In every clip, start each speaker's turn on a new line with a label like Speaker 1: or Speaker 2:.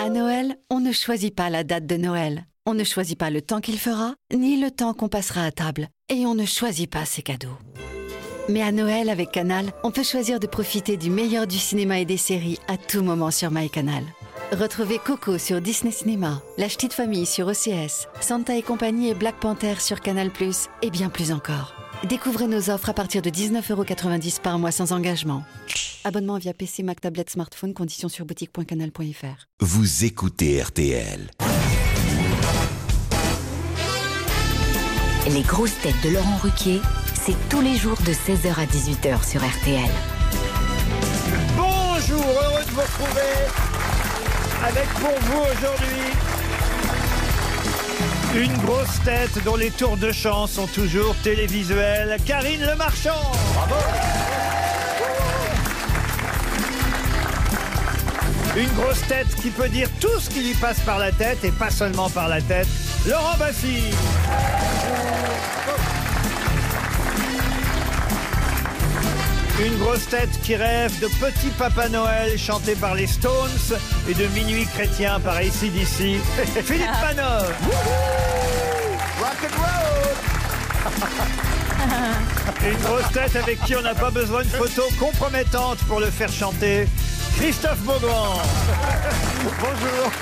Speaker 1: À Noël, on ne choisit pas la date de Noël. On ne choisit pas le temps qu'il fera, ni le temps qu'on passera à table. Et on ne choisit pas ses cadeaux. Mais à Noël, avec Canal, on peut choisir de profiter du meilleur du cinéma et des séries à tout moment sur MyCanal. Retrouvez Coco sur Disney Cinéma, La Ch'tite Famille sur OCS, Santa et compagnie et Black Panther sur Canal+, et bien plus encore. Découvrez nos offres à partir de 19,90€ par mois sans engagement. Abonnement via PC, Mac, tablette, smartphone, conditions sur boutique.canal.fr.
Speaker 2: Vous écoutez RTL.
Speaker 3: Les grosses têtes de Laurent Ruquier, c'est tous les jours de 16h à 18h sur RTL.
Speaker 4: Bonjour, heureux de vous retrouver avec pour vous aujourd'hui une grosse tête dont les tours de chant sont toujours télévisuels, Karine Le Marchand. Bravo. Une grosse tête qui peut dire tout ce qui lui passe par la tête et pas seulement par la tête, Laurent Baffy. Une grosse tête qui rêve de Petit Papa Noël chanté par les Stones et de Minuit Chrétien par ici d'ici. Philippe Manov. Une grosse tête avec qui on n'a pas besoin de photo compromettante pour le faire chanter. Christophe Beaugrand. Bonjour.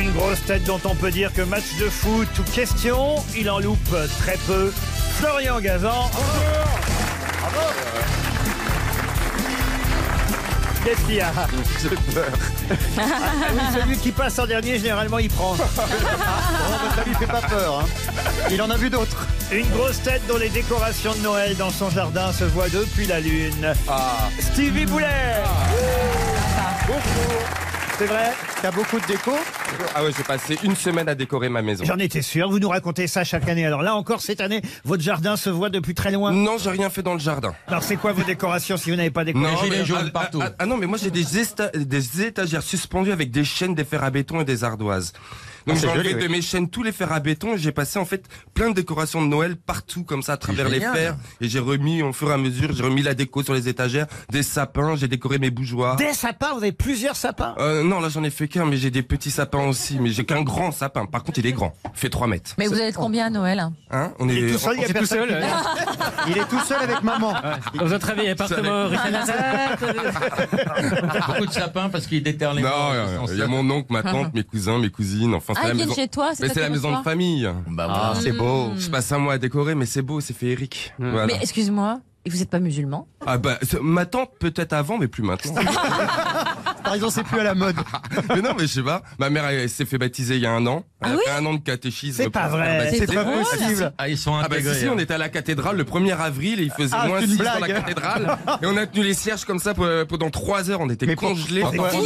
Speaker 4: Une grosse tête dont on peut dire que match de foot ou question, il en loupe très peu. Florian Gazan. Qu'est-ce qu'il y a Ah, ah oui, celui qui passe en dernier, généralement, il prend. ça lui fait pas peur. hein. Il en a vu d'autres. Une grosse tête dont les décorations de Noël dans son jardin se voient depuis la lune. Ah. Stevie Boulet. C'est vrai Ah. T'as beaucoup de déco
Speaker 5: Ah ouais, j'ai passé une semaine à décorer ma maison.
Speaker 4: J'en étais sûr. Vous nous racontez ça chaque année. Alors là encore, cette année, votre jardin se voit depuis très loin.
Speaker 5: Non, j'ai rien fait dans le jardin.
Speaker 4: Alors c'est quoi vos décorations si vous n'avez pas décoré
Speaker 5: Non, mais- ah, Ah, ah, non, mais moi j'ai des, esta- des étagères suspendues avec des chaînes, des fers à béton et des ardoises. Donc
Speaker 6: Ah, c'est
Speaker 5: j'ai enlevé
Speaker 6: joli,
Speaker 5: de
Speaker 6: oui.
Speaker 5: mes chaînes tous les fers à béton et j'ai passé en fait plein de décorations de Noël partout comme ça à travers les
Speaker 6: génial.
Speaker 5: fers et j'ai remis au fur et à mesure, j'ai remis la déco sur les étagères, des sapins, j'ai décoré mes bougeoirs.
Speaker 4: Des sapins, vous avez plusieurs sapins
Speaker 5: Euh, non, là j'en ai fait qu'un, mais j'ai des petits sapins aussi, mais j'ai qu'un grand sapin. Par contre, il est grand, il fait 3 mètres.
Speaker 7: Mais vous êtes combien à Noël hein
Speaker 5: Hein On est,
Speaker 4: tout seul, il y a
Speaker 5: on-
Speaker 6: Tout
Speaker 4: personne
Speaker 6: seul.
Speaker 4: qui-
Speaker 5: hein.
Speaker 6: euh,
Speaker 4: Il est tout seul avec maman.
Speaker 6: Dans un travail appartement
Speaker 4: Ah,
Speaker 6: riche à la
Speaker 8: Beaucoup de sapins parce qu'ils déterrent les morts, Ah. ils
Speaker 5: Non, euh,
Speaker 8: sont
Speaker 5: il y a
Speaker 8: seuls.
Speaker 5: mon oncle, ma tante, mes cousins, mes cousines, enfin
Speaker 7: Ah,
Speaker 5: c'est la
Speaker 7: ils viennent
Speaker 5: maison.
Speaker 7: chez toi,
Speaker 5: Mais
Speaker 7: ça
Speaker 5: c'est la
Speaker 7: qu'ils
Speaker 5: maison de
Speaker 7: reçoivent
Speaker 5: famille.
Speaker 8: Bah voilà.
Speaker 6: c'est beau.
Speaker 5: Je passe un mois à décorer, mais c'est beau, c'est féerique. Voilà.
Speaker 7: Hmm. Mais excuse-moi, vous n'êtes pas musulman
Speaker 5: Ah bah, c'est- ma tante peut-être avant, mais plus maintenant.
Speaker 4: Par exemple, c'est plus à la mode.
Speaker 5: mais non, mais je sais pas. Ma mère, elle, elle s'est fait baptiser il y a un an. Elle a fait un an de catéchisme.
Speaker 4: C'est pas
Speaker 5: pour se faire
Speaker 4: vrai.
Speaker 5: baptiser.
Speaker 4: C'est pas possible.
Speaker 8: Ah, ils sont
Speaker 5: Ah bah
Speaker 8: intégrés.
Speaker 5: si, si, on était à la cathédrale le 1er avril et il faisait
Speaker 4: Ah,
Speaker 5: moins
Speaker 4: c'est une
Speaker 5: 6 dans la
Speaker 4: blague.
Speaker 5: cathédrale. Et on a tenu les cierges comme ça pour- pendant 3 heures, on était
Speaker 4: Mais pour-
Speaker 5: congelés.
Speaker 4: pourquoi
Speaker 5: Pendant-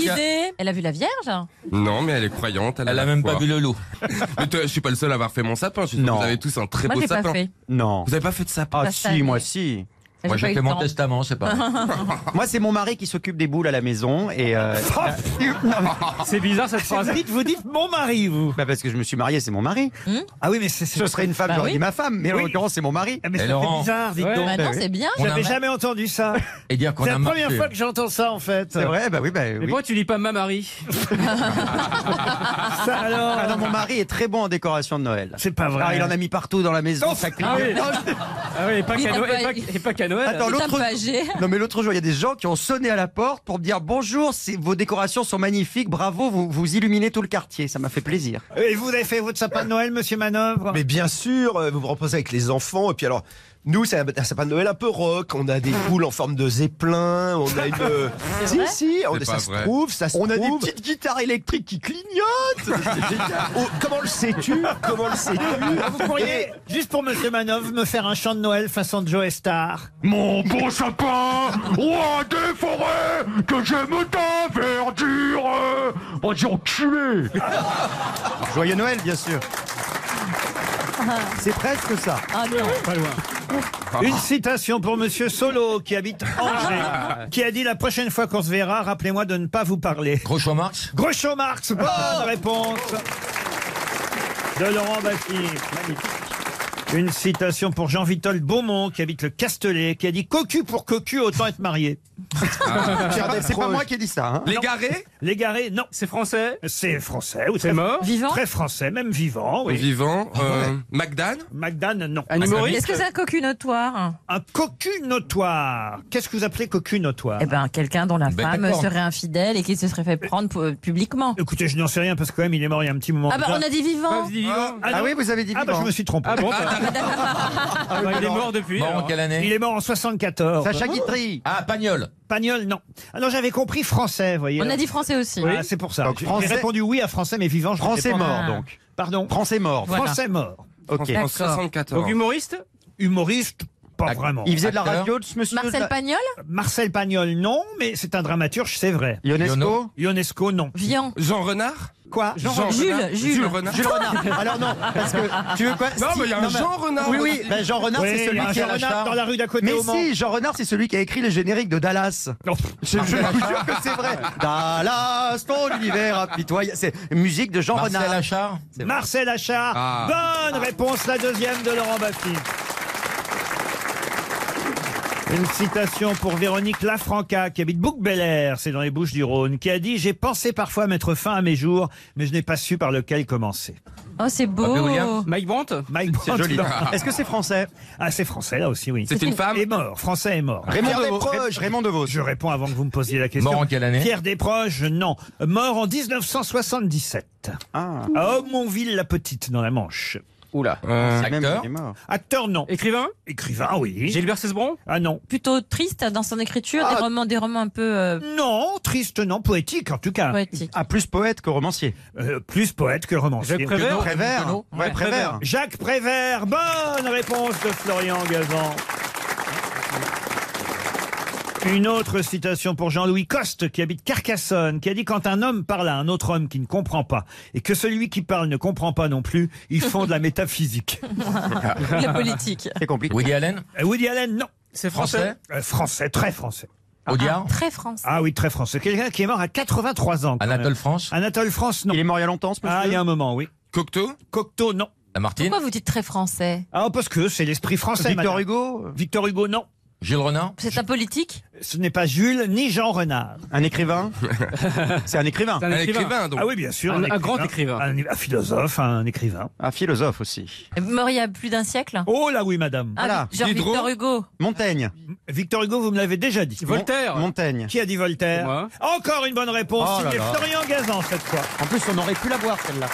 Speaker 7: Elle a vu la Vierge
Speaker 4: Ah,
Speaker 5: Non, mais elle est croyante. Elle, a
Speaker 8: Elle a
Speaker 5: la
Speaker 8: même
Speaker 5: foi.
Speaker 8: pas vu le loup.
Speaker 5: Mais toi, je suis pas le seul à avoir fait mon sapin. Je suis sûr que
Speaker 6: Non.
Speaker 5: Vous avez tous un très
Speaker 7: Moi,
Speaker 5: beau
Speaker 7: j'ai
Speaker 5: sapin.
Speaker 7: pas fait.
Speaker 6: Non.
Speaker 5: Vous avez pas fait de sapin
Speaker 6: Ah
Speaker 7: Ça, ça
Speaker 6: si, moi si.
Speaker 7: J'ai
Speaker 8: Moi,
Speaker 7: pas
Speaker 8: j'ai fait
Speaker 7: eu le
Speaker 8: mon
Speaker 7: temps.
Speaker 8: testament, c'est
Speaker 4: bah,
Speaker 8: pas vrai.
Speaker 6: Moi, c'est mon mari qui s'occupe des boules à la maison et. euh, c'est bizarre cette
Speaker 4: Vous dites, vous dites mon mari, vous.
Speaker 6: Bah parce que je me suis marié, c'est mon mari.
Speaker 4: Ah oui, mais c'est. c'est-
Speaker 6: Hmm Ce serait une femme,
Speaker 7: Bah
Speaker 6: j'aurais
Speaker 7: oui.
Speaker 6: dit ma femme, mais en
Speaker 4: Oui.
Speaker 6: l'occurrence, c'est mon mari.
Speaker 4: Ah, mais
Speaker 8: Et
Speaker 4: ça fait
Speaker 8: Laurent.
Speaker 4: bizarre, dites
Speaker 6: Ouais.
Speaker 4: donc.
Speaker 7: Bah non, c'est bien.
Speaker 8: On a
Speaker 4: J'avais
Speaker 8: mar-
Speaker 4: jamais entendu ça.
Speaker 8: Et dire qu'on
Speaker 4: C'est
Speaker 8: a
Speaker 4: la
Speaker 8: marché.
Speaker 4: première fois que j'entends ça, en fait.
Speaker 6: C'est vrai, bah oui, bah
Speaker 9: Mais
Speaker 6: oui.
Speaker 9: pourquoi tu dis pas ma Marie
Speaker 4: Ça, alors.
Speaker 6: Ah non, mon mari est très bon en décoration de Noël.
Speaker 4: C'est pas vrai.
Speaker 6: Ah, il en a mis partout dans la maison. ça clignote.
Speaker 9: Ah oui, et pas
Speaker 7: Il
Speaker 9: qu'à
Speaker 7: est
Speaker 9: Noël.
Speaker 7: pas-
Speaker 9: et pas- Et pas qu'à Noël.
Speaker 6: Attends,
Speaker 7: C'est un
Speaker 6: l'autre
Speaker 7: peu âgé.
Speaker 6: Non mais l'autre jour, il y a des gens qui ont sonné à la porte pour me dire bonjour, c'est- vos décorations sont magnifiques, bravo, vous, vous illuminez tout le quartier, ça m'a fait plaisir.
Speaker 4: Et vous avez fait votre sapin de Noël, monsieur Manœuvre
Speaker 10: Mais bien sûr, euh, vous vous reposez avec les enfants. Et puis alors, nous, c'est un un sapin de Noël un peu rock. On a des
Speaker 6: Hmm.
Speaker 10: boules en forme de zeppelin. On a une. si, si, on,
Speaker 5: C'est
Speaker 10: ça
Speaker 5: pas
Speaker 10: se
Speaker 5: vrai.
Speaker 10: trouve, ça se
Speaker 6: On a des
Speaker 10: trouve.
Speaker 6: petites guitares électriques qui clignotent.
Speaker 10: Oh, comment le sais-tu Comment le sais-tu
Speaker 4: Vous pourriez, juste pour monsieur Manœuvre, me faire un chant de Noël façon Joe Star.
Speaker 6: Mon beau sapin, roi des forêts, que j'aime ta verdure. Oh, j'ai enculé. Joyeux Noël, bien sûr. C'est presque ça.
Speaker 7: Ah non.
Speaker 4: Une citation pour Monsieur Solo, qui habite Angers, qui a dit La prochaine fois qu'on se verra, rappelez-moi de ne pas vous parler.
Speaker 8: Groucho Marx
Speaker 4: Groucho Marx,
Speaker 6: Oh
Speaker 4: bonne réponse de Laurent Baffy. Magnifique. Une citation pour Jean-Vitol Beaumont, qui habite le Castelet, qui a dit Cocu pour cocu, autant être marié.
Speaker 6: Ah. Pierre Desproges. C'est pas moi qui ai dit ça, hein. Légaré
Speaker 4: Légaré, non. C'est français C'est français, ou
Speaker 9: C'est
Speaker 4: très-
Speaker 9: mort Vivant
Speaker 4: Très français, même vivant, oui.
Speaker 5: Vivant, euh,
Speaker 4: McDan McDan, non.
Speaker 7: Est-ce que c'est un cocu notoire
Speaker 4: Un cocu notoire. Qu'est-ce que vous appelez cocu notoire
Speaker 7: Eh ben, quelqu'un dont la
Speaker 4: Ben,
Speaker 7: femme
Speaker 4: d'accord.
Speaker 7: serait infidèle et qui se serait fait prendre pour- euh, publiquement.
Speaker 4: Écoutez, je n'en sais rien parce que quand même, il est mort il y a un petit moment.
Speaker 7: Ah bah,
Speaker 4: déjà.
Speaker 7: on a dit vivant. Ah, vous dites vivant.
Speaker 4: non.
Speaker 7: Ah oui, vous avez dit
Speaker 4: Ah bah,
Speaker 7: vivant.
Speaker 4: je me suis trompé.
Speaker 7: Ah bon, Ah, d'accord. Ah bah, il est mort depuis, Mort en alors. quelle année
Speaker 4: Il est mort en 74.
Speaker 7: Sacha Guitry.
Speaker 4: Ah, Pagnol. Pagnol, non. Ah non, j'avais compris français, vous voyez.
Speaker 7: On a dit français aussi.
Speaker 4: Ah, c'est pour ça.
Speaker 6: Donc,
Speaker 4: J'ai
Speaker 6: français-
Speaker 4: répondu oui à français, mais vivant, je
Speaker 6: Français
Speaker 4: réponds-
Speaker 6: mort, donc.
Speaker 4: Pardon
Speaker 6: Français mort.
Speaker 4: Français mort.
Speaker 6: Ok. En D'accord. 74. Donc
Speaker 4: humoriste Humoriste, pas vraiment.
Speaker 6: Il faisait de la Acteur radio de ce monsieur
Speaker 7: Marcel de la- Pagnol
Speaker 4: Marcel Pagnol, non, mais c'est un dramaturge, c'est vrai.
Speaker 6: Ionesco
Speaker 4: Ionesco, non.
Speaker 7: Vian.
Speaker 4: Jean Renard Quoi
Speaker 6: Jean Jean Jules, Renard Jules. Jules Renard. Jules Renard. Alors non, parce que tu veux quoi
Speaker 5: Non,
Speaker 6: Si-
Speaker 5: mais il y a
Speaker 6: non,
Speaker 5: un
Speaker 6: mais-
Speaker 5: Jean Renard.
Speaker 6: Oui, oui, ben, Jean Renard,
Speaker 4: Oui,
Speaker 6: c'est
Speaker 4: il y
Speaker 6: celui
Speaker 4: a un
Speaker 6: qui a
Speaker 4: Jean
Speaker 6: la
Speaker 4: Renard
Speaker 6: star.
Speaker 4: dans la rue d'à côté
Speaker 6: Mais
Speaker 4: au Mans.
Speaker 6: si, Jean Renard, c'est celui qui a écrit les génériques de Dallas.
Speaker 4: Ah,
Speaker 6: Je, je vous jure que c'est vrai. Dallas, ton univers apitoyable. C'est musique de Jean
Speaker 4: Marcel
Speaker 6: Renard.
Speaker 4: Achard
Speaker 6: C'est vrai.
Speaker 4: Marcel Achard.
Speaker 6: Ah.
Speaker 4: Bonne réponse, la deuxième de Laurent Baffy. Une citation pour Véronique Lafranca, qui habite Bouc-Bel-Air, c'est dans les Bouches-du-Rhône, qui a dit « J'ai pensé parfois mettre fin à mes jours, mais je n'ai pas su par lequel commencer. »
Speaker 7: Oh, c'est beau.
Speaker 4: Mike Brandt Mike
Speaker 7: C'est
Speaker 4: Brandt,
Speaker 7: joli.
Speaker 4: non. Est-ce que c'est français Ah, c'est français, là aussi, oui.
Speaker 5: C'est une femme
Speaker 4: Est mort, français est mort.
Speaker 6: Raymond Pierre Devos. Desproges,
Speaker 4: Ré- Je réponds avant que vous me posiez la question.
Speaker 2: Mort en quelle année
Speaker 4: Pierre Desproges, non. Mort en 1977. À Aumonville-la-Petite, dans la Manche. Oula.
Speaker 2: Euh, C'est même acteur qu'il est
Speaker 4: Acteur, non. Écrivain Écrivain, oui. Gilbert Cesbron Ah non.
Speaker 7: Plutôt triste dans son écriture, des, romans, des romans un peu... euh,
Speaker 4: Ah. Non, triste, non, poétique en tout cas.
Speaker 7: Poétique.
Speaker 4: Ah, plus poète que romancier. Euh, plus poète que romancier.
Speaker 6: Jacques Prévert Prévert. Ouais, Prévert.
Speaker 4: Jacques Prévert, bonne réponse de Florian Gazan. Une autre citation pour Jean-Louis Coste, qui habite Carcassonne, qui a dit Quand un homme parle à un autre homme qui ne comprend pas, et que celui qui parle ne comprend pas non plus, ils font de la métaphysique.
Speaker 7: La politique.
Speaker 4: C'est compliqué. Woody Allen Euh, Woody Allen, non. C'est
Speaker 7: français
Speaker 4: Français, très français.
Speaker 7: Audiard Très français.
Speaker 4: Ah oui, très français. Quelqu'un qui est mort à 83 ans. Anatole France Anatole France, non. Il est mort il y a longtemps, ce monsieur Ah, il y a un moment, oui. Cocteau Cocteau, non. Lamartine
Speaker 7: Pourquoi vous dites très français
Speaker 4: Ah, parce que c'est l'esprit français.
Speaker 7: Victor
Speaker 4: Hugo Victor Hugo, non. Jules Renard
Speaker 7: C'est un politique
Speaker 4: Ce n'est pas Jules ni Jean Renard. Un écrivain Ah. C'est un écrivain.
Speaker 6: C'est un Un écrivain. écrivain, donc.
Speaker 4: Ah oui, bien sûr.
Speaker 6: Un- un grand écrivain.
Speaker 4: Un, un philosophe, un écrivain.
Speaker 6: Un philosophe aussi.
Speaker 7: Mort il y a plus d'un siècle
Speaker 4: Oh là oui, madame.
Speaker 7: Ah, Voilà. genre Diderot. Victor Hugo.
Speaker 4: Montaigne. Victor Hugo, vous me l'avez déjà dit.
Speaker 6: Voltaire. Mon- Montaigne.
Speaker 4: Qui a dit Voltaire
Speaker 6: Moi.
Speaker 4: Encore une bonne réponse.
Speaker 6: Oh là
Speaker 4: signé
Speaker 6: là.
Speaker 4: Florian Gazan cette fois.
Speaker 6: En plus, on aurait pu la voir, celle-là.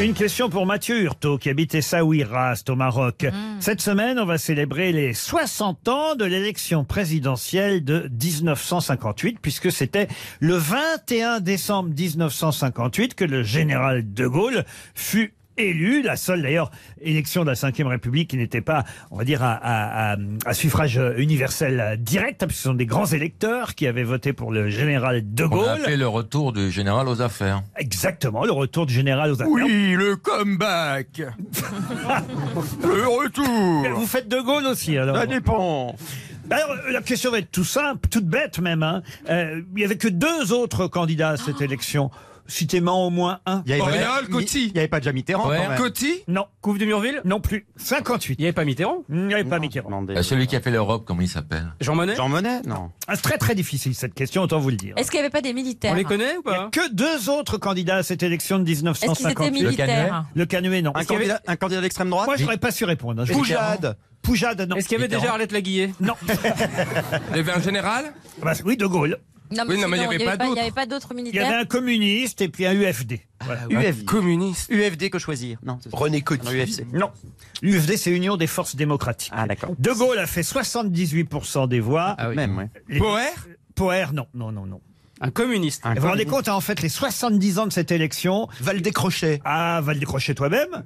Speaker 4: Une question pour Mathieu Hurtaud qui habite Essaouira, c'est au Maroc. Cette semaine, on va célébrer les 60 ans de l'élection présidentielle de 1958 puisque c'était le 21 décembre 1958 que le général de Gaulle fut élu, la seule d'ailleurs élection de la Ve République qui n'était pas, on va dire, à, à- à- à suffrage euh, universel euh, direct, hein, puisque ce sont des grands électeurs qui avaient voté pour le général de
Speaker 2: On a
Speaker 4: Gaulle.
Speaker 2: appelé le retour du général aux affaires.
Speaker 4: Exactement, le retour du général aux affaires.
Speaker 5: Oui, le comeback. le retour.
Speaker 4: Vous faites De Gaulle aussi, alors
Speaker 5: Ça
Speaker 4: dépend. Alors, euh, la question va être tout simple, toute bête même. hein. Euh, il n'y avait que deux autres candidats à cette élection. Citez-moi au moins un.
Speaker 6: Ah. Il y avait- Oriol, Mi- Coty. il y avait pas déjà Mitterrand, Ouais. quand même.
Speaker 4: Coty Non. Couve de Murville Non plus. 58. Il n'y avait pas Mitterrand Il n'y avait pas Mitterrand.
Speaker 2: Euh, Celui qui a fait l'Europe, comment il s'appelle
Speaker 4: Jean Monnet
Speaker 6: Jean Monnet, non.
Speaker 4: Ah, c'est très très difficile cette question, autant vous le dire.
Speaker 7: Est-ce qu'il n'y avait pas des militaires
Speaker 4: ou pas Que deux autres candidats à cette élection de 1958.
Speaker 7: Est-ce qu'ils étaient militaires
Speaker 4: Le Canuet, non.
Speaker 6: Un candidat-
Speaker 4: d'extrême droite Moi, j'aurais pas su répondre. hein, je vous le dis.
Speaker 6: Poujade.
Speaker 4: Poujade, non.
Speaker 9: Est-ce qu'il y avait déjà Arlette Laguillet
Speaker 4: Non.
Speaker 5: Il y avait un général
Speaker 4: Bah, oui, De Gaulle.
Speaker 5: Oui, non, mais il y avait pas
Speaker 7: Il n'y
Speaker 5: d'autres.
Speaker 7: avait pas d'autres
Speaker 4: Il y avait
Speaker 7: militaires
Speaker 4: un communiste et puis un UFD. Voilà.
Speaker 6: UFD.
Speaker 5: Communiste.
Speaker 6: UFD que choisir. Non. c'est ça.
Speaker 4: René Coty.
Speaker 6: Non, UFC.
Speaker 4: Non. L'UFD, c'est Union des Forces Démocratiques. De Gaulle a fait 78% des voix.
Speaker 6: Même, ouais.
Speaker 4: Poher Poher, non, non, non, non. Un communiste. vous vous rendez
Speaker 6: communiste.
Speaker 4: compte, hein, en fait, les 70 ans de cette élection. Va le décrocher. Ah, va le décrocher toi-même.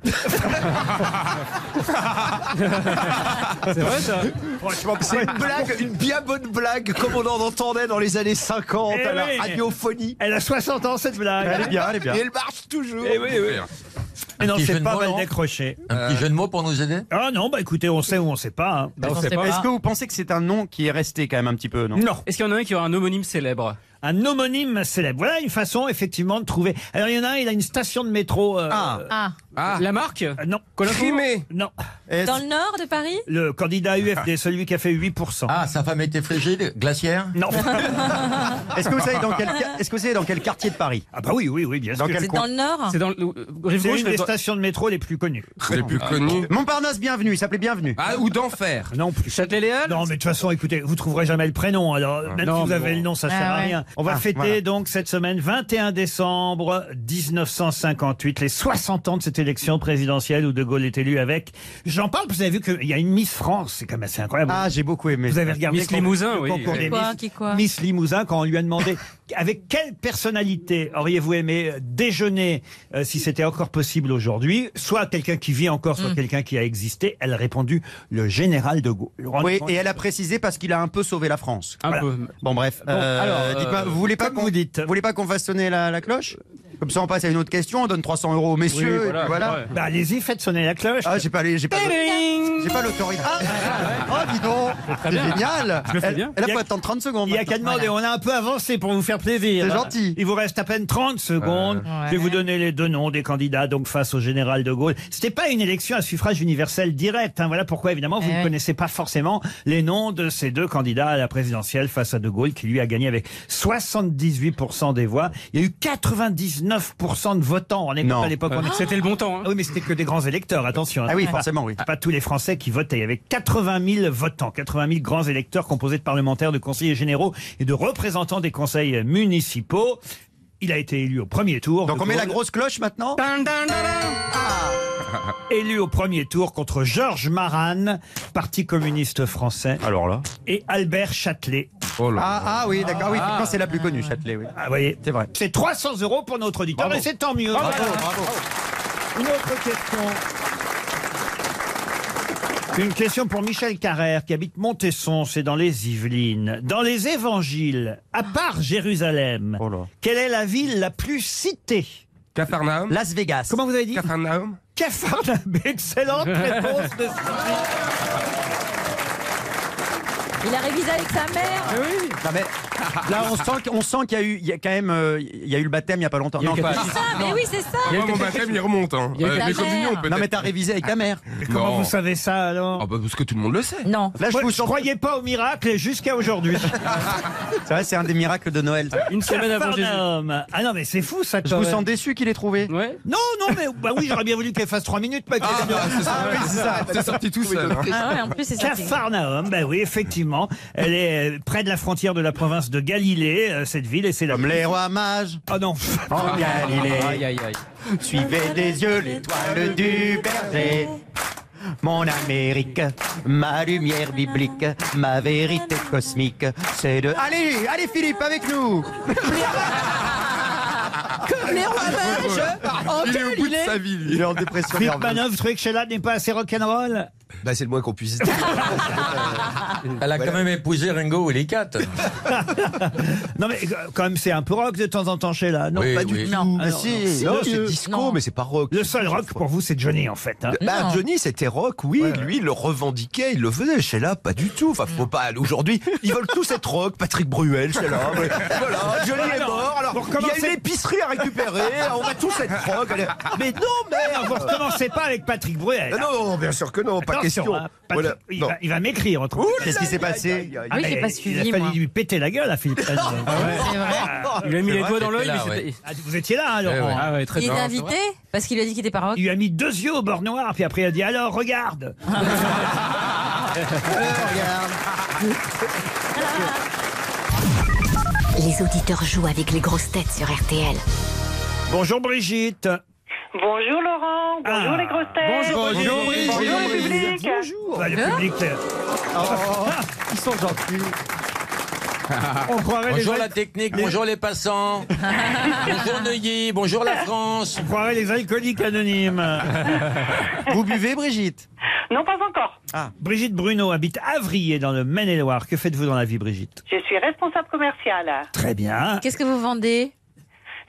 Speaker 6: C'est
Speaker 4: vrai, ça Franchement,
Speaker 6: C'est une blague, une bien bonne blague, comme on en entendait dans les années 50
Speaker 4: Eh
Speaker 6: à la
Speaker 4: oui.
Speaker 6: radiophonie.
Speaker 4: Elle a 60 ans, cette blague.
Speaker 6: Elle est bien, elle est bien.
Speaker 4: Et
Speaker 6: elle marche toujours.
Speaker 4: Eh oui, oui. Mais non, c'est pas mal décroché.
Speaker 2: Un
Speaker 5: Euh,
Speaker 2: petit jeu de mots pour nous aider
Speaker 4: Ah non, bah écoutez, on sait ou on sait pas. hein.
Speaker 5: Bah,
Speaker 6: Est-ce que vous pensez que c'est un nom qui est resté quand même un petit peu, non
Speaker 4: Non.
Speaker 9: Est-ce qu'il y en a un qui aura un homonyme célèbre
Speaker 4: Un homonyme célèbre. Voilà une façon, effectivement, de trouver. Alors, il y en a un, il a une station de métro. euh,
Speaker 6: Ah.
Speaker 7: Ah.
Speaker 8: La marque
Speaker 4: Non.
Speaker 8: Crimée
Speaker 4: Non.
Speaker 7: Dans le nord de Paris
Speaker 4: Le candidat
Speaker 6: Ah.
Speaker 4: UFD, celui qui a fait 8%.
Speaker 2: Ah, sa femme était frigide, glaciaire
Speaker 4: Non.
Speaker 6: Est-ce que vous savez dans quel ca- est-ce que vous savez dans quel quartier de Paris
Speaker 4: Ah bah oui, oui, oui, bien
Speaker 6: Dans
Speaker 4: sûr.
Speaker 6: quel coin
Speaker 8: C'est dans le.
Speaker 4: C'est une des stations de métro les plus connues.
Speaker 5: Les plus connues.
Speaker 6: Ah. Montparnasse, bienvenue, il s'appelait Bienvenue.
Speaker 5: Ah, ou d'enfer.
Speaker 4: Non plus.
Speaker 8: Châtelet-Léal
Speaker 4: Non, mais de toute façon, écoutez, vous trouverez jamais le prénom. hein. Alors, Euh, même
Speaker 8: Non,
Speaker 4: si vous
Speaker 8: mais
Speaker 4: avez
Speaker 8: bon.
Speaker 4: le nom, ça
Speaker 8: Ah
Speaker 4: sert à
Speaker 8: ouais.
Speaker 4: rien. On va
Speaker 8: Ah,
Speaker 4: fêter
Speaker 8: voilà.
Speaker 4: donc cette semaine, 21 décembre 1958, les 60 ans de cette élection présidentielle où De Gaulle est élu avec. J'en parle, parce que vous avez vu qu'il y a une Miss France, c'est quand même assez incroyable.
Speaker 6: Ah, j'ai beaucoup aimé.
Speaker 4: Vous avez regardé
Speaker 8: Miss
Speaker 4: le concours-
Speaker 8: Limousin,
Speaker 4: le
Speaker 8: oui.
Speaker 4: concours
Speaker 8: Qui
Speaker 4: des
Speaker 7: quoi,
Speaker 4: Miss-
Speaker 7: qui quoi
Speaker 4: Miss Limousin, quand on lui a demandé avec quelle personnalité auriez-vous aimé déjeuner euh, si c'était encore possible aujourd'hui, soit quelqu'un qui vit encore, soit quelqu'un qui a existé, elle a répondu le général de Gaulle.
Speaker 6: Oui, et elle a précisé parce qu'il a un peu sauvé la France.
Speaker 8: Un peu.
Speaker 6: Bon, bref.
Speaker 4: Bon,
Speaker 6: euh,
Speaker 4: alors,
Speaker 6: dites-moi,
Speaker 4: euh,
Speaker 6: vous voulez pas qu'on vous dites, voulez pas qu'on fasse sonner la, la cloche Comme ça, on passe à une autre question. On donne 300 euros aux messieurs.
Speaker 4: Oui,
Speaker 6: et puis voilà.
Speaker 4: Bah, allez-y, faites sonner la cloche.
Speaker 6: Ah, j'ai pas les- j'ai pas.
Speaker 4: Tadam
Speaker 6: J'ai pas l'autorité. Ah, oh, dis donc,
Speaker 4: très
Speaker 6: c'est
Speaker 4: bien.
Speaker 6: génial.
Speaker 4: Je le fais
Speaker 6: Elle-
Speaker 4: bien.
Speaker 6: Elle a
Speaker 4: Il y a-
Speaker 6: pas attendre 30 secondes.
Speaker 4: Il n'y a qu'à
Speaker 6: maintenant.
Speaker 4: demander, on a un peu avancé pour vous faire plaisir.
Speaker 6: C'est gentil.
Speaker 4: Il vous reste à peine 30 secondes.
Speaker 6: Euh.
Speaker 4: Je vais vous donner les deux noms des candidats donc face au général de Gaulle. C'était pas une élection à suffrage universel direct. hein. Voilà pourquoi évidemment vous
Speaker 6: Eh
Speaker 4: ne
Speaker 6: oui.
Speaker 4: connaissez pas forcément les noms de ces deux candidats à la présidentielle face à de Gaulle qui lui a gagné avec 78% des voix. Il y a eu 99% de votants. On n'est pas à l'époque.
Speaker 8: Euh, c'était
Speaker 4: le bon temps. hein. Oui, mais c'était que des grands électeurs. Attention. hein.
Speaker 6: Ah oui,
Speaker 4: C'est pas-
Speaker 6: forcément, oui.
Speaker 4: c'est Pas tous les Français qui votaient. Il y avait 80 000 votants, 80 000 grands électeurs composés de parlementaires, de conseillers généraux et de représentants des conseils municipaux. Il a été élu au premier tour.
Speaker 6: Donc
Speaker 4: De
Speaker 6: on met la
Speaker 4: Gaulle,
Speaker 6: grosse cloche maintenant.
Speaker 4: Élu au premier tour contre Georges Maran, Parti communiste français.
Speaker 6: Alors là.
Speaker 4: Et Albert Châtelet.
Speaker 6: Ah, ah oui, d'accord. Ah oui, quand c'est la plus connue, Châtelet. Oui.
Speaker 4: Ah, vous voyez,
Speaker 6: c'est vrai.
Speaker 4: C'est 300 euros pour notre auditeur
Speaker 6: Bravo.
Speaker 4: et c'est tant mieux.
Speaker 6: Bravo, bravo.
Speaker 4: Une autre question. Une question pour Michel Carrère qui habite Montesson, c'est dans les Yvelines. Dans les Évangiles, à part Jérusalem,
Speaker 6: Oh
Speaker 4: quelle est la ville la plus citée
Speaker 5: Capharnaüm.
Speaker 6: Las Vegas.
Speaker 4: Comment vous avez dit
Speaker 5: Capharnaüm.
Speaker 4: Capharnaüm. Excellente réponse de
Speaker 7: Il a révisé avec sa mère.
Speaker 4: oui.
Speaker 6: Non, mais là, on sent, qu'- on sent qu'il y a eu, il y a quand même, euh, il y a eu le baptême il y a pas longtemps.
Speaker 5: Il y a eu
Speaker 6: pas-
Speaker 5: catéchisme.
Speaker 7: Ah, mais oui, c'est ça.
Speaker 5: Moi, mon baptême, il remonte. Hein.
Speaker 6: Il y a eu
Speaker 5: Euh,
Speaker 6: la
Speaker 5: mais
Speaker 6: mère.
Speaker 5: continuons peut-être.
Speaker 6: Non, mais t'as révisé avec ta mère.
Speaker 4: Comment
Speaker 5: Non.
Speaker 4: vous savez ça alors
Speaker 5: Ah bah, Parce que tout le monde le sait.
Speaker 7: Non.
Speaker 6: Là, je
Speaker 4: Moi,
Speaker 6: vous
Speaker 4: je croyais pas au miracle jusqu'à aujourd'hui.
Speaker 6: C'est vrai, c'est un des miracles de Noël. ça.
Speaker 8: Une semaine avant Jésus.
Speaker 4: Capharnaüm. Ah non, mais c'est fou ça.
Speaker 6: Je
Speaker 4: quand
Speaker 6: vous
Speaker 4: même.
Speaker 6: sens déçu qu'il ait trouvé.
Speaker 8: Ouais.
Speaker 4: Non, non, mais bah oui, j'aurais bien voulu qu'elle fasse 3 minutes, pas qu'elle
Speaker 5: Ah, bah, c'est
Speaker 6: Ah oui, c'est ça.
Speaker 5: c'est sorti tout seul. hein.
Speaker 7: Ah ouais, en plus, c'est ça.
Speaker 4: Capharnaüm, ben oui, effectivement. Elle est euh, près de la frontière de la province de Galilée, euh, cette ville, et c'est la.
Speaker 6: Comme les rois mages
Speaker 4: Oh non
Speaker 6: en
Speaker 8: Aïe, aïe,
Speaker 6: Galilée,
Speaker 8: aïe.
Speaker 6: suivez des yeux l'étoile du berger. Mon Amérique, ma lumière biblique, ma vérité cosmique, c'est de... Allez, allez Philippe, avec nous Comme les rois mages en
Speaker 5: Il est au bout de sa
Speaker 10: hein.
Speaker 5: vie, lui.
Speaker 6: Il est en dépression
Speaker 4: Philippe
Speaker 6: nerveuse.
Speaker 4: Manœuvre, vous trouvez que Sheila n'est pas assez rock'n'roll
Speaker 10: Bah, c'est le moins qu'on puisse dire.
Speaker 2: Elle a quand même épousé Ringo et les quatre.
Speaker 4: Non mais euh, quand même, c'est un peu rock de temps en temps, Sheila. Non,
Speaker 2: Oui,
Speaker 4: pas du
Speaker 2: oui.
Speaker 4: tout.
Speaker 7: Non.
Speaker 4: Ah,
Speaker 6: Ah,
Speaker 4: non,
Speaker 6: si,
Speaker 4: non.
Speaker 10: Non,
Speaker 6: sérieux
Speaker 10: c'est disco,
Speaker 7: Non.
Speaker 10: mais c'est pas rock.
Speaker 4: Le seul rock pour vous, c'est Johnny en fait. hein.
Speaker 10: Bah,
Speaker 7: Non.
Speaker 10: Johnny, c'était rock, oui. Lui, il le revendiquait, il le faisait. Chez là, pas du tout. Enfin, faut pas. aller- Aujourd'hui, ils veulent tous être rock. Patrick Bruel, chez là. mais Voilà, Johnny
Speaker 6: Ah,
Speaker 10: est mort. Alors, il y a
Speaker 4: recommencez-
Speaker 10: une épicerie à récupérer. On va tous être rock. Allez. Mais non,
Speaker 4: Ah, Vous
Speaker 10: merde
Speaker 4: recommencez pas avec Patrick Bruel.
Speaker 10: Ah Non, bien sûr que non, pas
Speaker 4: Attention,
Speaker 10: question.
Speaker 4: hein, Patrick,
Speaker 10: Voilà,
Speaker 4: il,
Speaker 10: non.
Speaker 4: va, il va m'écrire en tout cas.
Speaker 10: Ouh là
Speaker 6: Qu'est-ce qui
Speaker 10: là
Speaker 6: s'est
Speaker 10: là
Speaker 6: passé
Speaker 10: là là
Speaker 7: Ah oui,
Speaker 4: Ah,
Speaker 7: j'ai
Speaker 4: il-
Speaker 7: pas
Speaker 4: Il
Speaker 7: suivi,
Speaker 4: a
Speaker 7: moi.
Speaker 4: fallu lui péter la gueule à Philippe Manœuvre.
Speaker 7: C'est vrai.
Speaker 10: Ah,
Speaker 8: Il lui a mis les
Speaker 2: vrai
Speaker 8: doigts dans
Speaker 2: qu'elle
Speaker 8: l'œil,
Speaker 2: était
Speaker 8: mais
Speaker 2: là, ouais.
Speaker 8: c'était.
Speaker 4: Ah, Vous étiez là, alors.
Speaker 2: Eh ouais.
Speaker 8: Ah ouais, très
Speaker 7: Il est
Speaker 8: bien.
Speaker 7: invité parce qu'il lui a dit qu'il était pas rock.
Speaker 4: Il lui a mis deux yeux au bord noir, puis après il a dit alors regarde.
Speaker 3: Les auditeurs jouent avec les grosses têtes sur RTL.
Speaker 4: Bonjour Brigitte.
Speaker 11: Bonjour Laurent, bonjour
Speaker 4: Ah.
Speaker 11: les grosses têtes.
Speaker 4: Bonjour,
Speaker 5: Bonjour,
Speaker 4: Brigitte.
Speaker 5: Brigitte.
Speaker 11: Bonjour, le public.
Speaker 4: Bah, le public, euh,
Speaker 6: Ils sont gentils.
Speaker 4: on croirait, les,
Speaker 2: Bonjour la technique, bonjour les passants. bonjour Neuilly, bonjour la France.
Speaker 4: on croirait les alcooliques anonymes.
Speaker 6: Vous buvez, Brigitte
Speaker 11: Non, pas encore.
Speaker 2: Ah.
Speaker 4: Brigitte Bruno habite Avrier dans le Maine-et-Loire. Que faites-vous dans la vie, Brigitte
Speaker 11: Je suis responsable commerciale.
Speaker 4: Très bien.
Speaker 7: Qu'est-ce que vous vendez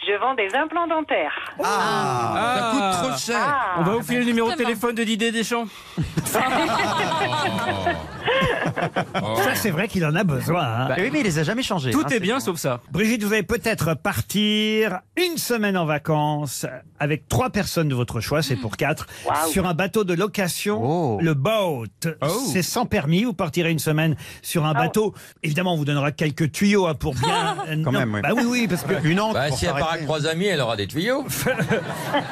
Speaker 11: Je vends des implants dentaires.
Speaker 8: Ah,
Speaker 5: Ça coûte trop cher.
Speaker 7: Ah,
Speaker 8: On va vous filer le numéro de téléphone de Didier Deschamps.
Speaker 4: Ça, c'est vrai qu'il en a besoin. hein.
Speaker 6: Bah oui, mais il les a jamais changés. hein, c'est-
Speaker 4: bien sauf ça. Brigitte, vous allez peut-être partir une semaine en vacances avec trois personnes de votre choix, c'est pour quatre, sur un bateau de location,
Speaker 6: Oh.
Speaker 4: le boat. C'est sans permis, vous partirez une semaine sur un
Speaker 6: Ah.
Speaker 4: bateau. Évidemment, on vous donnera quelques tuyaux hein, pour bien... Euh, non, Bah oui, oui, parce que... Une
Speaker 2: Bah, si elle part avec trois amis, elle aura des tuyaux.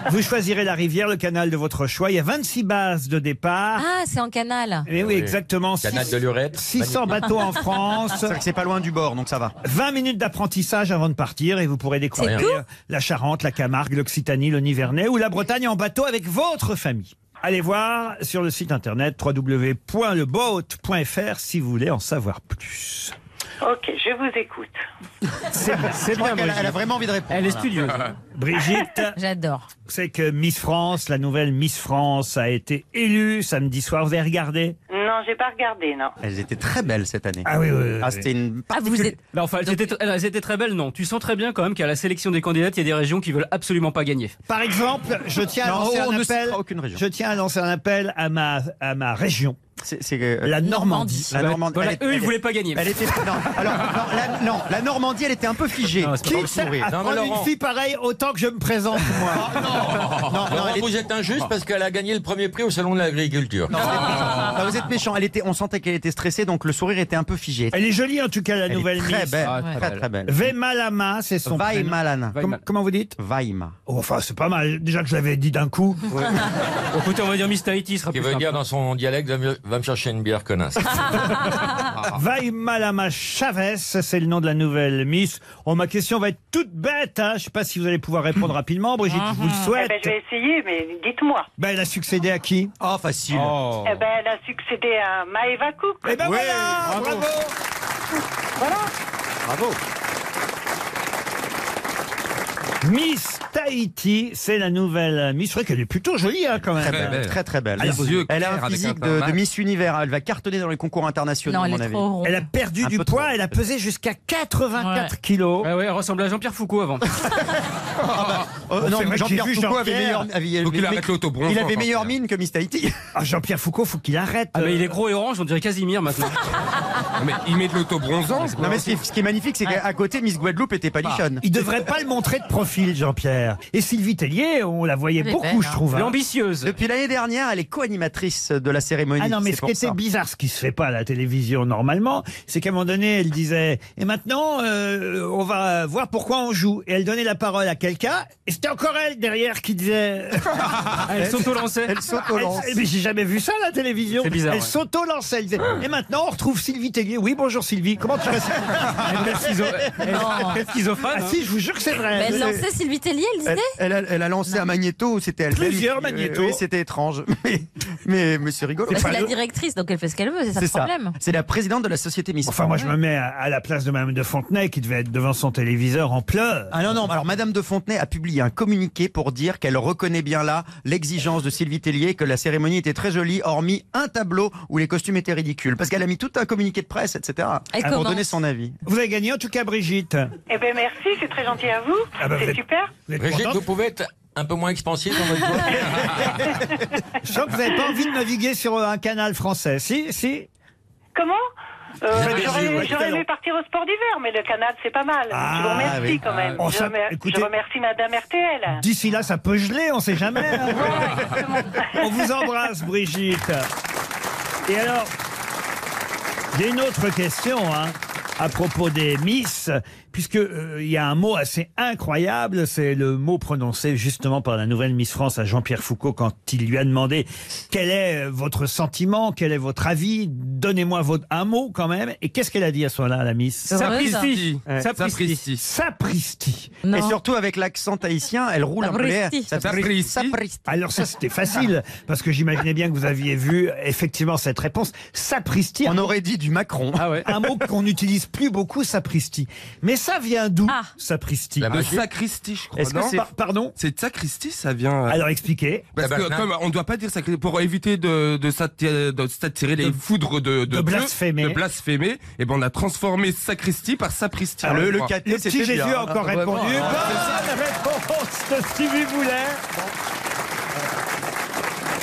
Speaker 4: Vous choisirez la rivière, le canal de votre choix. Il y a 26 bases de départ.
Speaker 7: Ah, c'est en canal.
Speaker 4: Mais Eh oui, exactement.
Speaker 2: Canal
Speaker 4: Six-
Speaker 2: de l'urette.
Speaker 4: 600
Speaker 2: Magnifique.
Speaker 4: bateaux en France.
Speaker 6: C'est vrai que c'est
Speaker 4: pas loin du bord, donc ça va. 20 minutes d'apprentissage avant de partir et vous pourrez découvrir
Speaker 6: C'est tout
Speaker 4: la Charente, la Camargue, l'Occitanie, le Nivernais ou la Bretagne en bateau avec votre famille. Allez voir sur le site internet www.leboat.fr si vous voulez en savoir plus.
Speaker 11: Ok, je vous écoute.
Speaker 4: C'est bien, Brigitte.
Speaker 11: Elle est studieuse.
Speaker 4: Brigitte.
Speaker 7: J'adore.
Speaker 4: C'est que Miss France, la nouvelle Miss France, a été élue samedi soir. Vous avez regardé
Speaker 11: Non, j'ai pas regardé, non.
Speaker 6: Elles étaient très belles cette année.
Speaker 4: Ah oui, oui, oui.
Speaker 6: Ah, c'était une
Speaker 7: Ah, vous êtes.
Speaker 9: Non, enfin, elles, étaient, elles étaient très belles, non. Tu sens très bien quand même qu'à la sélection des candidates, il y a des régions qui veulent absolument pas gagner.
Speaker 4: Par exemple, je tiens à
Speaker 9: Non,
Speaker 4: lancer
Speaker 9: on
Speaker 4: un
Speaker 9: ne
Speaker 4: appel.
Speaker 9: citera aucune région.
Speaker 4: Je tiens à lancer un appel à ma à ma région.
Speaker 6: C'est
Speaker 4: la Normandie.
Speaker 6: La Normandie.
Speaker 9: Voilà,
Speaker 6: elle est-
Speaker 9: eux, ils
Speaker 6: elle est-
Speaker 9: voulaient pas gagner.
Speaker 6: Elle était. Non, alors, non, la, non, la Normandie, elle était un peu figée.
Speaker 4: Non, c'est pas
Speaker 6: Qui
Speaker 4: possible.
Speaker 6: sourire
Speaker 4: À
Speaker 2: Non, mais
Speaker 4: prendre
Speaker 2: Laurent-
Speaker 4: une fille pareille autant que je me présente moi.
Speaker 2: Non,
Speaker 6: non, elle est-
Speaker 2: vous êtes injuste parce qu'elle a gagné le premier prix au salon de l'agriculture.
Speaker 6: Non, vous êtes méchant. Non, Ah, vous êtes méchant. Elle était, on sentait qu'elle était stressée, donc le sourire était un peu figé.
Speaker 4: Elle est jolie en tout cas la
Speaker 6: Elle est
Speaker 4: nouvelle
Speaker 6: très
Speaker 4: Miss.
Speaker 6: belle, Ah, très, très très belle. belle.
Speaker 4: Vaimalama, c'est son prénom.
Speaker 6: Vaimalana.
Speaker 4: Com- comment vous dites
Speaker 6: Vaima.
Speaker 4: Oh, Enfin, c'est pas mal. Déjà que je l'avais dit d'un coup.
Speaker 9: Bon, écoutez, on va dire Miss Tahiti sera
Speaker 2: Qui
Speaker 9: plus
Speaker 2: veut
Speaker 9: simple.
Speaker 2: dire dans son dialecte, va me- va me chercher une bière, connasse.
Speaker 4: Vaimalama Chavez, c'est le nom de la nouvelle Miss. Oh, ma question va être toute bête. Hein. Je sais pas si vous allez pouvoir répondre rapidement, Brigitte. Je vous le
Speaker 11: Eh ben,
Speaker 4: souhaite.
Speaker 11: je vais essayer, mais dites-moi.
Speaker 4: Ben, elle a succédé à qui
Speaker 6: Ah,
Speaker 4: Oh, facile.
Speaker 11: Eh ben, elle a succédé à Maeva Cook.
Speaker 4: Eh ben voilà, bravo.
Speaker 11: Voilà.
Speaker 4: Bravo. Miss Tahiti, c'est la nouvelle Miss. C'est vrai qu'elle est plutôt jolie hein, quand même.
Speaker 6: Très belle, très très belle.
Speaker 4: Elle a-
Speaker 6: Elle a- elle a un physique de, de Miss Univers. Elle va cartonner dans les concours internationaux, à mon avis.
Speaker 4: Elle a perdu
Speaker 6: Un
Speaker 4: du
Speaker 6: peu
Speaker 4: poids, elle a pesé jusqu'à 84 kilos.
Speaker 9: Ah ouais, elle ressemble à Jean-Pierre Foucault avant.
Speaker 6: Oh,
Speaker 4: Bon,
Speaker 6: non,
Speaker 4: c'est vrai
Speaker 6: mais
Speaker 4: que
Speaker 6: Jean-Pierre
Speaker 4: j'ai vu
Speaker 6: Foucault avait
Speaker 4: Jean-Pierre.
Speaker 6: meilleur, avait-
Speaker 9: Faut qu'il
Speaker 6: mais-
Speaker 9: arrête l'autobronze,
Speaker 6: il avait
Speaker 9: Jean-Pierre.
Speaker 6: meilleure mine que Miss Tahiti.
Speaker 4: Ah, Jean-Pierre Foucault, faut qu'il arrête.
Speaker 9: Ah, mais il est gros et orange, on dirait Casimir maintenant.
Speaker 5: mais il met de l'autobronzant.
Speaker 6: Non, mais ce qui, est, ce qui est magnifique, c'est qu'à côté, Miss Guadeloupe était palichonne.
Speaker 4: Bah, Il devrait pas le montrer de profil, Jean-Pierre. Et Sylvie Tellier, on la voyait
Speaker 7: Eh
Speaker 6: Elle est
Speaker 7: ben,
Speaker 4: beaucoup,
Speaker 6: belle,
Speaker 4: je
Speaker 6: hein.
Speaker 4: trouve. hein.
Speaker 9: L'ambitieuse.
Speaker 6: Depuis l'année dernière, elle est co-animatrice de la cérémonie.
Speaker 4: Ah non, mais
Speaker 6: c'est
Speaker 4: ce
Speaker 6: pour
Speaker 4: qui était
Speaker 6: ça.
Speaker 4: bizarre, ce qui se fait pas à la télévision normalement, c'est qu'à un moment donné, elle disait Et maintenant, euh, on va voir pourquoi on joue. Et elle donnait la parole à quelqu'un, et c'était encore elle derrière qui disait
Speaker 9: Elle s'auto-lançait. Elle s'auto-lance.
Speaker 4: Elle- Mais j'ai jamais vu ça à la télévision.
Speaker 9: C'est bizarre,
Speaker 4: Elle
Speaker 9: ouais.
Speaker 4: s'auto-lançait. Elle disait Et maintenant, on retrouve Sylvie Tellier. Oui, bonjour Sylvie, comment tu vas
Speaker 9: Elle est schizo- elle est- elle est schizophrène,
Speaker 4: Ah
Speaker 9: hein.
Speaker 4: si, je vous jure que c'est vrai.
Speaker 7: Mais elle lançait Sylvie Tellier, elle disait
Speaker 6: Elle, elle a, elle a lancé un magnéto, c'était elle.
Speaker 4: Plusieurs
Speaker 6: Oui, oui,
Speaker 4: magnétos.
Speaker 6: oui, c'était étrange. Mais, mais, mais c'est rigolo.
Speaker 7: Bah, C'est la directrice, donc elle fait ce qu'elle veut, c'est ça
Speaker 6: C'est
Speaker 7: le
Speaker 6: ça.
Speaker 7: problème.
Speaker 6: C'est la présidente de la société Miss
Speaker 4: Enfin, moi, je me mets à, à la place de Madame de Fontenay qui devait être devant son téléviseur en pleurs.
Speaker 6: Ah non, non, alors Madame de Fontenay a publié un communiqué pour dire qu'elle reconnaît bien là l'exigence de Sylvie Tellier, que la cérémonie était très jolie, hormis un tableau où les costumes étaient ridicules. Parce qu'elle a mis tout un communiqué de presse, etc.
Speaker 7: Elle
Speaker 6: pour
Speaker 7: commence.
Speaker 6: donner son avis.
Speaker 4: Vous avez gagné en tout cas, Brigitte.
Speaker 11: Eh ben, merci, c'est très gentil à vous.
Speaker 4: Ah bah, vous
Speaker 11: c'est
Speaker 4: êtes-
Speaker 11: super.
Speaker 4: Vous êtes
Speaker 2: Brigitte,
Speaker 4: contente
Speaker 2: vous pouvez être un peu moins expansif dans votre voix
Speaker 4: Je sens que vous n'avez pas envie de naviguer sur un canal français. Si, si.
Speaker 11: Comment Euh,
Speaker 4: Vous avez des
Speaker 11: J'aurais
Speaker 4: yeux, ouais.
Speaker 11: j'aurais aimé partir au sport d'hiver, mais le canal, c'est pas mal. je vous remercie
Speaker 4: oui.
Speaker 11: quand même.
Speaker 4: Oh,
Speaker 11: je,
Speaker 4: ça-
Speaker 11: remer-
Speaker 4: écoutez-
Speaker 11: je remercie Madame RTL.
Speaker 4: D'ici là, ça peut geler, on sait jamais. hein. on vous embrasse, Brigitte. Et alors, il y a une autre question hein, à propos des Miss, puisque euh, il y a un mot assez incroyable, c'est le mot prononcé justement par la nouvelle Miss France à Jean-Pierre Foucault quand il lui a demandé quel est euh, votre sentiment, quel est votre avis, donnez-moi votre- un mot quand même. Et qu'est-ce qu'elle a dit à ce moment-là, la Miss
Speaker 7: Heureuse. Sapristi.
Speaker 4: Ouais.
Speaker 5: Sapristi.
Speaker 4: Sapristi.
Speaker 6: Et surtout avec l'accent haïtien, elle roule un peu les- Ça-
Speaker 4: Alors ça, c'était facile, parce que j'imaginais bien que vous aviez vu effectivement cette réponse. Sapristi.
Speaker 6: On aurait dit du Macron.
Speaker 4: Un mot qu'on n'utilise plus beaucoup, sapristi. Mais ça vient d'où, sapristi
Speaker 5: De sacristi, je crois.
Speaker 4: Ah, Est-ce que
Speaker 5: non
Speaker 4: c'est- Par- Pardon
Speaker 5: C'est de sacristi, ça vient. euh,
Speaker 4: Alors expliquez.
Speaker 5: Parce que
Speaker 4: Tabarnak.
Speaker 5: comme on ne doit pas dire sacristi pour éviter de, de s'attirer de s'attirer les foudres de, de, Dieu,
Speaker 4: blasphémer.
Speaker 5: de blasphémer, et ben on a transformé sacristi par sapristi.
Speaker 6: Ah, le- le
Speaker 5: caté,
Speaker 6: caté,
Speaker 4: Le petit Jésus a encore répondu. Ah,
Speaker 5: Vraiment,
Speaker 4: Bonne réponse de Stevie Boulet.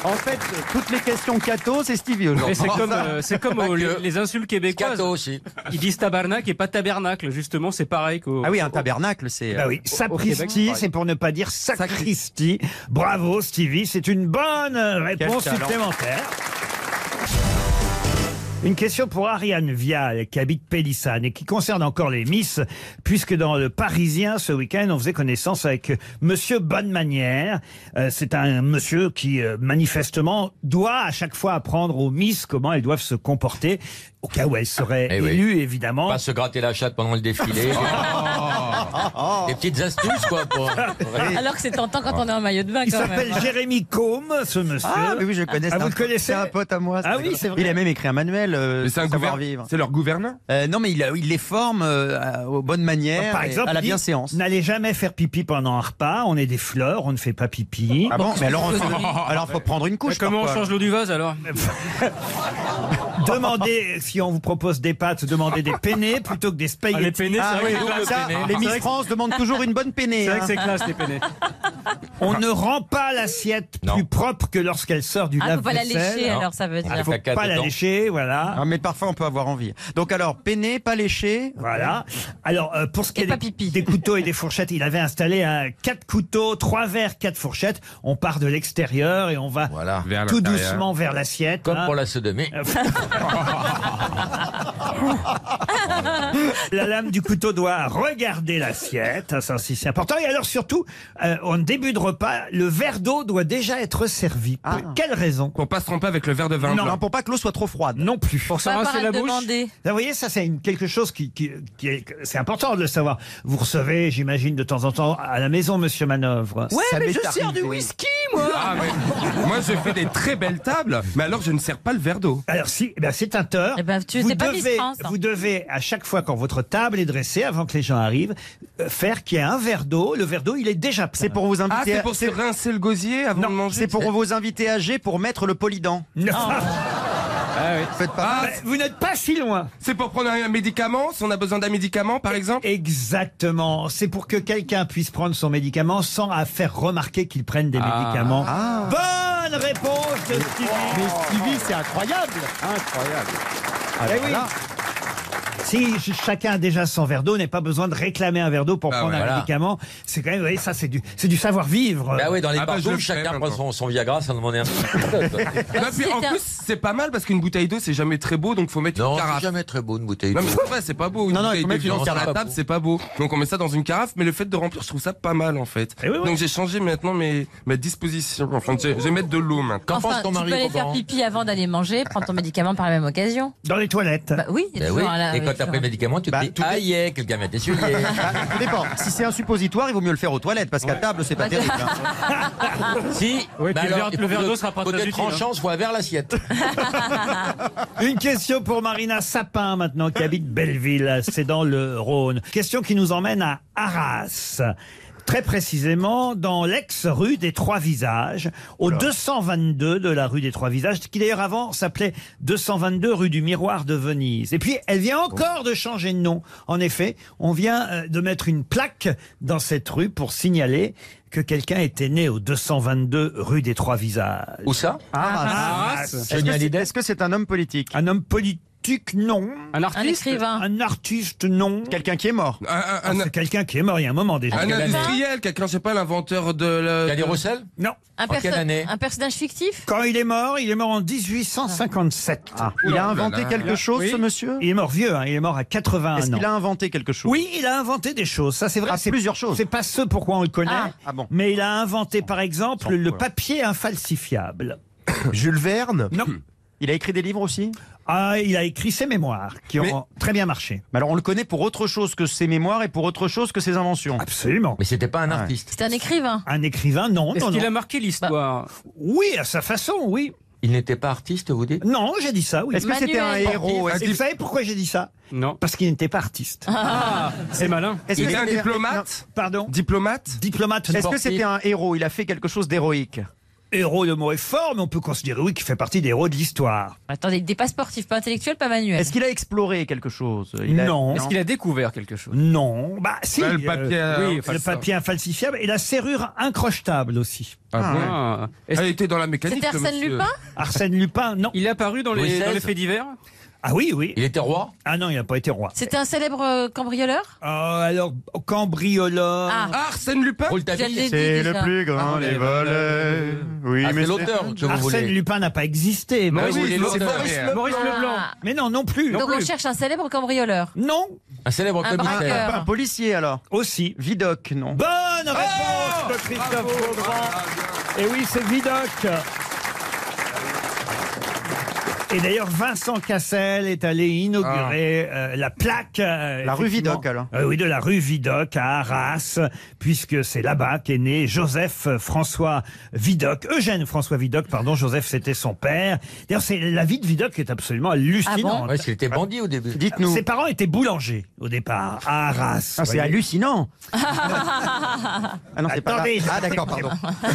Speaker 6: En fait, toutes les questions catho, c'est Stevie
Speaker 9: Mais
Speaker 6: aujourd'hui. Ah,
Speaker 9: c'est comme, euh, c'est comme euh, les, les insultes québécoises. Ils disent tabarnak et pas tabernacle. Justement, c'est pareil qu'au.
Speaker 6: Ah oui, un tabernacle, c'est.
Speaker 9: euh,
Speaker 4: Bah oui,
Speaker 9: au- au
Speaker 4: sapristi,
Speaker 9: Québec.
Speaker 4: c'est pour ne pas dire sacristi. Bravo Stevie, c'est une bonne réponse
Speaker 6: talent.
Speaker 4: supplémentaire. Une question pour Ariane Vial, qui habite Pélissane et qui concerne encore les Miss, puisque dans le Parisien, ce week-end, on faisait connaissance avec Monsieur Bonne Manière. Euh, c'est un monsieur qui, euh, manifestement, doit à chaque fois apprendre aux Miss comment elles doivent se comporter, au cas où elles seraient
Speaker 2: Eh oui.
Speaker 4: élues, évidemment.
Speaker 2: Pas se gratter la chatte pendant le défilé. Des petites astuces, quoi. Pour...
Speaker 7: Alors que c'est tentant quand on est en maillot de bain
Speaker 4: Il
Speaker 7: quand même.
Speaker 4: s'appelle Jérémy Combe, ce monsieur.
Speaker 6: Ah, mais oui, je le connais.
Speaker 4: Ah,
Speaker 6: c'est
Speaker 4: vous
Speaker 6: un-
Speaker 4: le connaissez
Speaker 6: C'est un pote à moi.
Speaker 4: Ah oui, c'est vrai.
Speaker 6: Il a même écrit un manuel. euh,
Speaker 4: Mais c'est un
Speaker 6: pour savoir
Speaker 4: gouvern-
Speaker 6: vivre. Euh,
Speaker 5: C'est leur gouverneur
Speaker 6: Non, mais il, a- il les forme euh, à- aux bonnes manières,
Speaker 4: Ah, Par
Speaker 6: et
Speaker 4: exemple,
Speaker 6: à la
Speaker 4: il dit,
Speaker 6: bienséance.
Speaker 4: N'allez jamais faire pipi pendant un repas. On est des fleurs, on ne fait pas pipi.
Speaker 6: Ah bon, mais alors, on- alors, faut prendre une couche.
Speaker 9: Comment on
Speaker 6: parfois.
Speaker 9: change l'eau du vase alors
Speaker 4: Demandez si on vous propose des pâtes, demandez des penne plutôt que des spaghettis.
Speaker 9: Ah, les penne, c'est
Speaker 6: Ah oui, ça, les Miss France demandent toujours une bonne peinée. hein.
Speaker 4: On ne rend pas l'assiette plus propre que lorsqu'elle sort du
Speaker 7: Ah, faut pas la
Speaker 4: lave-vaisselle.
Speaker 7: lécher alors ça veut
Speaker 6: Ah,
Speaker 7: dire.
Speaker 6: faut
Speaker 4: Caca pas la dedans. lécher, voilà.
Speaker 6: mais parfois on peut avoir envie. Donc alors, peiné, pas léché.
Speaker 4: Voilà. Alors, euh, pour ce qui est des, des couteaux et des fourchettes, il avait installé un quatre couteaux, trois verres, quatre fourchettes. On part de l'extérieur et on va tout
Speaker 2: l'intérieur.
Speaker 4: doucement vers l'assiette.
Speaker 2: Comme
Speaker 4: hein.
Speaker 2: pour la sodomie.
Speaker 4: La lame du couteau doit regarder l'assiette, hein, ça aussi, c'est important. Et alors surtout, euh, en début de repas, le verre d'eau doit déjà être servi.
Speaker 10: Ah.
Speaker 4: Pour quelle raison
Speaker 5: Pour pas se tromper avec le verre de vin
Speaker 4: Non,
Speaker 5: blanc.
Speaker 4: pour pas que l'eau soit trop froide. Non plus. Pour
Speaker 7: se Pas rincer par la le bouche demander.
Speaker 4: Vous voyez, ça c'est une- quelque chose qui, qui- qui est- c'est important de le savoir. Vous recevez, j'imagine, de temps en temps à la maison, Monsieur Manœuvre.
Speaker 10: Ouais,
Speaker 4: Ça
Speaker 10: mais
Speaker 4: m'est
Speaker 10: je sers
Speaker 4: arrivé.
Speaker 10: du whisky, moi
Speaker 5: Ah, mais- moi, je fais des très belles tables, mais alors je ne sers pas le verre d'eau.
Speaker 4: Alors si, eh ben, c'est un tort.
Speaker 7: Eh ben, tu
Speaker 4: vous,
Speaker 7: t'es pas Miss
Speaker 4: devez,
Speaker 7: France, hein.
Speaker 4: vous devez, à chaque fois quand votre table est dressée, avant que les gens arrivent, euh, faire qu'il y ait un verre d'eau. Le verre d'eau, il est déjà plein.
Speaker 6: C'est pour vous inviter.
Speaker 5: Ah, c'est pour se rincer le gosier avant de manger
Speaker 6: C'est pour vous inviter à G pour mettre le polydent.
Speaker 4: Non. Ah,
Speaker 6: Faites
Speaker 5: Ah,
Speaker 6: pas.
Speaker 4: Bah, vous n'êtes pas si loin.
Speaker 5: C'est pour prendre un médicament, si on a besoin d'un médicament, par exemple
Speaker 4: Ah. Exactement. C'est pour que quelqu'un puisse prendre son médicament sans à faire remarquer qu'il prenne des
Speaker 2: Ah.
Speaker 4: médicaments. Bonne réponse de Stevie.
Speaker 6: Mais Stevie, c'est incroyable.
Speaker 4: Incroyable.
Speaker 6: Ah,
Speaker 4: eh
Speaker 6: ben
Speaker 4: oui.
Speaker 6: voilà.
Speaker 4: Si ch- chacun a déjà son verre d'eau, n'est pas besoin de réclamer un verre d'eau pour
Speaker 2: Ah
Speaker 4: prendre
Speaker 2: ouais,
Speaker 4: un
Speaker 2: voilà.
Speaker 4: médicament. C'est quand même, vous voyez, ça, c'est du, c'est du savoir-vivre.
Speaker 2: Bah oui, dans les
Speaker 7: ben,
Speaker 5: Ah bah, je
Speaker 2: parcours,
Speaker 5: le fais
Speaker 2: chacun
Speaker 5: maintenant.
Speaker 2: prend son, son Viagra sans demander un petit
Speaker 5: Non, puis en plus, c'est pas mal parce qu'une bouteille d'eau, c'est jamais très beau, donc faut mettre
Speaker 2: Non,
Speaker 5: une
Speaker 2: c'est
Speaker 5: carafe.
Speaker 2: jamais très beau une bouteille
Speaker 5: Non,
Speaker 2: d'eau.
Speaker 5: mais c'est vrai, c'est pas beau. Une
Speaker 6: Non, non, il faut
Speaker 5: bouteille
Speaker 6: mettre
Speaker 5: de
Speaker 6: une
Speaker 5: viande sur la
Speaker 6: carafe.
Speaker 5: table, c'est pas beau. Donc on met ça dans une carafe, mais le fait de remplir, je trouve ça pas mal en fait.
Speaker 4: Eh oui, oui.
Speaker 5: Donc j'ai changé maintenant mes, ma disposition. Enfin, je, je vais mettre de l'eau maintenant.
Speaker 7: Enfin, tu peux aller faire pipi avant d'aller manger, prendre ton médicament par la même occasion.
Speaker 4: Dans les toilettes.
Speaker 7: Bah oui, il y a
Speaker 2: Bah oui.
Speaker 7: toujours un- là,
Speaker 2: Et
Speaker 7: oui,
Speaker 2: quand t'as
Speaker 7: toujours
Speaker 2: pris le
Speaker 7: un-
Speaker 2: médicament,
Speaker 9: Bah,
Speaker 2: tu te dis aïe, aïe, quelqu'un m'a essuyé.
Speaker 6: Ça dépend. Si c'est un suppositoire, il vaut mieux le faire aux toilettes parce qu'à table, c'est pas
Speaker 4: Ah,
Speaker 6: terrible. hein.
Speaker 2: Si,
Speaker 9: Oui,
Speaker 2: bah
Speaker 9: puis le
Speaker 2: alors,
Speaker 9: verre- le verre d'eau sera pas
Speaker 2: faut
Speaker 9: très
Speaker 2: être
Speaker 9: utile,
Speaker 2: en
Speaker 9: hein.
Speaker 2: chance, faut vers l'assiette.
Speaker 4: Une question pour Marina Sapin maintenant qui habite Belleville, c'est dans le Rhône. Question qui nous emmène à Arras. Très précisément, dans l'ex-rue des Trois Visages, au 222 de la rue des Trois Visages, qui d'ailleurs avant s'appelait 222 rue du Miroir de Venise. Et puis, elle vient encore de changer de nom. En effet, on vient euh, de mettre une plaque dans cette rue pour signaler que quelqu'un était né au 222 rue des Trois Visages. Ah,
Speaker 2: Où ça
Speaker 6: Arras.
Speaker 4: Arras.
Speaker 6: Ah, Est-ce que c'est- Est-ce que c'est un homme politique
Speaker 4: Un homme politique, non.
Speaker 9: Un artiste
Speaker 7: écrivain.
Speaker 4: Un artiste, non.
Speaker 6: Quelqu'un qui est mort.
Speaker 5: Un, un- un-
Speaker 4: C'est quelqu'un qui est mort il y a un moment déjà.
Speaker 5: un industriel, quelqu'un, je sais pas, l'inventeur de. la-
Speaker 2: T'as des
Speaker 5: de-
Speaker 2: Roussel
Speaker 4: Non.
Speaker 7: Un,
Speaker 2: quelle
Speaker 7: perso-
Speaker 2: année
Speaker 7: un personnage fictif
Speaker 4: Quand il est mort, il est mort en 1857.
Speaker 6: Ah. Il a
Speaker 5: Oh là
Speaker 6: inventé
Speaker 5: là.
Speaker 6: quelque chose, ce monsieur
Speaker 4: Il est mort vieux, hein, il est mort à 81 ans.
Speaker 6: Est-ce qu'il a inventé quelque chose
Speaker 4: Oui, il a inventé des choses. Ça, c'est vrai.
Speaker 6: Ah,
Speaker 4: c'est
Speaker 6: plusieurs choses.
Speaker 4: C'est pas ce pourquoi on le connaît.
Speaker 6: Ah. Ah bon.
Speaker 4: Mais il a inventé, par exemple, le papier infalsifiable.
Speaker 6: Jules Verne
Speaker 4: Non.
Speaker 6: Il a écrit des livres aussi
Speaker 4: Ah, il a écrit ses mémoires qui ont très bien marché.
Speaker 6: Mais alors on le connaît pour autre chose que ses mémoires et pour autre chose que ses inventions.
Speaker 4: Absolument.
Speaker 2: Mais c'était pas un artiste.
Speaker 7: C'est un écrivain.
Speaker 4: Un écrivain, non,
Speaker 9: Est-ce
Speaker 4: non,
Speaker 9: qu'il
Speaker 4: non.
Speaker 9: a marqué l'histoire
Speaker 4: Oui, à sa façon, oui.
Speaker 2: Il n'était pas artiste, vous dites
Speaker 4: Non, j'ai dit ça, oui.
Speaker 6: Est-ce que c'était un
Speaker 7: Manuel.
Speaker 6: héros Est-ce
Speaker 4: Et vous savez pourquoi j'ai dit ça
Speaker 9: Non.
Speaker 4: Parce qu'il n'était pas artiste.
Speaker 9: Ah, c'est malin.
Speaker 6: est-ce
Speaker 5: Il
Speaker 6: que
Speaker 5: est un
Speaker 6: c'était-
Speaker 5: diplomate
Speaker 4: Pardon
Speaker 5: Diplomate
Speaker 4: Diplomate
Speaker 6: Est-ce que c'était un héros Il a fait quelque chose d'héroïque
Speaker 4: héros, le mot est fort, mais on peut considérer, oui, qu'il fait partie des héros de l'histoire.
Speaker 7: Attendez, il n'est pas sportif, pas intellectuel, pas manuel.
Speaker 4: qu'il a exploré quelque chose
Speaker 7: Il a-
Speaker 4: Non.
Speaker 7: Est-ce qu'il
Speaker 9: a découvert quelque chose
Speaker 4: Non. Bah, si.
Speaker 9: Bah, le papier,
Speaker 4: euh,
Speaker 9: oui,
Speaker 4: le
Speaker 9: falsa-
Speaker 4: papier infalsifiable et la serrure incrochetable aussi.
Speaker 9: Ah bon Est-ce-
Speaker 5: Elle était dans la mécanique.
Speaker 7: C'était
Speaker 5: ce
Speaker 7: Arsène
Speaker 5: monsieur.
Speaker 7: Lupin
Speaker 4: Arsène Lupin, non.
Speaker 9: Il est apparu dans les, dans les faits divers
Speaker 4: Ah oui, oui.
Speaker 2: Il était roi
Speaker 4: Ah non, il n'a pas été roi.
Speaker 7: C'était un célèbre euh, cambrioleur
Speaker 4: Ah, alors, cambrioleur.
Speaker 7: Ah.
Speaker 5: Arsène Lupin
Speaker 7: Je l'ai dit
Speaker 6: C'est
Speaker 7: déjà.
Speaker 6: le plus grand des voleurs. Oui,
Speaker 4: Ah,
Speaker 6: mais
Speaker 4: c'est l'auteur que vous Arsène voulez. Lupin n'a pas existé.
Speaker 6: Mais
Speaker 4: mais
Speaker 6: oui,
Speaker 4: oui,
Speaker 6: c'est
Speaker 4: Maurice
Speaker 6: l'auteur.
Speaker 4: Leblanc.
Speaker 6: Maurice
Speaker 7: Leblanc.
Speaker 4: Mais non, non plus.
Speaker 7: Ah. Donc on cherche un célèbre cambrioleur.
Speaker 4: Non.
Speaker 2: Un célèbre
Speaker 7: Un commissaire. braqueur.
Speaker 6: Un policier alors.
Speaker 4: Aussi.
Speaker 6: Vidocq, non. Ah
Speaker 4: Bonne réponse de Christophe Beaugrand. Et oui, c'est Vidocq. Et d'ailleurs, Vincent Cassel est allé inaugurer euh, la plaque. euh,
Speaker 6: La rue
Speaker 4: effectivement.
Speaker 6: Vidocq, alors.
Speaker 4: Euh, oui, de la rue Vidocq à Arras, puisque c'est là-bas qu'est né Joseph euh, François Vidocq, Eugène François Vidocq, pardon, Joseph c'était son père. D'ailleurs, c'est la vie de Vidocq est absolument hallucinante.
Speaker 2: Ah Ouais, c'était bandit au début.
Speaker 4: Dites-nous. Ses parents étaient boulangers au départ à Arras.
Speaker 6: Ah, c'est
Speaker 4: voyez.
Speaker 6: hallucinant.
Speaker 4: Ah non, c'est pas
Speaker 6: Attendez,
Speaker 4: là.
Speaker 6: je-
Speaker 4: Ah d'accord, pardon.
Speaker 7: Bah,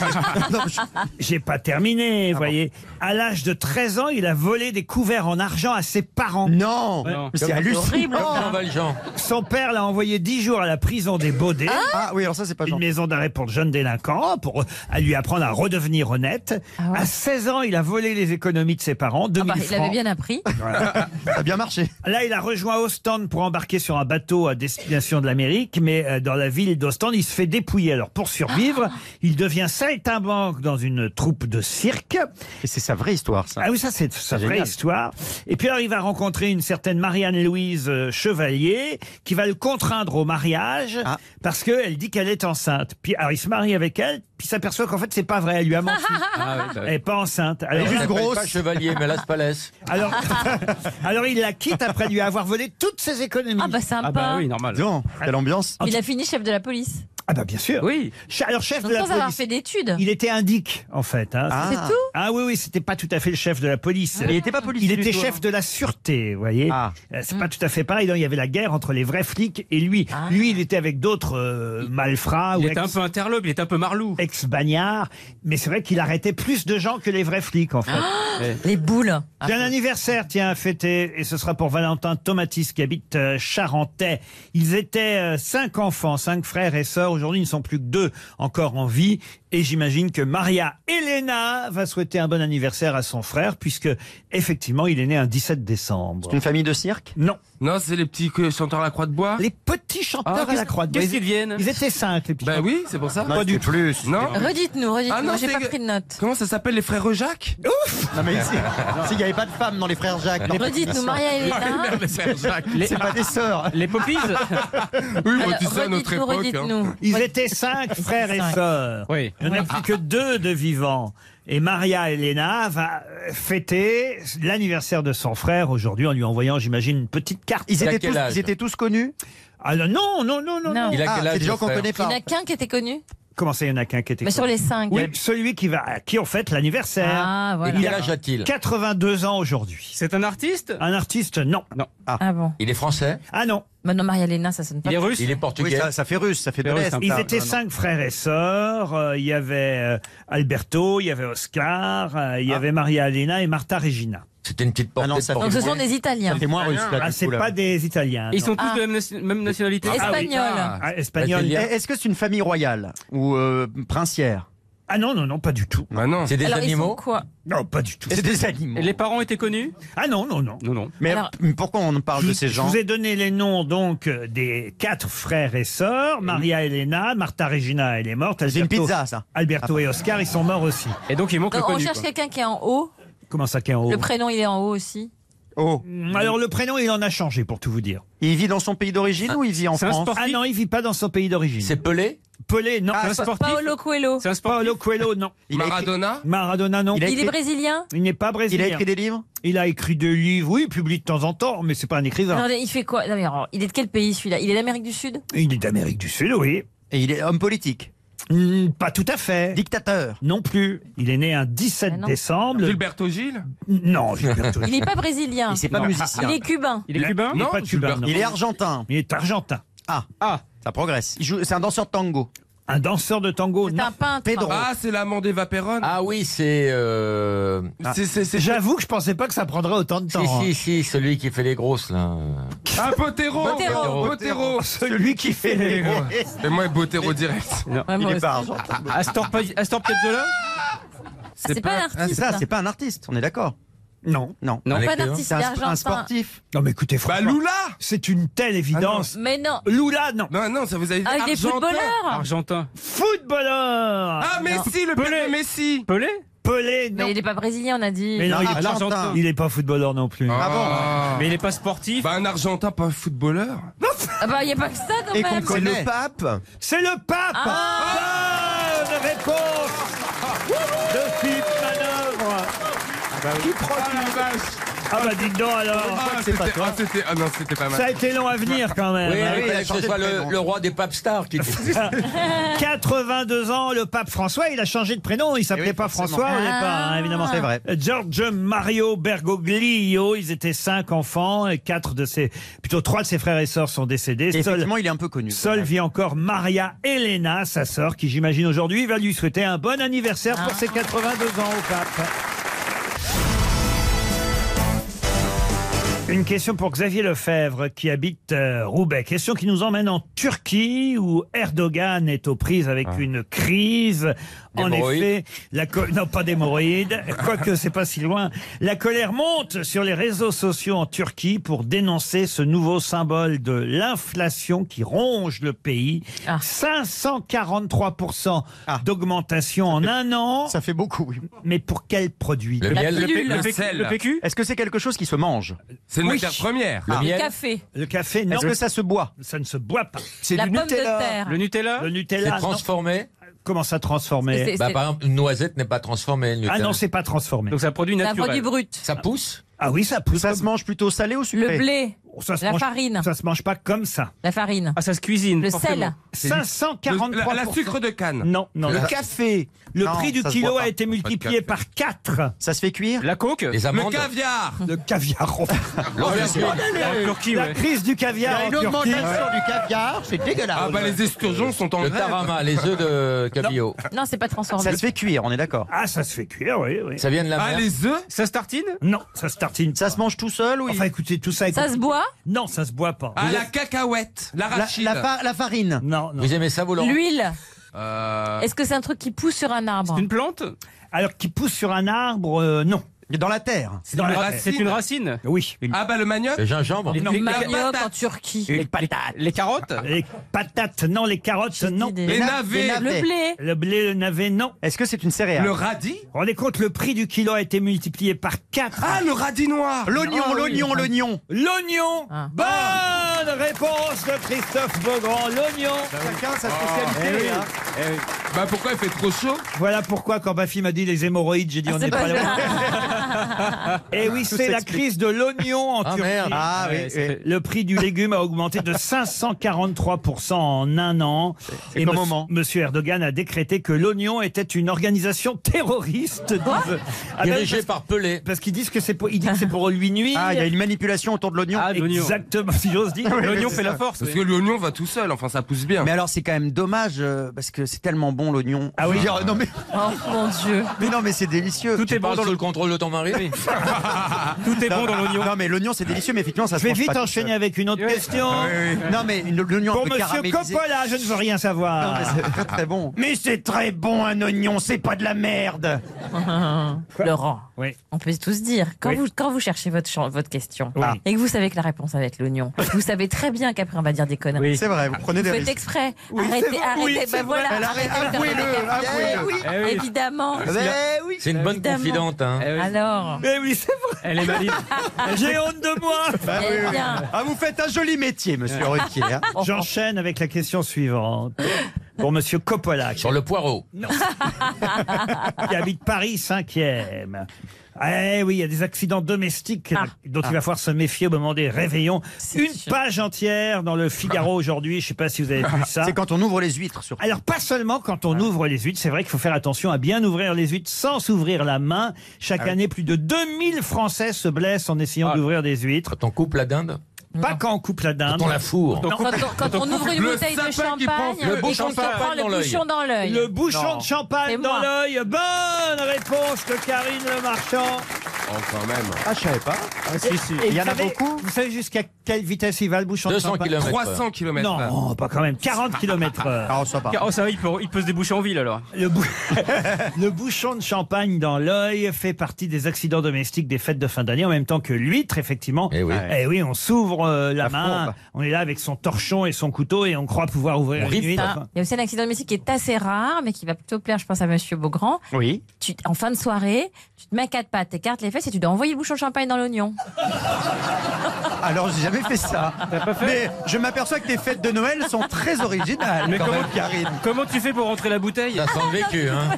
Speaker 4: Non, je- J'ai pas
Speaker 2: Ah
Speaker 4: terminé, vous voyez. À l'âge de 13 ans, il a volé des couverts en argent à ses parents.
Speaker 6: Non,
Speaker 2: Non.
Speaker 6: mais c'est
Speaker 2: Comme-
Speaker 6: hallucinant.
Speaker 2: Comme Jean Valjean.
Speaker 4: Son père l'a envoyé 10 jours à la prison des Baudets.
Speaker 6: Ah oui, alors ça c'est pas
Speaker 4: Une
Speaker 6: gentil.
Speaker 4: maison d'arrêt pour jeunes délinquants, pour à lui apprendre à redevenir honnête.
Speaker 6: Ah
Speaker 4: À 16 ans, il a volé les économies de ses parents, 2000
Speaker 7: Bah, il
Speaker 4: francs.
Speaker 7: avait bien appris.
Speaker 6: Ça a bien marché.
Speaker 4: Là, il a rejoint Ostende pour embarquer sur un bateau à destination de l'Amérique, mais euh, dans la ville d'Ostende, il se fait dépouiller. Alors, pour survivre, il devient saltimbanque dans une troupe de cirque.
Speaker 6: Et c'est sa vraie histoire ça.
Speaker 4: Ah oui, ça, c'est sa
Speaker 6: génial.
Speaker 4: vraie histoire. Et puis, alors, il va rencontrer une certaine Marianne-Louise euh, Chevalier, qui va le contraindre au mariage,
Speaker 6: Ah.
Speaker 4: parce qu'elle dit qu'elle est enceinte. Puis, alors, il se marie avec elle, puis il s'aperçoit qu'en fait, c'est pas vrai, elle lui a
Speaker 2: Ah
Speaker 4: menti. Elle est pas enceinte.
Speaker 2: Elle
Speaker 4: Alors,
Speaker 2: s'appelle bah Pas chevalier, mais Las Palès.
Speaker 4: alors, alors il la quitte après lui avoir volé toutes ses économies.
Speaker 7: Ah bah sympa.
Speaker 9: normal.
Speaker 6: Non, quelle ambiance.
Speaker 7: Il a fini chef de la police.
Speaker 4: Ah bah bien sûr.
Speaker 9: Oui.
Speaker 4: Che- Alors chef
Speaker 7: Donc,
Speaker 4: de la
Speaker 7: sans avoir
Speaker 4: police.
Speaker 7: fait d'études.
Speaker 4: Il était indique en fait. hein.
Speaker 6: Ah.
Speaker 7: C'est tout Ah.
Speaker 4: Ah oui oui, c'était pas tout à fait le chef de la police.
Speaker 6: Il était pas policier
Speaker 4: Il
Speaker 6: du
Speaker 4: était
Speaker 6: tout,
Speaker 4: chef
Speaker 6: hein.
Speaker 4: de la sûreté, vous voyez.
Speaker 6: Ah.
Speaker 4: Euh, C'est
Speaker 7: Hmm.
Speaker 4: pas tout à fait pareil. Non, il y avait la guerre entre les vrais flics et lui.
Speaker 7: Ah.
Speaker 4: Lui, il était avec d'autres euh, malfrats
Speaker 9: Il
Speaker 4: ou
Speaker 9: était un
Speaker 4: ex-
Speaker 9: peu interlope, il était un peu marlou.
Speaker 4: ex-bagnards. Mais c'est vrai qu'il arrêtait plus de gens que les vrais flics en fait.
Speaker 7: Les boules.
Speaker 4: J'ai un anniversaire, tiens, à fêter, et ce sera pour Valentin Tomatis qui habite euh, Charentais. Ils étaient euh, cinq enfants, cinq frères et sœurs. Aujourd'hui, ils ne sont plus que deux encore en vie. Et j'imagine que Maria Elena va souhaiter un bon anniversaire à son frère, puisque effectivement, il est né un 17 décembre.
Speaker 6: Une famille de cirque
Speaker 4: Non,
Speaker 5: Non, c'est les petits que- chanteurs à la croix de bois.
Speaker 4: les petits chanteurs
Speaker 9: Ah,
Speaker 4: à la croix de Bois.
Speaker 9: Qu'est-ce qu'ils deviennent
Speaker 4: Ils étaient cinq, les petits.
Speaker 5: Bah oui, c'est pour ça.
Speaker 6: Pas du plus.
Speaker 5: Non
Speaker 7: Redites-nous,
Speaker 5: Ah
Speaker 7: redites-nous.
Speaker 5: non,
Speaker 7: J'ai
Speaker 5: c'est-
Speaker 7: pas pris de notes.
Speaker 5: Comment ça s'appelle les frères Jacques
Speaker 6: Non mais ici, s'il n'y avait pas de femme dans les frères Jacques, non,
Speaker 7: Redites-nous, Maria Elena.
Speaker 5: Les frères Jacques.
Speaker 9: Les,
Speaker 6: c'est pas des sœurs.
Speaker 9: les poppies
Speaker 5: Oui, moi,
Speaker 7: Alors,
Speaker 5: tu sais, à notre
Speaker 7: Redites-nous,
Speaker 5: époque. hein.
Speaker 7: redites-nous.
Speaker 4: Ils étaient cinq frères et
Speaker 7: cinq.
Speaker 4: sœurs.
Speaker 9: Oui.
Speaker 4: Il n'y en a plus que deux de vivants. Et Maria Elena va euh, fêter l'anniversaire de son frère aujourd'hui en lui envoyant, j'imagine, une petite carte.
Speaker 6: Ils
Speaker 2: Il a
Speaker 6: étaient,
Speaker 2: quel
Speaker 6: tous,
Speaker 2: âge
Speaker 6: ils étaient tous connus
Speaker 4: Ah non, non, non, non, non.
Speaker 7: Non.
Speaker 4: non.
Speaker 2: Il a
Speaker 6: Ah,
Speaker 2: quel
Speaker 6: c'est
Speaker 2: âge
Speaker 6: des gens
Speaker 2: le
Speaker 6: qu'on
Speaker 2: frère
Speaker 6: connaît
Speaker 7: Il n'y
Speaker 6: pas.
Speaker 7: en a qu'un qui était connu.
Speaker 4: Comment ça, il y en a qu'un qui était
Speaker 7: Mais sur
Speaker 4: connu
Speaker 7: les cinq.
Speaker 4: Oui, celui qui va, à qui en fait l'anniversaire.
Speaker 7: Ah,
Speaker 2: Et
Speaker 7: voilà.
Speaker 2: quel âge a-t-il
Speaker 4: 82 ans aujourd'hui.
Speaker 9: C'est un artiste
Speaker 4: Un artiste, non.
Speaker 7: Ah bon.
Speaker 2: Il est français
Speaker 4: Ah non.
Speaker 7: Maintenant, Maria Elena, Bah, ça sonne pas.
Speaker 9: Il est russe
Speaker 2: Il est
Speaker 6: Oui,
Speaker 2: portugais
Speaker 6: ça, ça fait russe, ça fait de
Speaker 9: C'est russe,
Speaker 6: l'Est.
Speaker 9: hein.
Speaker 4: Ils
Speaker 9: Ah,
Speaker 4: étaient
Speaker 9: non, non.
Speaker 4: cinq frères et sœurs. Euh, Il y avait euh, Alberto, il y avait Oscar, euh, il y avait Maria Elena et Martha Regina.
Speaker 2: C'était une petite
Speaker 6: Ah
Speaker 2: portée
Speaker 6: non,
Speaker 2: de
Speaker 6: ça fait-
Speaker 7: Donc
Speaker 2: portugais.
Speaker 7: ce sont des Italiens.
Speaker 6: C'est moins russe là.
Speaker 4: Ah,
Speaker 6: du
Speaker 4: c'est
Speaker 6: coup, là.
Speaker 4: pas des Italiens.
Speaker 9: Ils
Speaker 4: non.
Speaker 9: sont tous
Speaker 7: Ah.
Speaker 9: de même, nation- même nationalité
Speaker 7: Espagnol.
Speaker 4: Ah, espagnols.
Speaker 2: Bah,
Speaker 6: Eh,
Speaker 2: c'est
Speaker 6: Est-ce que c'est une famille royale ou euh, princière
Speaker 4: Ah non, non, non, pas du tout.
Speaker 5: Bah non.
Speaker 2: C'est des
Speaker 7: Alors, ils sont
Speaker 2: animaux
Speaker 7: quoi
Speaker 4: Non, pas du tout.
Speaker 6: C'est des animaux.
Speaker 9: Et Les parents étaient connus
Speaker 4: Ah non, non, non.
Speaker 9: Non, non.
Speaker 6: Mais
Speaker 7: Alors-
Speaker 6: mais pourquoi on parle de ces
Speaker 4: Je
Speaker 6: gens
Speaker 4: vous ai donné les noms donc euh, des quatre frères et sœurs. Maria Elena, Martha Regina, elle est morte.
Speaker 6: C'est une
Speaker 4: Alberto-
Speaker 6: pizza ça. Ah,
Speaker 4: Alberto et Oscar, ils sont morts aussi.
Speaker 9: Et donc il manque
Speaker 6: Euh,
Speaker 7: Donc,
Speaker 9: le
Speaker 7: on
Speaker 9: connu.
Speaker 7: cherche
Speaker 9: quoi.
Speaker 7: quelqu'un qui est en haut.
Speaker 4: Comment ça, Kéo
Speaker 7: Le prénom, il est en haut aussi.
Speaker 6: Oh,
Speaker 4: Mm. Alors le prénom, il en a changé pour tout vous dire.
Speaker 6: il vit dans son pays d'origine ou il vit en
Speaker 9: C'est un
Speaker 6: France
Speaker 9: sportif.
Speaker 4: Ah non, il vit pas dans son pays
Speaker 2: C'est
Speaker 4: d'origine.
Speaker 2: Pelé
Speaker 4: Pelé, non.
Speaker 9: C'est un sportif.
Speaker 7: Ah, Paolo Coelho.
Speaker 9: C'est un sportif.
Speaker 4: Paulo Coelho, non.
Speaker 6: Il a écrit-
Speaker 5: Maradona
Speaker 4: Maradona, non.
Speaker 6: Il a
Speaker 7: Il est
Speaker 6: écrit-
Speaker 7: brésilien
Speaker 4: Il n'est pas
Speaker 6: Il a
Speaker 4: brésilien.
Speaker 6: écrit des livres
Speaker 4: Il a écrit deux livres, oui, il publie de temps en temps, mais c'est pas un écrivain.
Speaker 7: Attendez, il fait quoi Non, mais alors, Il est de quel pays celui-là Il est d'Amérique du Sud
Speaker 4: Il est d'Amérique du Sud, oui.
Speaker 6: Et il est homme politique,
Speaker 4: Hmm, pas tout à fait.
Speaker 6: dictateur.
Speaker 4: Non plus. Il est né un
Speaker 7: Mais
Speaker 4: 17
Speaker 7: non.
Speaker 4: décembre.
Speaker 5: Gilberto Gilles
Speaker 4: Non, Gilberto
Speaker 7: Il
Speaker 4: Gil.
Speaker 7: n'est pas brésilien.
Speaker 6: Il c'est pas
Speaker 9: Non.
Speaker 6: musicien.
Speaker 7: Il est cubain.
Speaker 9: Il est cubain
Speaker 4: Il est pas
Speaker 5: Non,
Speaker 4: cubain,
Speaker 5: Gilberto.
Speaker 4: non.
Speaker 6: Il est argentin.
Speaker 4: Il est argentin.
Speaker 6: Ah,
Speaker 9: Ah,
Speaker 6: ça progresse. Il joue- C'est un danseur de tango.
Speaker 4: Un danseur de tango, non.
Speaker 7: hein.
Speaker 4: Pedro.
Speaker 5: Ah, c'est l'amant d'Eva Perron. Ah oui, c'est.
Speaker 6: euh,
Speaker 4: J'avoue que je pensais pas que ça prendrait autant de temps.
Speaker 2: Si, si, si, celui qui fait les grosses, là.
Speaker 5: Ah, Botero
Speaker 2: Botero.
Speaker 5: Botero Celui qui fait les grosses. Et moi, Botero direct. Non,
Speaker 9: Ouais, moi aussi. Ah, Astor Pa- Astor Piazzolla
Speaker 7: C'est pas un artiste. hein.
Speaker 6: Ça, c'est pas un artiste, on est d'accord
Speaker 4: Non.
Speaker 6: Non.
Speaker 7: Non, pas
Speaker 6: C'est
Speaker 7: d'artiste
Speaker 6: un, sp-
Speaker 7: argentin.
Speaker 6: un sportif.
Speaker 4: euh, Non, mais écoutez, franchement.
Speaker 5: Bah, Lula
Speaker 4: C'est une telle évidence.
Speaker 7: Mais Ah non.
Speaker 4: Lula, non.
Speaker 5: Non, non, ça vous avez dit
Speaker 7: Ah, il est footballeur.
Speaker 9: Argentin.
Speaker 4: Footballeur
Speaker 5: Ah, Messi, le Pelé Messi
Speaker 9: Pelé
Speaker 4: Pelé, non.
Speaker 7: Mais il est pas brésilien, on a
Speaker 5: Ah.
Speaker 7: dit.
Speaker 4: Mais non,
Speaker 6: Ah,
Speaker 4: il est Il est pas footballeur non plus.
Speaker 9: Mais il n'est pas sportif.
Speaker 5: Bah, un Argentin, pas un footballeur.
Speaker 7: Ah bah, il n'y a pas que ça, non
Speaker 5: Et
Speaker 7: même. Ah,
Speaker 5: qu'on connaît. Le
Speaker 10: pape
Speaker 4: C'est le pape Bonne réponse de Philippe Manœuvre
Speaker 5: Qui prend la vache
Speaker 4: Ah bah dites donc alors
Speaker 5: Ah, c'était- ah, c'était- ah non, c'était pas mal.
Speaker 4: Ça a été long à venir quand même.
Speaker 2: Oui,
Speaker 4: hein.
Speaker 2: oui, fallait que ce soit le, le roi des papes stars qui dit.
Speaker 4: 82 ans, le pape François, il a changé de prénom, il s'appelait pas
Speaker 6: forcément.
Speaker 4: François au
Speaker 6: Ah,
Speaker 4: départ, hein, évidemment.
Speaker 6: c'est vrai.
Speaker 4: Eh George Mario Bergoglio, ils étaient cinq enfants, et quatre de ses, plutôt trois de ses frères et sœurs sont décédés.
Speaker 6: Et
Speaker 4: Seul-
Speaker 6: Effectivement, il est un peu connu.
Speaker 4: Seule vit encore Maria Elena, sa sœur, qui j'imagine aujourd'hui va lui souhaiter un bon anniversaire
Speaker 7: Ah.
Speaker 4: pour ses 82 ans au pape. Une question pour Xavier Lefebvre qui habite euh, Roubaix. Question qui nous emmène en Turquie où Erdogan est aux prises avec
Speaker 6: Ah.
Speaker 4: une crise. En
Speaker 2: D'hémorroïdes.
Speaker 4: effet, la co- non pas d'hémorroïdes, quoique c'est pas si loin. La colère monte sur les réseaux sociaux en Turquie pour dénoncer ce nouveau symbole de l'inflation qui ronge le pays. 543% d'augmentation en un an.
Speaker 6: Ah. Ça fait beaucoup, oui.
Speaker 4: Mais pour quel produit
Speaker 6: Le La miel, le pilule. P- le
Speaker 9: P- le PQ
Speaker 6: Est-ce que c'est quelque chose qui se mange
Speaker 5: C'est une matière première.
Speaker 6: Ah.
Speaker 7: Le café.
Speaker 4: Le café, non.
Speaker 6: Est-ce que ça se boit
Speaker 4: Ça ne se boit pas.
Speaker 6: C'est
Speaker 7: La pomme de terre.
Speaker 9: Le Nutella
Speaker 4: Le Nutella.
Speaker 2: C'est
Speaker 4: non.
Speaker 2: transformé
Speaker 4: Comment ça transformer
Speaker 2: Bah, Par exemple, une noisette n'est pas transformée. le
Speaker 4: Ah
Speaker 2: Nutella.
Speaker 4: non, c'est pas transformé.
Speaker 9: Donc c'est un produit
Speaker 7: C'est un
Speaker 9: naturel.
Speaker 7: produit brut.
Speaker 2: Ça pousse
Speaker 4: Ah oui, ça pousse.
Speaker 6: Ça se mange plutôt salé ou sucré
Speaker 7: Le blé.
Speaker 4: Eh, oh, Ça se
Speaker 7: La
Speaker 4: mange-
Speaker 7: farine.
Speaker 4: Ça se mange pas comme ça.
Speaker 7: La farine.
Speaker 9: Ah, ça se cuisine.
Speaker 7: Le
Speaker 9: forcément.
Speaker 7: sel.
Speaker 9: C'est-
Speaker 4: 543
Speaker 5: La, la sucre de canne.
Speaker 4: Non, non.
Speaker 5: Le
Speaker 4: non.
Speaker 5: café.
Speaker 4: Le
Speaker 6: Non,
Speaker 4: prix du
Speaker 6: ça se
Speaker 4: kilo
Speaker 6: boit
Speaker 4: a
Speaker 6: pas.
Speaker 4: été multiplié
Speaker 5: café.
Speaker 4: par 4.
Speaker 6: Ça se fait cuire
Speaker 9: La coke
Speaker 2: Les
Speaker 5: Le
Speaker 2: amandes
Speaker 5: caviar.
Speaker 4: Le caviar.
Speaker 9: En Turquie,
Speaker 4: La
Speaker 9: ouais.
Speaker 4: crise du caviar en Turquie.
Speaker 6: du caviar, c'est dégueulasse.
Speaker 5: Ah bah les esturgeons sont en
Speaker 2: Le
Speaker 5: grève.
Speaker 2: tarama, les œufs de cabillaud.
Speaker 7: Non, c'est pas transformé.
Speaker 6: Ça se fait cuire, on est d'accord.
Speaker 4: Ah, ça se fait cuire, oui, oui.
Speaker 2: Ça vient de la
Speaker 5: Ah
Speaker 2: mer.
Speaker 5: les œufs
Speaker 9: Ça se tartine
Speaker 4: Non, ça se tartine.
Speaker 6: Ça se mange tout seul ou il-
Speaker 4: Enfin, écoutez, tout ça. est
Speaker 7: Ça se
Speaker 4: compliqué.
Speaker 7: boit
Speaker 4: Non, ça se boit pas.
Speaker 5: Ah la cacahuète.
Speaker 6: la,
Speaker 5: L'arachide.
Speaker 6: la fa- la farine.
Speaker 4: Non, Oh, non.
Speaker 2: Vous aimez ça, vous, Laurent
Speaker 7: L'huile.
Speaker 5: Euh,
Speaker 7: Est-ce que c'est un truc qui pousse sur un arbre
Speaker 9: Une plante
Speaker 4: Alors qu'il pousse sur un arbre, euh, non.
Speaker 6: Dans la terre.
Speaker 4: C'est dans la
Speaker 5: racine.
Speaker 9: C'est une racine.
Speaker 4: Oui.
Speaker 5: Ah bah le manioc.
Speaker 2: Le gingembre
Speaker 9: Non.
Speaker 7: Du
Speaker 9: Les-
Speaker 7: Manioc
Speaker 5: les-
Speaker 7: en Turquie.
Speaker 9: Les, les carottes
Speaker 4: Les patates, non. Les carottes, non.
Speaker 7: idée.
Speaker 5: Les
Speaker 6: na-
Speaker 5: navets.
Speaker 6: les
Speaker 7: Le
Speaker 6: navets.
Speaker 7: blé.
Speaker 4: Le blé, le navet, non.
Speaker 6: Est-ce que c'est une céréale
Speaker 5: Le radis.
Speaker 4: Rendez compte, le prix du kilo a été multiplié par 4.
Speaker 5: Ah le radis noir. Ah
Speaker 6: L'oignon, l'oignon, l'oignon.
Speaker 4: L'oignon
Speaker 7: Ah.
Speaker 4: Bonne réponse de Christophe Beaugrand, l'oignon Ah, eh
Speaker 6: Chacun sa spécialité. hein.
Speaker 5: Bah pourquoi il fait trop chaud
Speaker 4: Voilà pourquoi quand ma fille m'a dit les hémorroïdes, j'ai dit on
Speaker 7: c'est
Speaker 4: n'est pas
Speaker 7: pas
Speaker 4: là. Et oui, c'est la
Speaker 6: s'explique.
Speaker 4: crise de l'oignon en
Speaker 2: Ah,
Speaker 4: Turquie.
Speaker 2: merde.
Speaker 6: Ah oui,
Speaker 9: Ouais,
Speaker 6: oui.
Speaker 9: c'est-
Speaker 4: Le prix du légume a augmenté de 543% en un an.
Speaker 6: c'est
Speaker 4: Et
Speaker 6: comme
Speaker 4: mons-
Speaker 6: au Mans.
Speaker 4: Monsieur Erdogan a décrété que l'oignon était une organisation terroriste. disent- Ah, ben,
Speaker 2: Dirigé par Pelé.
Speaker 4: parce qu'ils disent que c'est pour, ils disent que c'est pour lui nuire.
Speaker 6: Ah, il y a une manipulation autour de l'oignon.
Speaker 9: Ah, l'oignon.
Speaker 4: Exactement, si j'ose dire.
Speaker 9: L'oignon fait la force.
Speaker 5: Parce que l'oignon va tout seul. Enfin ça pousse bien.
Speaker 6: Mais alors c'est quand même dommage euh, parce que c'est tellement bon l'oignon.
Speaker 4: Ah oui.
Speaker 6: Je veux dire, non mais,
Speaker 7: Oh mon dieu.
Speaker 6: mais non mais c'est délicieux.
Speaker 9: Tout est bon
Speaker 2: Pas
Speaker 9: dans
Speaker 2: sous
Speaker 9: le
Speaker 2: le contrôle de ton mari
Speaker 9: tout est bon dans l'oignon.
Speaker 6: Ah, Non mais l'oignon c'est délicieux mais effectivement ça
Speaker 4: Je
Speaker 6: se
Speaker 4: vais
Speaker 6: mange
Speaker 4: vite
Speaker 6: pas
Speaker 4: enchaîner avec une autre question.
Speaker 6: tout seul. Non mais une- l'oignon un
Speaker 4: Pour
Speaker 6: peu
Speaker 4: Monsieur
Speaker 6: caramélisé.
Speaker 4: Coppola, je ne veux rien
Speaker 6: Non,
Speaker 4: savoir.
Speaker 6: mais c'est très, très bon. Mais c'est très bon un oignon, c'est pas de la merde.
Speaker 7: Laurent,
Speaker 4: Oui.
Speaker 7: on peut tous dire, quand,
Speaker 4: Oui.
Speaker 7: vous, quand vous cherchez votre, chan- votre question Ah.
Speaker 4: Oui.
Speaker 7: et que vous savez que la réponse va être l'oignon, vous savez très bien qu'après on va dire des conneries.
Speaker 6: C'est vrai, vous prenez
Speaker 7: Vous
Speaker 6: des
Speaker 7: faites
Speaker 6: risques.
Speaker 7: exprès.
Speaker 6: Oui,
Speaker 7: arrêtez,
Speaker 6: c'est vrai.
Speaker 7: arrêtez.
Speaker 6: Oui,
Speaker 7: ben
Speaker 6: c'est
Speaker 7: voilà,
Speaker 6: vrai. Elle
Speaker 7: arrêtez de
Speaker 6: arrête-
Speaker 7: faire
Speaker 6: avouez-le,
Speaker 7: des conneries.
Speaker 6: avouez-le.
Speaker 7: Eh oui,
Speaker 4: Ah
Speaker 9: Eh oui.
Speaker 7: Évidemment.
Speaker 6: Eh oui.
Speaker 2: C'est une bonne
Speaker 7: Évidemment.
Speaker 2: confidente. Hein.
Speaker 9: Eh oui.
Speaker 7: Alors,
Speaker 4: Mais oui, c'est vrai.
Speaker 9: Elle est valide.
Speaker 4: J'ai honte de moi.
Speaker 7: eh bien,
Speaker 6: Ah vous faites un joli métier monsieur Ruquier. hein.
Speaker 4: J'enchaîne avec la question suivante. Pour Monsieur Coppola, qui
Speaker 2: Sur le poireau.
Speaker 4: qui habite Paris 5e. Eh oui, il y a des accidents domestiques
Speaker 7: Ah.
Speaker 4: dont il va falloir se méfier au moment des réveillons.
Speaker 7: C'est
Speaker 4: Une
Speaker 7: sûr.
Speaker 4: page entière dans le Figaro aujourd'hui. Je ne sais pas si vous avez vu ça.
Speaker 6: C'est quand on ouvre les huîtres surtout.
Speaker 4: Alors pas seulement quand on ouvre les huîtres, c'est vrai qu'il faut faire attention à bien ouvrir les huîtres sans s'ouvrir la main.
Speaker 2: Ah
Speaker 4: Chaque année, plus de 2000 Français se blessent en essayant
Speaker 9: Ah.
Speaker 4: d'ouvrir des huîtres.
Speaker 2: Quand on coupe la dinde.
Speaker 4: Pas quand on coupe la dinde.
Speaker 2: Quand on la fourre.
Speaker 7: Quand, on- quand on ouvre une bouteille de champagne et qu'on se prend le bouchon dans l'œil.
Speaker 4: Le bouchon
Speaker 7: Non.
Speaker 4: de
Speaker 7: C'est
Speaker 4: champagne dans
Speaker 7: moi.
Speaker 4: l'œil. Bonne réponse de Karine Le Marchand.
Speaker 10: Oh, quand même.
Speaker 4: Ah, je savais pas.
Speaker 10: si, si.
Speaker 4: Il
Speaker 10: Et
Speaker 4: y en
Speaker 10: vous
Speaker 4: a
Speaker 10: savez-
Speaker 4: beaucoup. Vous savez jusqu'à quelle vitesse il va le bouchon
Speaker 9: 200
Speaker 4: de champagne
Speaker 9: kilomètres heure. 300 kilomètres heure.
Speaker 4: Non, pas quand même. 40 km heure.
Speaker 9: Oh, ça va, il peut, il peut se déboucher en ville alors.
Speaker 4: Le, bou- le bouchon de champagne dans l'œil fait partie des accidents domestiques des fêtes de fin d'année, en même temps que l'huître, effectivement. Eh oui, on s'ouvre euh, la,
Speaker 7: La
Speaker 4: main,
Speaker 7: fourbe.
Speaker 4: on est là avec son torchon et son couteau et on croit pouvoir ouvrir une
Speaker 7: Enfin,
Speaker 4: huître.
Speaker 7: Il y a aussi un accident domestique qui est assez rare, mais qui va plutôt plaire, je pense, à Monsieur Beaugrand.
Speaker 4: Oui.
Speaker 7: Tu, en fin de soirée, tu te mets à quatre pattes, t'écartes les fesses et tu dois envoyer le bouchon de champagne dans l'oignon.
Speaker 6: Alors, j'ai jamais fait ça. Mais je m'aperçois que tes fêtes de Noël sont très originales.
Speaker 9: Mais
Speaker 6: quand
Speaker 9: comment,
Speaker 6: même, Karine.
Speaker 9: comment tu fais pour rentrer la bouteille Ça
Speaker 2: sent vécu, hein.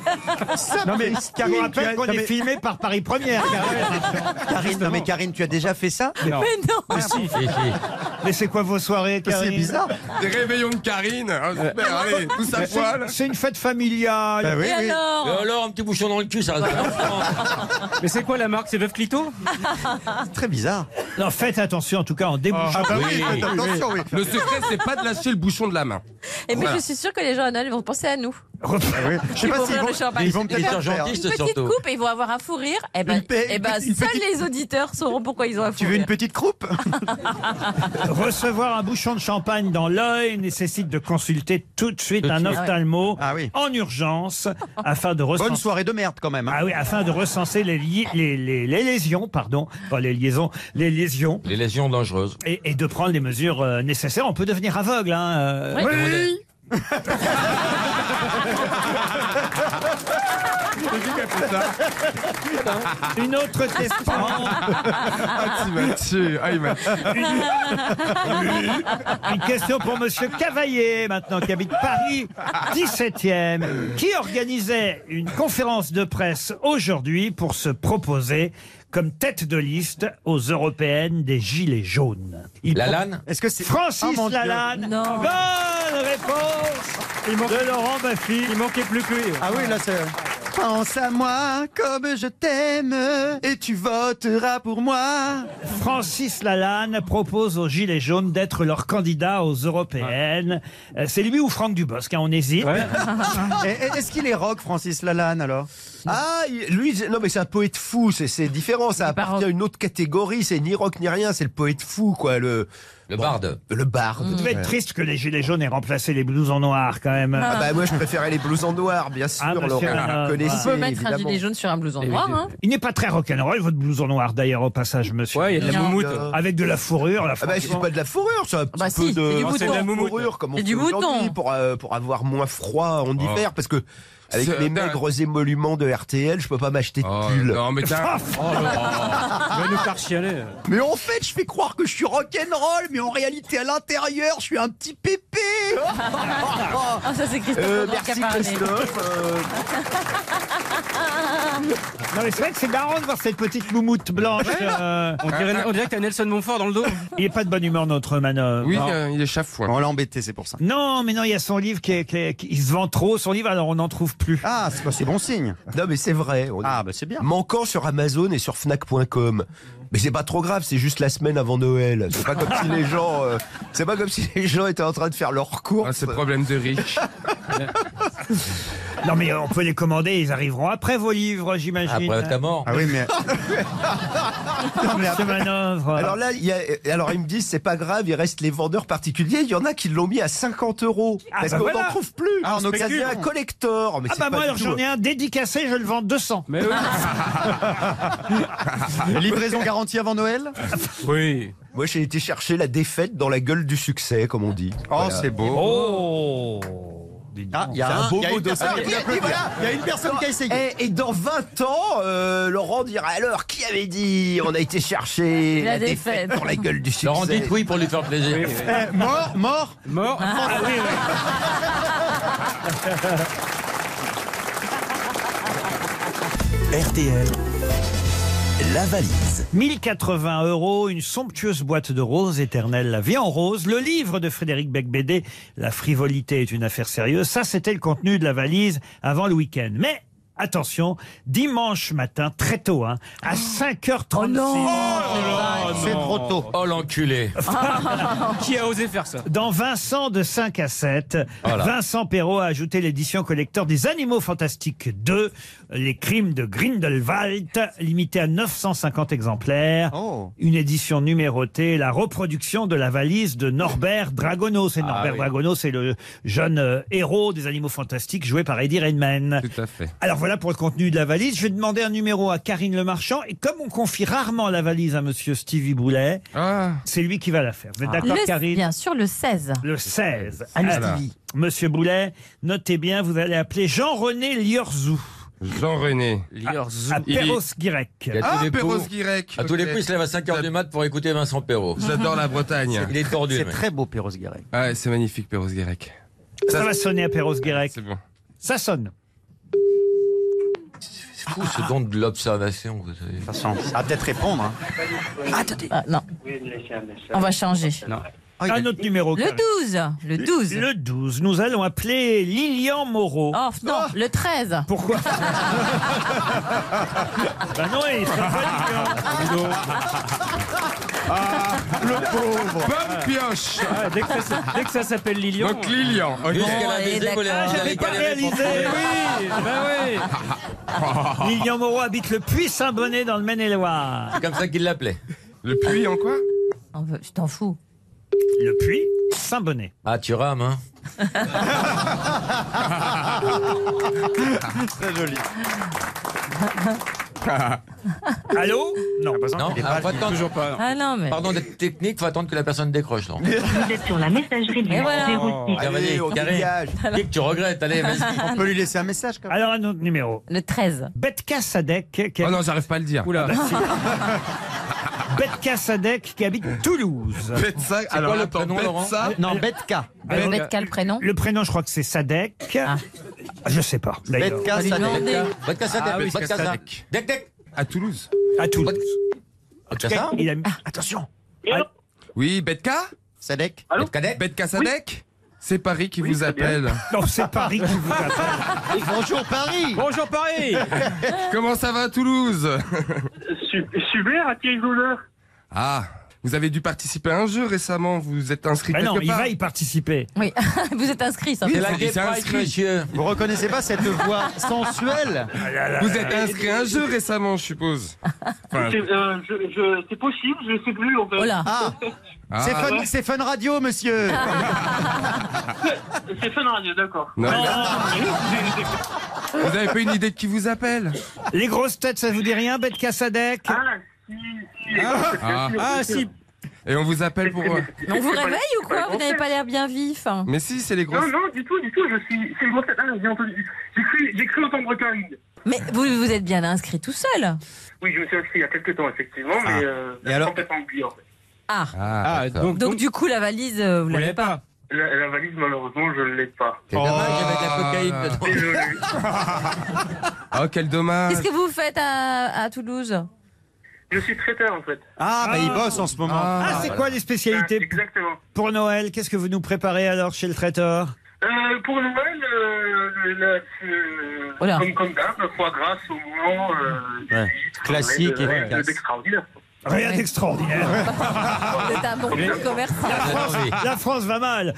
Speaker 6: Non, mais Karine,
Speaker 4: Je vous rappelle
Speaker 6: tu as-
Speaker 4: qu'on
Speaker 6: non,
Speaker 4: est
Speaker 6: mais-
Speaker 4: filmé par Paris Première.
Speaker 6: Karine, non mais Karine, tu as déjà fait ça
Speaker 4: Non. Mais non. Mais si. Mais c'est quoi vos soirées, Karine
Speaker 5: Des réveillons de Karine. Ah,
Speaker 9: Euh,
Speaker 5: super, allez, tous à
Speaker 4: Mais c'est-
Speaker 5: poil.
Speaker 4: C'est une fête
Speaker 6: Ah,
Speaker 4: familiale.
Speaker 5: Ben
Speaker 7: Et alors
Speaker 2: Et alors, un petit bouchon dans le cul, ça reste pas longtemps.
Speaker 9: Mais c'est quoi la marque C'est Veuve Clito
Speaker 6: Très bizarre.
Speaker 4: Non, faites attention en tout cas en débouchant.
Speaker 5: Ah, bah oui, Oui, faites oui, attention, oui. Le secret, c'est pas de lâcher le bouchon de la main.
Speaker 7: Et moi,
Speaker 5: Voilà.
Speaker 7: je suis sûre que les gens à Noël vont penser à nous.
Speaker 6: ah Je sais
Speaker 7: Ils
Speaker 6: pas
Speaker 7: vont
Speaker 6: s'ils
Speaker 7: ouvrir
Speaker 6: vont-
Speaker 7: le champagne.
Speaker 6: ils vont peut-être
Speaker 2: Ils sont
Speaker 6: faire.
Speaker 2: gentils,
Speaker 7: Une petite coupe et ils vont avoir un fou rire. Et ben,
Speaker 6: Une pe-
Speaker 7: eh ben,
Speaker 6: une petite-
Speaker 7: seuls les auditeurs sauront pourquoi ils ont un fou
Speaker 6: Tu veux
Speaker 7: rire.
Speaker 6: une petite croupe
Speaker 4: Recevoir un bouchon de champagne dans l'œil nécessite de consulter tout de suite un
Speaker 6: suite.
Speaker 4: ophtalmo en urgence afin de recenser.
Speaker 6: Ah Bonne soirée de merde quand même. hein.
Speaker 4: Ah oui, afin de recenser les, li- les, les, les lésions, pardon, pas les liaisons, les lésions.
Speaker 2: Les lésions dangereuses.
Speaker 4: Et, et de prendre les mesures euh, nécessaires. On peut devenir aveugle. Hein, euh.
Speaker 8: Oui. Oui.
Speaker 4: Une autre question.
Speaker 5: Ah, tu m'as tué. Ah, il m'a
Speaker 4: Une question pour Monsieur Cavaillé, maintenant, qui habite Paris 17e, qui organisait une conférence de presse aujourd'hui pour se proposer comme tête de liste aux européennes des Gilets jaunes.
Speaker 2: Lalanne
Speaker 4: Est-ce que c'est Francis
Speaker 6: Oh,
Speaker 2: Ah, mon Dieu.
Speaker 4: Lalanne
Speaker 2: Non.
Speaker 4: Bonne réponse de Laurent Baffy. Il manquait plus que lui.
Speaker 6: Ah oui, là c'est. Pense à moi comme je t'aime et tu voteras pour moi.
Speaker 4: Francis Lalanne propose aux Gilets jaunes d'être leur candidat aux européennes. Euh, C'est lui ou Franck Dubosc hein, On hésite.
Speaker 6: Et- et- Est-ce qu'il est rock, Francis Lalanne, alors Ah, il- lui, c'est- non, mais c'est un poète fou, c'est- c'est différent, ça appartient à une autre catégorie, c'est ni rock ni rien, c'est le poète fou, quoi, le.
Speaker 2: Le barde.
Speaker 6: Le barde.
Speaker 4: Vous devez être
Speaker 6: Ouais.
Speaker 4: triste que les gilets jaunes aient remplacé les blouses en noir quand même.
Speaker 6: Ah bah moi je préférais les blouses en noir, bien sûr,
Speaker 4: Ah, monsieur
Speaker 6: Laurent,
Speaker 4: Hanoc,
Speaker 6: vous connaissez,
Speaker 4: voilà.
Speaker 7: On peut mettre un gilet jaune sur un blouson noir. Hein.
Speaker 4: Il n'est pas très rock'n'roll votre blouson noir d'ailleurs au passage monsieur. Ouais,
Speaker 6: il y a de la Non. moumoute.
Speaker 4: Avec de la fourrure. Là,
Speaker 6: Ah bah c'est
Speaker 4: franchement.
Speaker 6: pas de la fourrure, ça, un petit
Speaker 4: Bah
Speaker 6: peu
Speaker 4: si,
Speaker 6: Ah, de,
Speaker 4: c'est du Non, c'est de la mouton. moumoute.
Speaker 6: fourrure comme on
Speaker 4: C'est
Speaker 6: fait
Speaker 4: du
Speaker 6: aujourd'hui
Speaker 4: mouton.
Speaker 6: pour, euh, pour avoir moins froid en hiver, parce que avec
Speaker 5: Oh. C'est
Speaker 6: les
Speaker 5: dingue.
Speaker 6: maigres émoluments de RTL, je peux pas m'acheter de pull.
Speaker 5: Non, mais t'as. Oh là là.
Speaker 9: va nous faire chialer.
Speaker 6: Mais en fait, je fais croire que je suis rock'n'roll, mais en réalité, à l'intérieur, je suis un petit pépé.
Speaker 7: Oh, ça, c'est Christophe
Speaker 6: Euh,
Speaker 7: Beaugrand qui a
Speaker 6: merci
Speaker 7: parlé.
Speaker 6: Christophe.
Speaker 4: Non mais c'est vrai que c'est marrant de voir cette petite moumoute blanche. euh,
Speaker 9: Euh, On dirait- on dirait que t'as Nelson Montfort dans le dos.
Speaker 4: Il est pas de bonne humeur notre manœuvre.
Speaker 9: Oui,
Speaker 5: euh, il est chafouin.
Speaker 6: On l'a embêté, c'est pour ça.
Speaker 4: Non mais non il y a son livre qui, est- qui est- qui- il se vend trop son livre alors on n'en trouve plus.
Speaker 6: Ah c'est bon signe. Non mais c'est vrai. Ah bah c'est bien. Manquant sur Amazon et sur Fnac.com. Mais c'est pas trop grave, c'est juste la semaine avant Noël. C'est pas comme si les gens, euh, c'est pas comme si les gens étaient en train de faire leurs courses.
Speaker 5: C'est Ah, problème de riche.
Speaker 4: Non mais on peut les commander ils arriveront après vos livres j'imagine.
Speaker 2: Après ta mort.
Speaker 6: Ah oui, mais- Non,
Speaker 4: Monsieur
Speaker 6: mais après-
Speaker 4: Ah, Manœuvre.
Speaker 6: Alors là, il y a- alors ils me disent c'est pas grave, il reste les vendeurs particuliers. Il y en a qui l'ont mis à 50 euros
Speaker 4: Ah,
Speaker 6: parce
Speaker 4: bah
Speaker 6: qu'on n'en
Speaker 4: voilà.
Speaker 6: trouve plus.
Speaker 4: Ah, on
Speaker 6: ça
Speaker 4: spécule.
Speaker 6: devient un collector. Mais
Speaker 4: ah
Speaker 6: c'est
Speaker 4: bah
Speaker 6: pas
Speaker 4: moi alors
Speaker 6: du
Speaker 4: j'en
Speaker 6: tout-
Speaker 4: ai un dédicacé je le vends 200.
Speaker 9: Mais
Speaker 6: Livraison garantie avant Noël
Speaker 9: Oui.
Speaker 6: Moi, j'ai été chercher la défaite dans la gueule du succès, comme on dit. Oh,
Speaker 5: c'est beau.
Speaker 4: Oh
Speaker 6: Ah, il y a un beau mot de ça. Et voilà,
Speaker 12: Il y a une personne qui a essayé.
Speaker 6: Et, et dans 20 ans, euh, Laurent dira alors qui avait dit on a été chercher la,
Speaker 7: La
Speaker 6: défaite.
Speaker 7: défaite.
Speaker 6: dans la gueule du succès. Eh,
Speaker 2: Laurent, dites oui pour lui faire plaisir.
Speaker 6: mort, mort,
Speaker 9: Mort.
Speaker 4: Ah oui, oui.
Speaker 13: RTL, la valise.
Speaker 4: 1080 euros, une somptueuse boîte de roses éternelle, la vie en rose, le livre de Frédéric Becbédé, La frivolité est une affaire sérieuse. Ça, c'était le contenu de la valise avant le week-end. Mais attention, dimanche matin, très tôt, hein, à 5h36.
Speaker 2: C'est trop tôt. Oh l'enculé.
Speaker 9: Qui a osé faire ça
Speaker 4: Dans Vincent de 5 à 7,
Speaker 9: Voilà.
Speaker 4: Vincent Perrault a ajouté l'édition collector des Animaux Fantastiques 2, Les Crimes de Grindelwald, limitée à 950 exemplaires.
Speaker 5: Oh.
Speaker 4: Une édition numérotée, la reproduction de la valise de Norbert Dragono.
Speaker 5: Ah
Speaker 4: C'est Norbert Dragono, c'est le jeune euh, héros des Animaux Fantastiques joué par Eddie Redmayne.
Speaker 5: Tout à fait.
Speaker 4: Alors voilà pour le contenu de la valise. Je vais demander un numéro à Karine Le Marchand. Et comme on confie rarement la valise à monsieur Stevie Boulet,
Speaker 5: Ah.
Speaker 4: c'est lui qui va la faire. Vous êtes d'accord,
Speaker 7: Le-
Speaker 4: Karine
Speaker 7: Bien sûr, le 16.
Speaker 4: le 16.
Speaker 7: Allez,
Speaker 4: Alors,
Speaker 7: Stevie.
Speaker 4: Monsieur Boulet, notez bien, vous allez appeler Jean-René Liorzou.
Speaker 5: Jean-René.
Speaker 4: À, à Perros-Guirec.
Speaker 5: Ah,
Speaker 6: Ah,
Speaker 5: Perros-Guirec.
Speaker 2: À tous les coups, il se lève à 5h du mat pour écouter Vincent Perrault.
Speaker 5: J'adore la Bretagne.
Speaker 2: Il est tordu. le mec.
Speaker 5: beau, Perros-Guirec. Ouais, Ah, c'est magnifique, Perros-Guirec.
Speaker 4: Ça va sonner à Perros-Guirec.
Speaker 5: C'est bon.
Speaker 4: Ça sonne.
Speaker 2: C'est fou ce don de l'observation. Vous savez.
Speaker 6: Ça va peut-être répondre. hein.
Speaker 7: Attendez. Ah, non. On va changer.
Speaker 4: Un autre numéro.
Speaker 7: Le
Speaker 4: Karine.
Speaker 7: 12. Le 12.
Speaker 4: Le 12. Nous allons appeler Lilian Moreau. Ah.
Speaker 7: Oh, non, le 13.
Speaker 4: Pourquoi Bah non, il sera pas Lilian.
Speaker 14: Ah, le pauvre. Bonne pioche.
Speaker 9: Ah, dès, que ça, dès que ça s'appelle Lilian. eh,
Speaker 14: Donc Lilian, ok. Jusqu'à la baisée, vous les-
Speaker 9: Ah, j'avais
Speaker 14: vous
Speaker 9: pas
Speaker 14: les-
Speaker 9: réalisé. Oui, bah oui.
Speaker 4: Lilian Moreau habite le Puy-Saint-Bonnet dans le Maine-et-Loire.
Speaker 2: C'est comme ça qu'il l'appelait.
Speaker 5: Le puits en quoi
Speaker 7: On veut- Je t'en fous.
Speaker 4: Le puits Saint-Bonnet.
Speaker 2: Ah, tu rames, hein
Speaker 14: Très joli.
Speaker 4: Allô Non.
Speaker 2: Non,
Speaker 14: il est
Speaker 2: ah,
Speaker 14: pas
Speaker 2: faut
Speaker 14: venu.
Speaker 2: attendre.
Speaker 14: Toujours pas.
Speaker 7: Ah non, mais.
Speaker 2: Pardon d'être technique, faut attendre que la personne décroche. Non.
Speaker 7: Vous êtes sur la messagerie
Speaker 2: du
Speaker 7: voilà.
Speaker 2: Allez,
Speaker 6: on
Speaker 2: carré.
Speaker 6: dégage.
Speaker 2: Dès que tu regrettes, allez, vas-y.
Speaker 6: On peut lui laisser un message quand même.
Speaker 4: Alors, un autre numéro.
Speaker 7: Le 13.
Speaker 4: Betka Sadek. qui
Speaker 5: Oh non, j'arrive pas à le dire.
Speaker 9: Oula.
Speaker 4: Betka Sadek qui habite Toulouse.
Speaker 5: Betsa, alors
Speaker 2: quoi le
Speaker 5: attends,
Speaker 2: prénom, Laurent
Speaker 5: Betsa.
Speaker 4: Non, Betka.
Speaker 7: Alors, Betka, le prénom
Speaker 4: Le prénom, je crois que c'est Sadek. Ah, Je sais pas. d'ailleurs.
Speaker 6: Betka, ça dé-
Speaker 2: Vodka Sadek,
Speaker 5: Ah oui,
Speaker 2: vodka
Speaker 5: Sadek.
Speaker 2: Sadek. Dec, dec.
Speaker 5: À Toulouse.
Speaker 4: À Toulouse.
Speaker 2: En tout cas,
Speaker 4: Il a mis-
Speaker 5: Attention.
Speaker 11: Allô
Speaker 5: Oui, Betka
Speaker 6: Sadek.
Speaker 2: Vodka Dec.
Speaker 5: Betka Sadek C'est Paris qui vous
Speaker 11: très bien.
Speaker 5: appelle.
Speaker 4: Non, c'est Paris qui vous appelle.
Speaker 6: Bonjour Paris.
Speaker 9: Bonjour Paris.
Speaker 5: Comment ça va Toulouse
Speaker 11: Su- Super, à Thierry Gouleur.
Speaker 5: Ah, vous avez dû participer à un jeu récemment, vous êtes inscrit
Speaker 4: Bah
Speaker 5: quelque
Speaker 4: non, il
Speaker 5: part
Speaker 4: va y participer.
Speaker 7: Oui, vous êtes inscrit, ça.
Speaker 2: C'est
Speaker 7: fait-
Speaker 2: la
Speaker 5: c'est-
Speaker 2: Gay
Speaker 5: c'est
Speaker 2: Pride,
Speaker 5: inscrit.
Speaker 2: monsieur.
Speaker 6: Vous reconnaissez pas cette voix sensuelle
Speaker 5: Ah Vous êtes inscrit à un jeu récemment, je suppose. Enfin,
Speaker 11: C'est euh, je, je- c'est possible, je sais plus. On peut...
Speaker 7: Oh là.
Speaker 6: Ah,
Speaker 5: ah,
Speaker 6: c'est fun, c'est fun radio, monsieur.
Speaker 11: C'est Fun Radio, d'accord. Euh,
Speaker 5: non, Vous avez pas une idée de qui vous appelle
Speaker 4: Les grosses têtes, ça vous dit rien, Betka Sadek
Speaker 11: Ah, si, si.
Speaker 5: Ah,
Speaker 9: Ah si.
Speaker 5: Et on vous appelle pour...
Speaker 7: On vous réveille ou quoi Vous n'avez
Speaker 11: n'avez
Speaker 7: pas l'air bien vif. hein.
Speaker 5: Mais si, c'est les
Speaker 11: Non,
Speaker 5: grosses...
Speaker 11: non, du tout, du tout, je suis. C'est le gros Ah, j'ai entendu. J'ai cru, j'ai cru entendre Karine.
Speaker 7: Mais vous vous êtes bien inscrit tout seul.
Speaker 11: Oui, je me suis inscrit il y a quelques temps, effectivement, mais euh,
Speaker 6: Et alors
Speaker 11: complètement oublié, en fait.
Speaker 7: Ah.
Speaker 5: Ah,
Speaker 9: Ah,
Speaker 5: d'accord.
Speaker 9: donc,
Speaker 7: Donc du coup, la valise, euh, vous
Speaker 9: vous l'avez
Speaker 7: l'avez pas.
Speaker 9: pas.
Speaker 11: La, la valise, malheureusement, je ne l'ai pas.
Speaker 2: C'est dommage, il y avait de la cocaïne dedans.
Speaker 11: Désolé.
Speaker 5: Oh, quel dommage
Speaker 7: Qu'est-ce que vous faites à, à Toulouse
Speaker 11: je suis traiteur, en fait.
Speaker 6: Ah, bah il bosse en ce moment.
Speaker 4: Ah, c'est quoi les spécialités p-
Speaker 11: Exactement.
Speaker 4: pour Noël Qu'est-ce que vous nous préparez alors chez le traiteur
Speaker 11: Euh, pour Noël, euh, le- le-
Speaker 7: Oh là.
Speaker 11: comme, comme d'hab, foie gras, saumon, euh,
Speaker 6: Ouais. Classique et
Speaker 11: rien de- rien
Speaker 6: efficace.
Speaker 11: d'extraordinaire.
Speaker 4: Rien
Speaker 7: Ouais.
Speaker 4: d'extraordinaire.
Speaker 7: Vous êtes un bon commerçant.
Speaker 2: Ah, non, mais-
Speaker 4: La France va mal.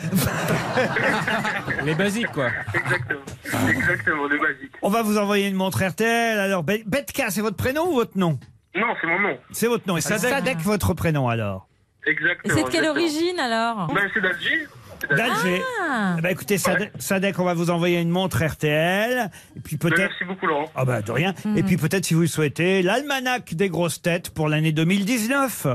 Speaker 9: Les basiques quoi.
Speaker 11: Exactement. Exactement, de basique.
Speaker 4: On va vous envoyer une montre RTL. Alors, Be- Betka, c'est votre prénom ou votre nom
Speaker 11: Non, c'est mon nom.
Speaker 4: C'est votre nom. Et Sadek, votre prénom alors
Speaker 7: Et
Speaker 11: Exactement.
Speaker 7: c'est de quelle
Speaker 11: exactement.
Speaker 7: origine alors
Speaker 11: ben, C'est d'Alger. C'est d'Alger.
Speaker 4: D'Alger.
Speaker 7: Ah.
Speaker 4: Eh ben, écoutez, Sadek, Sadek, on va vous envoyer une montre RTL. Et puis
Speaker 11: Ben,
Speaker 4: peut-être.
Speaker 11: Merci beaucoup, Laurent.
Speaker 4: Ah bah de rien.
Speaker 7: Hmm.
Speaker 4: Et puis peut-être si vous le souhaitez, l'almanach des grosses têtes pour l'année 2019.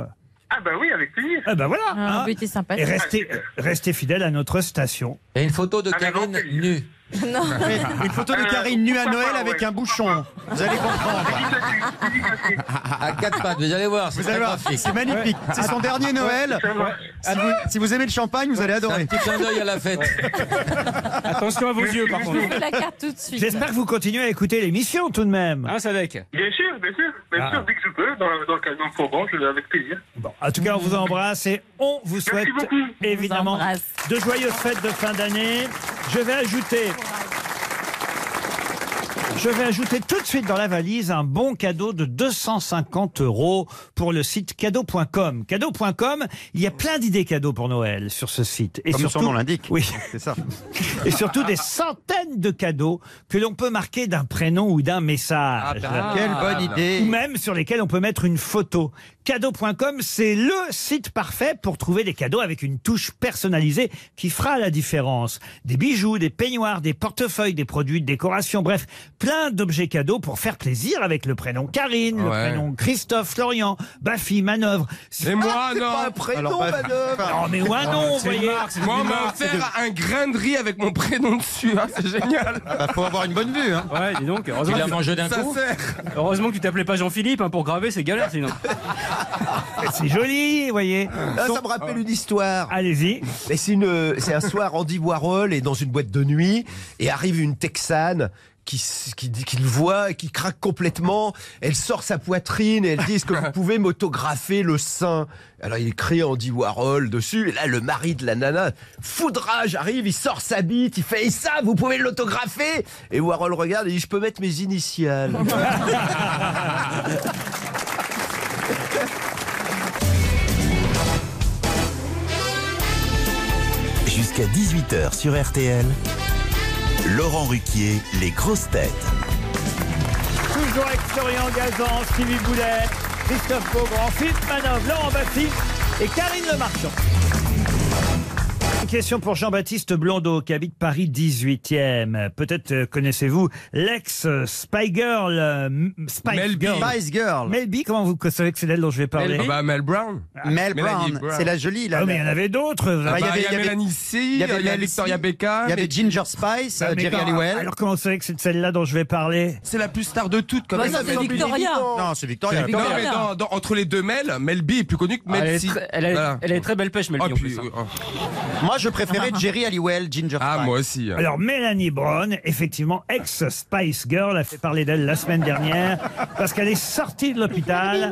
Speaker 11: Ah, bah oui, avec plaisir.
Speaker 4: Eh ben voilà.
Speaker 7: Ah,
Speaker 4: hein.
Speaker 7: oui, t'es sympa.
Speaker 4: Et restez, restez fidèles à notre station.
Speaker 2: Il y a une photo de
Speaker 11: Ah, mais non,
Speaker 2: Karine
Speaker 11: c'est-
Speaker 2: nue.
Speaker 7: Non.
Speaker 6: Une photo de
Speaker 2: Ah,
Speaker 11: Euh,
Speaker 6: Karine nue à
Speaker 11: pourquoi
Speaker 6: Noël
Speaker 11: pas,
Speaker 6: avec
Speaker 11: ouais.
Speaker 6: un bouchon. Vous allez comprendre.
Speaker 11: Dites-le dessus, dites-le dessus.
Speaker 2: À quatre pattes, vous allez voir, c'est
Speaker 6: Vous allez
Speaker 2: très
Speaker 6: voir,
Speaker 2: graphique.
Speaker 6: Ah, c'est magnifique. C'est son dernier Noël.
Speaker 11: Ça marche.
Speaker 6: Si vous, si vous aimez le champagne, vous allez
Speaker 2: C'est un
Speaker 6: adorer.
Speaker 2: petit clin d'œil à la fête.
Speaker 9: Attention à vos yeux par
Speaker 7: Je
Speaker 9: contre.
Speaker 7: vous fais la carte tout de suite.
Speaker 4: J'espère que vous continuez à écouter l'émission tout de même.
Speaker 2: Ah,
Speaker 9: Hein Sadek.
Speaker 11: Bien sûr, bien sûr. Bien sûr, dès que je peux, dans, la- dans le cas d'un fourgon, je avec plaisir.
Speaker 4: Ah. Bon, en tout cas, on vous embrasse et on vous souhaite
Speaker 11: beaucoup. On vous
Speaker 4: évidemment
Speaker 7: embrasse.
Speaker 4: de joyeuses fêtes de fin d'année. Je vais ajouter Je vais ajouter tout de suite dans la valise un bon cadeau de 250 euros pour le site cadeau.com. Cadeau.com, il y a plein d'idées cadeaux pour Noël sur ce site.
Speaker 8: Comme son nom
Speaker 4: l'indique. Oui. C'est ça. Et surtout des centaines de cadeaux que l'on peut marquer d'un prénom ou d'un message.
Speaker 8: bah, quelle bonne idée.
Speaker 4: Ou même sur lesquels on peut mettre une photo. Cadeau.com, c'est le site parfait pour trouver des cadeaux avec une touche personnalisée qui fera la différence. Des bijoux, des peignoirs, des portefeuilles, des produits de décoration, bref, plein d'objets cadeaux pour faire plaisir avec le prénom Karine, le
Speaker 15: Ouais.
Speaker 4: prénom Christophe, Florian, Baffy, Manœuvre. Ah,
Speaker 5: Et moi, non. Alors, Ah, bah,
Speaker 4: Non, mais moi, non, vous voyez.
Speaker 5: Moi, on m'a offert un grain de riz
Speaker 4: Bah,
Speaker 5: avec mon prénom dessus. hein, c'est génial.
Speaker 9: faut avoir une bonne vue. Hein. Ouais, dis donc. Heureusement
Speaker 5: Il a
Speaker 9: que tu-
Speaker 5: mangé d'un
Speaker 9: Ça
Speaker 5: coup
Speaker 9: sert. Heureusement que tu t'appelais pas Jean-Philippe hein, pour graver, c'est galère sinon.
Speaker 4: Ah, c'est joli, vous voyez.
Speaker 6: Ah, ça me rappelle une histoire.
Speaker 4: Allez-y.
Speaker 6: Mais c'est une, c'est un soir, Andy Warhol est dans une boîte de nuit et arrive une Texane qui, s- qui, dit- qui le voit et qui craque complètement. Elle sort sa poitrine et elle dit, est-ce que vous pouvez m'autographer le sein? Alors il crie Andy Warhol dessus. Et là, le mari de la nana, foudrage, arrive, il sort sa bite, il fait, et ça, vous pouvez l'autographer? Et Warhol regarde et dit, je peux mettre mes initiales. Ah.
Speaker 11: Jusqu'à 18h sur RTL, Laurent Ruquier, les grosses têtes.
Speaker 4: Toujours avec Florian Gazan, Stevie Boulet, Christophe Beaugrand, Philippe Manov, Laurent Baffi et Karine Le Marchand. Une question pour Jean-Baptiste Blondeau qui habite Paris 18e. Peut-être euh, connaissez-vous l'ex euh, Spy Girl, euh, M- Spice
Speaker 5: Mel B.
Speaker 4: Girl.
Speaker 5: Spice Girl.
Speaker 4: Mel B, comment vous savez que c'est d'elle dont je vais parler
Speaker 5: Mel B. Ah bah, Mel Brown. Mel Melanie Brown, Brown. c'est la jolie, là,
Speaker 4: Ah, mais il
Speaker 5: la-
Speaker 4: y en avait d'autres.
Speaker 5: Ah bah, il y a Mélanie C, il y a Victoria Beckham, il y avait
Speaker 4: Ginger Spice,
Speaker 5: euh, Jerry Halliwell.
Speaker 4: Alors comment vous savez que c'est de celle-là dont je vais parler
Speaker 5: C'est la plus star de toutes,
Speaker 4: quand
Speaker 5: quand
Speaker 4: Bah,
Speaker 5: même.
Speaker 4: même. non, c'est Victoria. Non, c'est Victoria.
Speaker 5: Non,
Speaker 4: Victoria.
Speaker 5: mais dans- dans- entre les deux Mel, Mel B Ah, est plus connue que Mel
Speaker 9: Elle est
Speaker 5: C. Ah,
Speaker 9: très- elle est- elle est très belle pêche, Mel B, en plus, hein.
Speaker 4: Moi,
Speaker 5: Euh, je préférais Jerry
Speaker 4: Halliwell, Ginger
Speaker 5: Ah, moi aussi. hein.
Speaker 4: Alors, Mélanie Brown, effectivement, ex-Spice Girl, a fait parler d'elle la semaine dernière parce qu'elle est sortie de l'hôpital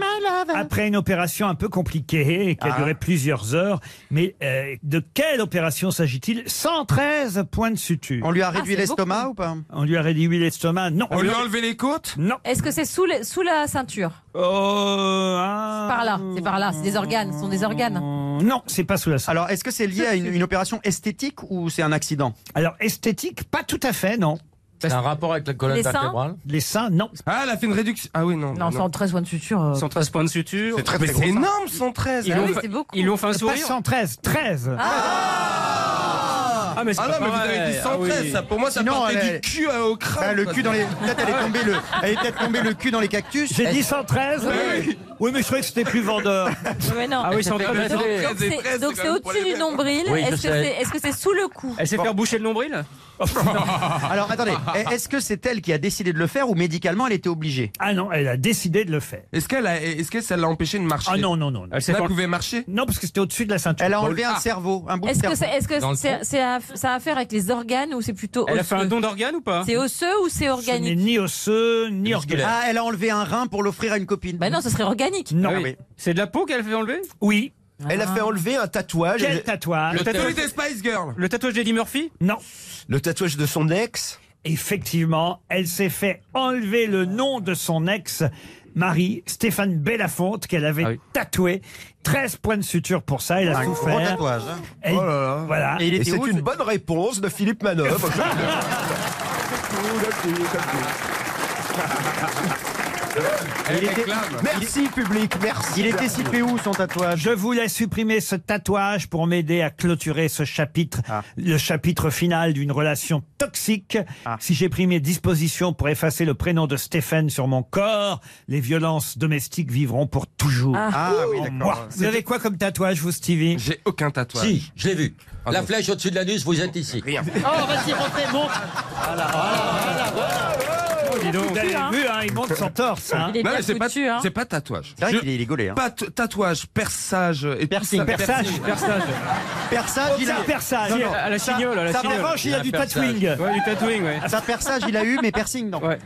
Speaker 4: après une opération un peu compliquée et qui a
Speaker 8: Ah.
Speaker 4: duré plusieurs heures. Mais euh, de quelle opération s'agit-il 113 points de suture. On lui
Speaker 8: a Ah, réduit c'est l'estomac beaucoup. ou pas
Speaker 4: On lui a réduit l'estomac, non.
Speaker 5: On lui a enlevé les côtes
Speaker 4: Non.
Speaker 7: Est-ce que c'est sous, le- sous la ceinture
Speaker 4: Oh, ah.
Speaker 7: Par là, c'est par là, c'est des organes, ce sont des organes.
Speaker 4: Non, c'est pas sous la
Speaker 8: Alors, est-ce que c'est lié à une, une opération esthétique ou c'est un accident
Speaker 4: Alors, esthétique, pas tout à fait, non.
Speaker 2: C'est un rapport avec la colonne
Speaker 7: Les seins
Speaker 2: vertébrale
Speaker 4: Les seins, non.
Speaker 5: Ah, elle a fait une réduction. Ah oui, non.
Speaker 7: Non, 113 points de suture. euh,
Speaker 9: 113 points de suture.
Speaker 5: C'est très, très Mais gros, c'est ça. énorme, 113.
Speaker 9: Ils
Speaker 5: Ah
Speaker 9: l'ont
Speaker 5: oui,
Speaker 9: fa-
Speaker 5: c'est beaucoup.
Speaker 9: ils l'ont fait un
Speaker 5: Pas
Speaker 9: sourire.
Speaker 4: 113, 13.
Speaker 9: Ah, mais c'est
Speaker 5: Ah
Speaker 9: pas
Speaker 5: non, mais vous
Speaker 9: pareil.
Speaker 5: avez dit 113,
Speaker 9: Ah oui.
Speaker 5: ça, pour moi, ça
Speaker 8: Sinon,
Speaker 5: partait
Speaker 8: elle-
Speaker 5: du cul à- au crâne.
Speaker 8: Bah, le cul dans les. Peut-être
Speaker 5: Ah
Speaker 8: elle est tombée le. Elle est peut-être tombée le cul dans les cactus.
Speaker 4: J'ai dit 113
Speaker 8: Oui.
Speaker 4: Oui, mais je trouvais que c'était plus vendeur.
Speaker 7: Mais non.
Speaker 4: Ah oui, c'est en train de-
Speaker 7: Donc, donc c'est- Donc c'est au-dessus du nombril.
Speaker 4: Oui, je
Speaker 7: Est-ce
Speaker 4: sais.
Speaker 7: que c'est est -ce c'est sous le cou
Speaker 9: Elle s'est faire boucher le nombril
Speaker 8: Alors attendez, est-ce que c'est elle qui a décidé de le faire ou médicalement elle était obligée
Speaker 4: Ah non, elle a décidé de le faire.
Speaker 5: Est-ce qu'elle a- est-ce que ça l'a empêché de marcher
Speaker 4: Ah non, non, non. non.
Speaker 5: Elle s'est Elle fait- pouvait marcher
Speaker 4: Non, parce que c'était au-dessus de Ah. la ceinture.
Speaker 8: Elle a enlevé un cerveau, un bout de
Speaker 7: Est-ce
Speaker 8: cerveau.
Speaker 7: que, c'est- est-ce que
Speaker 4: Dans le
Speaker 7: c'est-
Speaker 4: fond.
Speaker 7: c'est à- ça a à faire avec les organes ou c'est plutôt
Speaker 4: Elle a
Speaker 7: osseux
Speaker 4: fait un don hein. d'organe ou pas
Speaker 7: C'est osseux ou
Speaker 4: Ce
Speaker 7: c'est
Speaker 4: n'est
Speaker 7: organique
Speaker 4: ni osseux, ni organe.
Speaker 8: Ah, elle a enlevé un rein pour l'offrir à une copine.
Speaker 7: Bah non, ce serait organique.
Speaker 4: Non.
Speaker 7: Ah oui.
Speaker 9: C'est de la peau qu'elle fait enlever
Speaker 4: Oui.
Speaker 6: Elle a fait enlever un
Speaker 5: Ah,
Speaker 6: tatouage.
Speaker 4: Quel tatouage
Speaker 6: Le tatouage
Speaker 5: des Spice Girls.
Speaker 9: Le tatouage d'Eddie Murphy
Speaker 4: Non.
Speaker 6: Le tatouage de son ex.
Speaker 4: Effectivement, elle s'est fait enlever le nom de son ex. Marie, Stéphane Bellafonte, qu'elle avait tatoué. 13 points de suture pour ça, elle a
Speaker 6: Un gros
Speaker 4: souffert.
Speaker 6: tatouage, hein.
Speaker 4: Elle-
Speaker 6: Oh là là.
Speaker 4: Voilà.
Speaker 6: Et, c'est une bonne réponse de Philippe Manœuvre.
Speaker 8: Il était-
Speaker 6: Merci public, merci.
Speaker 8: Il était situé où son tatouage
Speaker 4: Je voulais supprimer ce tatouage pour m'aider à clôturer ce chapitre,
Speaker 8: Ah.
Speaker 4: le chapitre final d'une relation toxique.
Speaker 8: Ah.
Speaker 4: Si j'ai pris mes dispositions pour effacer le prénom de Stéphane sur mon corps, les violences domestiques vivront pour toujours.
Speaker 8: Ah. Ah, oui,
Speaker 4: En
Speaker 8: d'accord.
Speaker 4: moi. Vous avez quoi comme tatouage, vous, Stevie
Speaker 5: J'ai aucun tatouage.
Speaker 2: Si, je l'ai vu. La flèche au-dessus de l'anus, vous êtes ici. Rien.
Speaker 4: Oh, vas-y, rentrez, monte Vous avez vu, hein, il monte son torse. hein.
Speaker 5: Non, mais c'est pas, c'est pas tatouage.
Speaker 8: C'est vrai qu'il est- il est gaulé. hein.
Speaker 5: Pas t- tatouage, perçage et
Speaker 8: Piercing,
Speaker 5: tout ça.
Speaker 8: perçage,
Speaker 9: perçage.
Speaker 8: Persage, il a
Speaker 4: persage.
Speaker 8: Non,
Speaker 9: Si,
Speaker 8: non.
Speaker 9: à la
Speaker 8: Ça-
Speaker 9: chignole, à la
Speaker 8: ça,
Speaker 9: chignole.
Speaker 8: En revanche, il y
Speaker 9: Il
Speaker 8: a
Speaker 9: a
Speaker 8: du
Speaker 9: persage.
Speaker 8: tatouing.
Speaker 9: Ouais, du tatouing, ouais.
Speaker 8: Sa persage, il a eu, mais piercing, non.
Speaker 9: Ouais.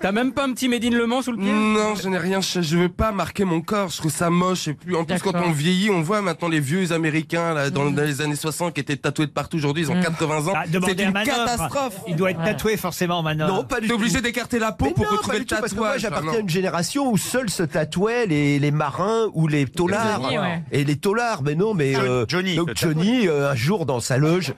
Speaker 9: T'as même pas un petit Médine Le Mans sous le pied
Speaker 5: Non, je n'ai rien. Je, je veux pas marquer mon corps. Je trouve ça moche. Et puis, en plus, quand
Speaker 9: D'accord.
Speaker 5: on vieillit, on voit maintenant les vieux américains, là, dans,
Speaker 4: Mm.
Speaker 5: dans les années 60, qui étaient tatoués de partout. Aujourd'hui, ils ont
Speaker 4: Mm.
Speaker 5: 80 ans.
Speaker 4: Ah, demandez
Speaker 5: C'est
Speaker 4: à
Speaker 5: une
Speaker 4: Manœuvre.
Speaker 5: catastrophe.
Speaker 4: Il doit être tatoué forcément Manœuvre.
Speaker 5: Non, pas du T'es tout. obligé d'écarter la peau
Speaker 6: Mais
Speaker 5: pour
Speaker 6: non,
Speaker 5: retrouver
Speaker 6: pas
Speaker 5: le
Speaker 6: du tout, Parce que
Speaker 5: tatouage, Ah,
Speaker 6: moi, j'appartiens
Speaker 5: non.
Speaker 6: à une génération où seuls se tatouaient les, les marins ou les taulards.
Speaker 4: Johnny, ouais.
Speaker 6: Et les taulards, mais non, mais.
Speaker 4: Jo-
Speaker 6: euh,
Speaker 4: Johnny,
Speaker 6: donc
Speaker 4: le
Speaker 6: Johnny, euh, un jour dans sa loge.